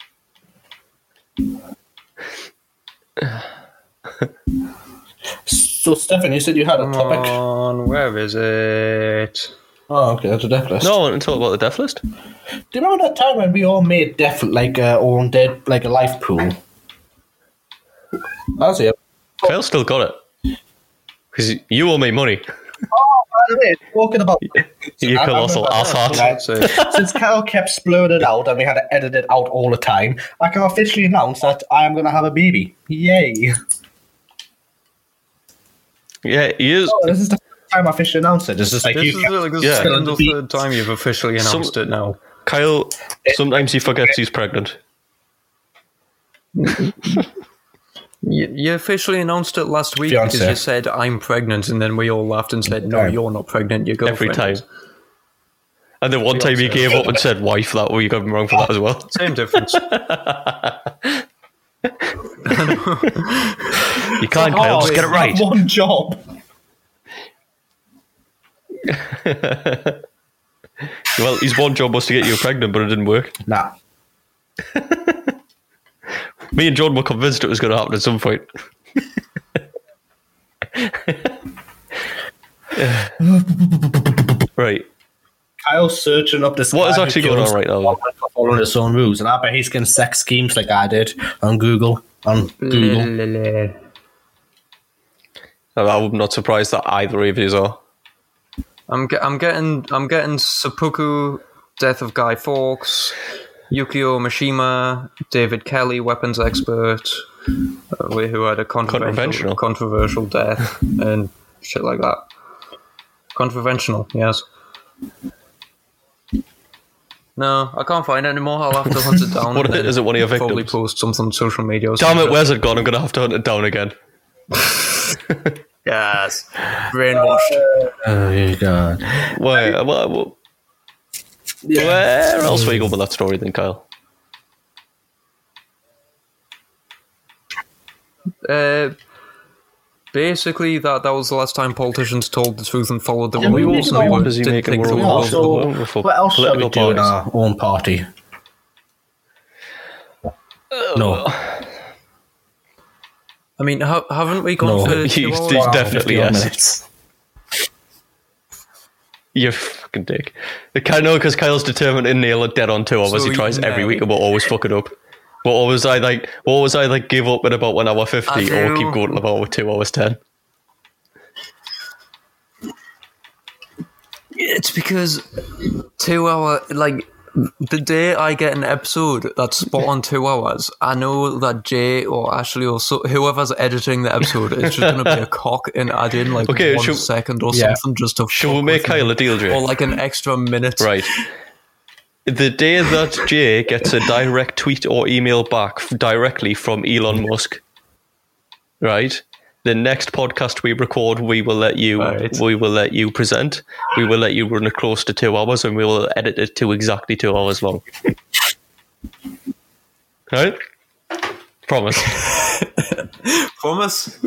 So Stefan, you said you had a topic. Come on, where is it? oh, okay, that's a death list. No, I want to talk about the death list. Do you remember that time when we all made death like uh, our own dead like a life pool? That's it. Phil still got it because you owe me money. By the way, talking about You I- I colossal remember that. asshat. Right. So, Since Carol kept splurting it out and we had to edit it out all the time, I can officially announce that I am going to have a baby. Yay! Yeah, he is. Oh, this is the first time I officially announced it. It's just like this you. is like the Yeah. second or third time you've officially Some- announced it now. Kyle. Sometimes he forgets he's pregnant. You, you officially announced it last week Fiancé. because you said I'm pregnant, and then we all laughed and said, "No, Time. you're not pregnant. You're Every girlfriend." time. And then one time he gave up and said wife. That well, you got him wrong for that as well. Same difference. You can't, Kyle. Just get it right. One job. Well, his one job was to get you pregnant, but it didn't work. Nah. Me and John were convinced it was going to happen at some point. right. Kyle's searching up this. What is guy who actually going kills on right now, people for Following his own rules, and I bet he's getting sex schemes like I did on Google. On Mm. Google. I'm not surprised that either of you are. I'm ge- I'm getting I'm getting seppuku, death of Guy Fawkes, Yukio Mishima, David Kelly, weapons expert, uh, who had a Controversial. controversial controversial death and shit like that. Controversial, yes. No, I can't find it anymore. I'll have to hunt it down. What and then is it, one of your Probably victims? post something on social media. Or Damn it, something. where's it gone? I'm going to have to hunt it down again. Yes, brainwashed. Oh god! Where, where, where, else were you going with that story then, Kyle? Uh, basically, that that was the last time politicians told the truth and followed the Yeah, we rules. also- and we were- busy didn't making think the world rules wars. were Also, the world for what else shall we political do in parties. our own party? No, Oh. I mean, ha- haven't we gone No. for two He's- hours? he's Wow, definitely yes. 51 minutes. You fucking dick. I know because Kyle's determined to nail it dead on two of us. So He tries you every know. week and we'll always fuck it up. We'll always either, like, we'll always either give up at about 1 hour 50 I or we'll do. keep going till about 2 hours 10. It's because two hour like. The day I get an episode that's spot on two hours, I know that Jay or Ashley or so, whoever's editing the episode is just going to be a cock and add in like Okay, one should- second or Yeah. something just to Shall we fuck make with me. Kyle a deal, Jay? or like an extra minute. Right. The day that Jay gets a direct tweet or email back f- directly from Elon Musk, right? The next podcast we record, we will let you. Right. We will let you present. We will let you run it close to two hours, and we will edit it to exactly two hours long. right? Promise. Promise.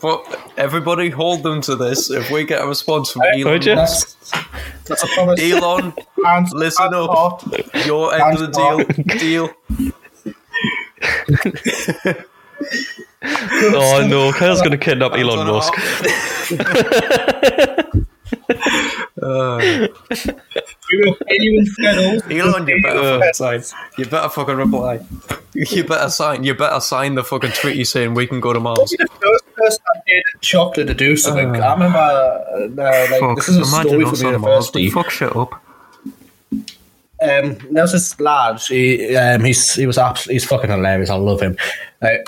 Pro- everybody hold them to this. If we get a response from Elon, Would you? That's, that's a promise. Elon, And- listen and- up. Your end of the deal. Deal. oh no, Kyle's going to kidnap Elon Gonna Musk. up. you anyone's schedules. Elon, you better fucking sign. You better fucking reply. You better sign. You better sign the fucking tweet you saying we can go to Mars. the first person I did chocolate to do something. I remember, uh, like, Fuck, this is a imagine story from us on Mars. university. We fuck shit up. um, there was this lad. He, um, he's he was absolutely he's fucking hilarious. I love him. Like,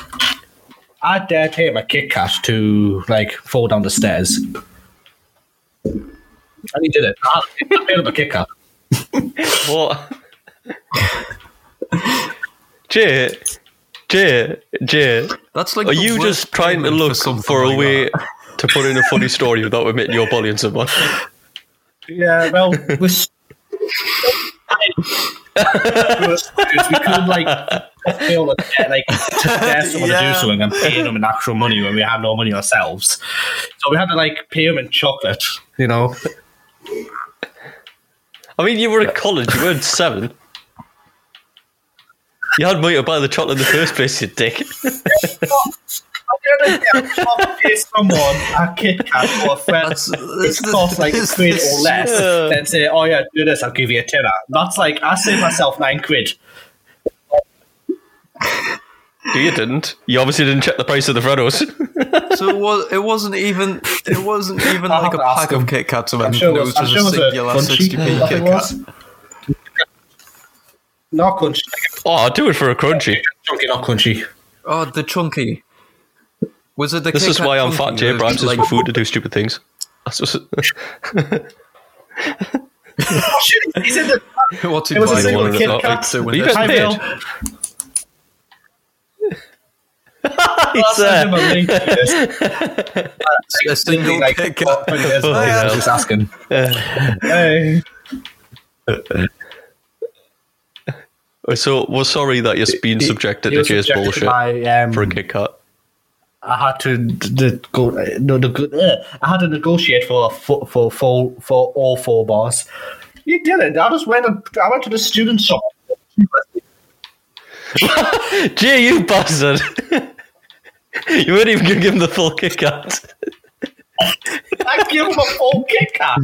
I dared him a Kit Kat to like fall down the stairs, and he did it. I, I made him a Kit Kat. What? Jay, Jay, Jay, That's like. are the you worst just trying to payment look for, something a like way that. to put in a funny story without admitting you're bullying someone? Yeah, well, we was we could like feel like, yeah, like to dare someone to Yeah. do something and pay them in actual money when we had no money ourselves. So we had to like pay them in chocolate, you know. I mean, you were at college, you weren't seven. You had money to buy the chocolate in the first place, you dick. I'm gonna pay someone a Kit Kat or a friend. That's- It's cost like a this- quid this- or less. Then say, "Oh yeah, do this. I'll give you a tenner." That's like I save myself nine quid. Do you didn't? You obviously didn't check the price of the Freddos. So it was. It wasn't even. It wasn't even I'll like a have to ask pack of him. Kit Kats or anything. sure it it was- Mm, was just I'm sure it a was a singular crunchy sixty p I Kit think it Kat. was. Not country. Oh, I'd do it for a crunchy. Chunky, not country. Oh, the chunky. Was it the? This Kit is Kat why I'm chunky fat. Jay with, bribes us like, with food to do stupid things. That's just, oh, Is it the What's It was a invited? single What Kit are they Kat. doing with You this? guys- Hi, Paid. Bill. He's, That's uh, unbelievable. A single Oh, Like, Kit Kat. Funny as well. yeah. I was just asking. Hey. so we're sorry that you're being subjected He to was Jay's subjected bullshit to my, um, for a Kit Kat. I had to d- d- go. No, neg- uh, I had to negotiate for for for for, for all four bars. You did it. I just went. And, I went to the student shop. Jay, you bastard! you weren't even gonna give him the full Kit Kat. I gave him a full Kit Kat.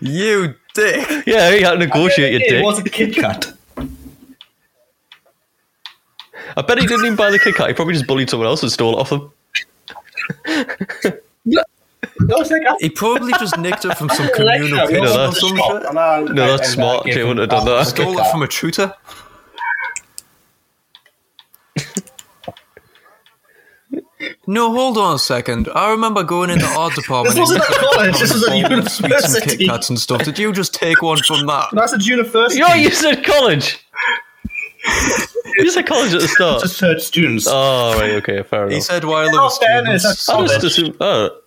You dick. Yeah, he had to negotiate your It dick. was a Kit Kat. I bet he didn't even buy the Kit Kat. He probably just bullied someone else and stole it off him. No, it's like I He probably just nicked it from some collection. communal I pit no, or went to the that's- some shop shit. and I- No, that's and I smart. gave Jay him wouldn't have done a that. Kit Stole it Kat. from a tutor. No, hold on a second. I remember going in the art department. This wasn't and at college. This was at sweets and Kit university. Kats and stuff. Did you just take one from that? That's at university. Yo, you said college. you said college at the start. Just search students. Oh, right, okay, fair He enough. said while there Oh, was fairness, students. I that's- just assumed. Oh,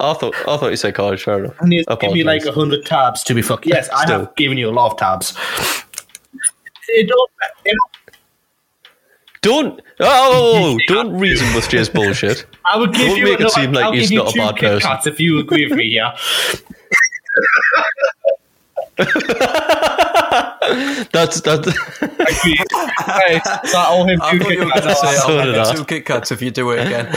I thought I thought you said college. Fair enough. And he's give me Apologies. like a hundred tabs to be fucked. Yes, I Still. have given you a lot of tabs. It don't, it don't- Don't oh, don't reason with Jay's bullshit. I would give Don't you make it another- seem like I'll he's give you not a two bad Kit person. Kats if you agree with me here. That's that's Agree. Right, so I owe him I two thought Kit you were going Kats. to say "Oh, So I'll did give I. you two Kit Kats if you do it again.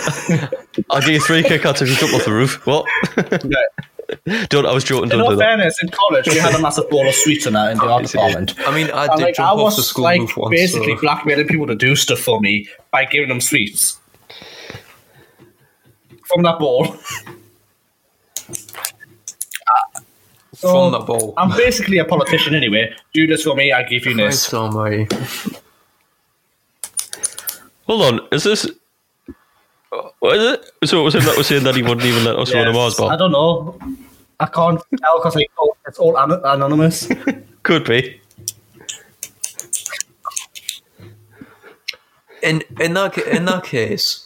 I'll give you three Kit Kats if you jump off the roof. What? don't I was joking, In don't do all that. fairness, in college we had a massive bowl of sweets in that in the art department. I mean, I And did like, I jump off the was school like roof once. basically so- blackmailing people to do stuff for me by giving them sweets from that bowl. So, from the ball. I'm basically a politician anyway. Do this for me, I give you Christ this. almighty. Hold on, is this? What is it? So it was him that was saying that he wouldn't even let us run a Mars I bar. don't know. I can't tell because like, oh, it's all an- anonymous. Could be. In in that ca- in that case,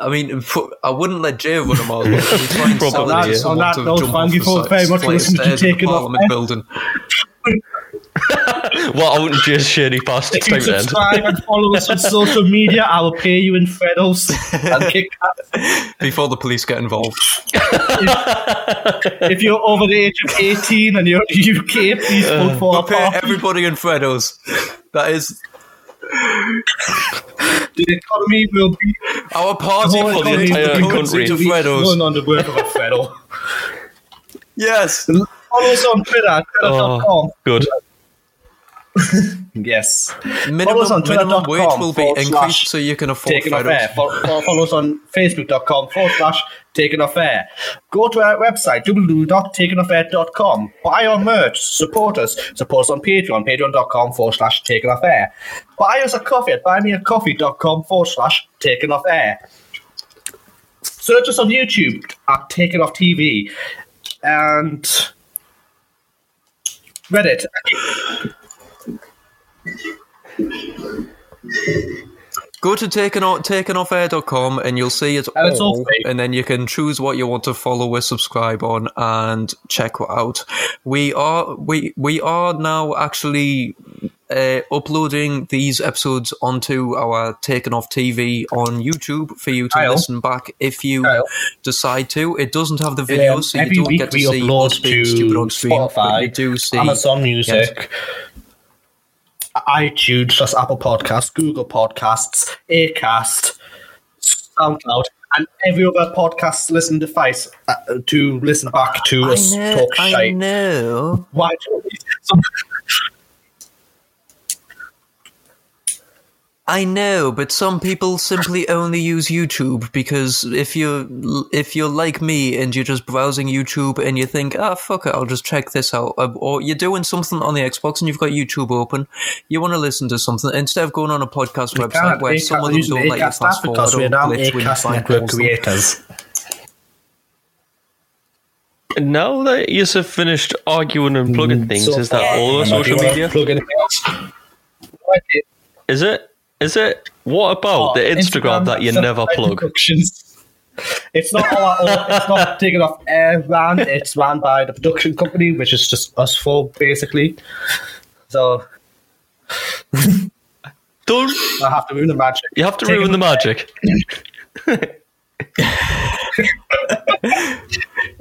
I mean, fu- I wouldn't let Jay run a mile. Probably. Probably, yeah. On that note, thank you for very much for listening to Taking Off Parliament Air. building. Well, I wouldn't just shady past. It's if you time to end. subscribe and follow us on social media, I will pay you in Freddles and Kit Kats. before the police get involved. If you're over the age of 18 and you're in the UK, please vote for our I'll pay party. everybody in Freddos. That is the economy will be our party whole for the economy entire will be country to run Freddos. on the work of a Freddle. Yes, Follow us on Twitter, twitter.com. Oh, good. Yes. Follow us Minimum, on minimum twitter.com wage will be forward increased slash so you can afford Taken off Fed air. Up. Fo- fo- Follow us on facebook.com forward slash taken off air. Go to our website www.takenoffair.com. Buy our merch. Support us. Support us on Patreon, patreon.com forward slash taken off air. Buy us a coffee at buymeacoffee.com forward slash taken off air. Search us on YouTube at taken off TV and Reddit. Go to taken off, takenoffair.com and you'll see it And it's all all, free. and then you can choose what you want to follow or subscribe on and check out. We are we we are now actually uh, uploading these episodes onto our Taken Off TV on YouTube for you to Kyle. listen back if you Kyle. decide to. It doesn't have the And, video, um, so you every don't week get to we see upload us being to stupid on screen. but Spotify, you do see Amazon Music, iTunes, that's Apple Podcasts, Google Podcasts, Acast, SoundCloud, and every other podcast listening device uh, to listen back to us I know, talk I shite. know. Why don't we? Some, I know, but some people simply only use YouTube because if you're if you're like me and you're just browsing YouTube and you think, ah, fuck it, I'll just check this out, Um, or you're doing something on the Xbox and you've got YouTube open, you want to listen to something instead of going on a podcast website can't, where Acast, some of them using don't let you Acast fast forward because or we're now glitch when you Acast find network holes. creators. Now that you've finished arguing and Mm, plugging things, is that all over social media? Plug anything else? Okay. Is it? Is it? What about Oh, the Instagram, that you Oh, Instagram never Self-Made plug? Productions. It's not our own, it's not taken off air ran, it's ran by the production company, which is just us four basically. So Don't I have to ruin the magic. you have to Take ruin the magic?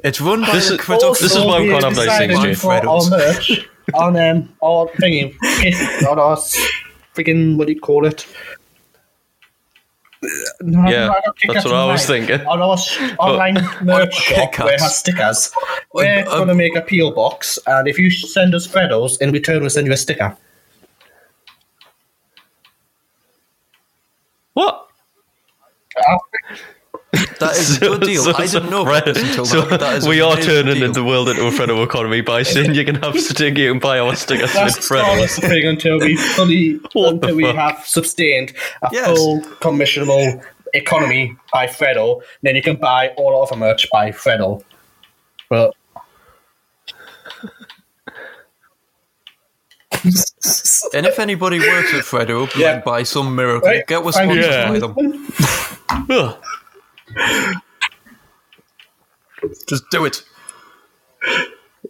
It's run by This the is- critical this is why we we can't have those decided things, Jay. for Our merch on um our thingy on our s- freaking what do you call it? No, Yeah, no, don't think that's what I was online. thinking. On our s- online merch shop where it has stickers, we're Um, going to make a peel box, and if you send us Fredos, in return we'll send you a sticker. What? That is a good deal. So- I so didn't know Fred- about this until so now, but that is a we are amazing turning deal. the world into a Fredo economy by saying you can have stick you and buy our stickers with That's not Fredo. the thing until we fully What the until we fuck? have sustained a Yes. full commissionable economy by Fredo. Then you can buy all of our merch by Fredo. But And if anybody works at Fredo, Yeah. by some miracle, Right, get was thank sponsored you. by them. Ugh. Just do it.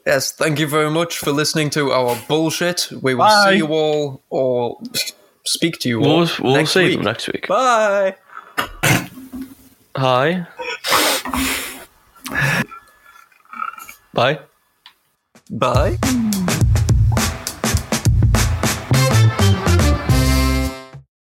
Yes, thank you very much for listening to our bullshit. We will Bye. see you all or speak to you all. We'll, we'll next see week. them next week. Bye. Hi. Bye. Bye.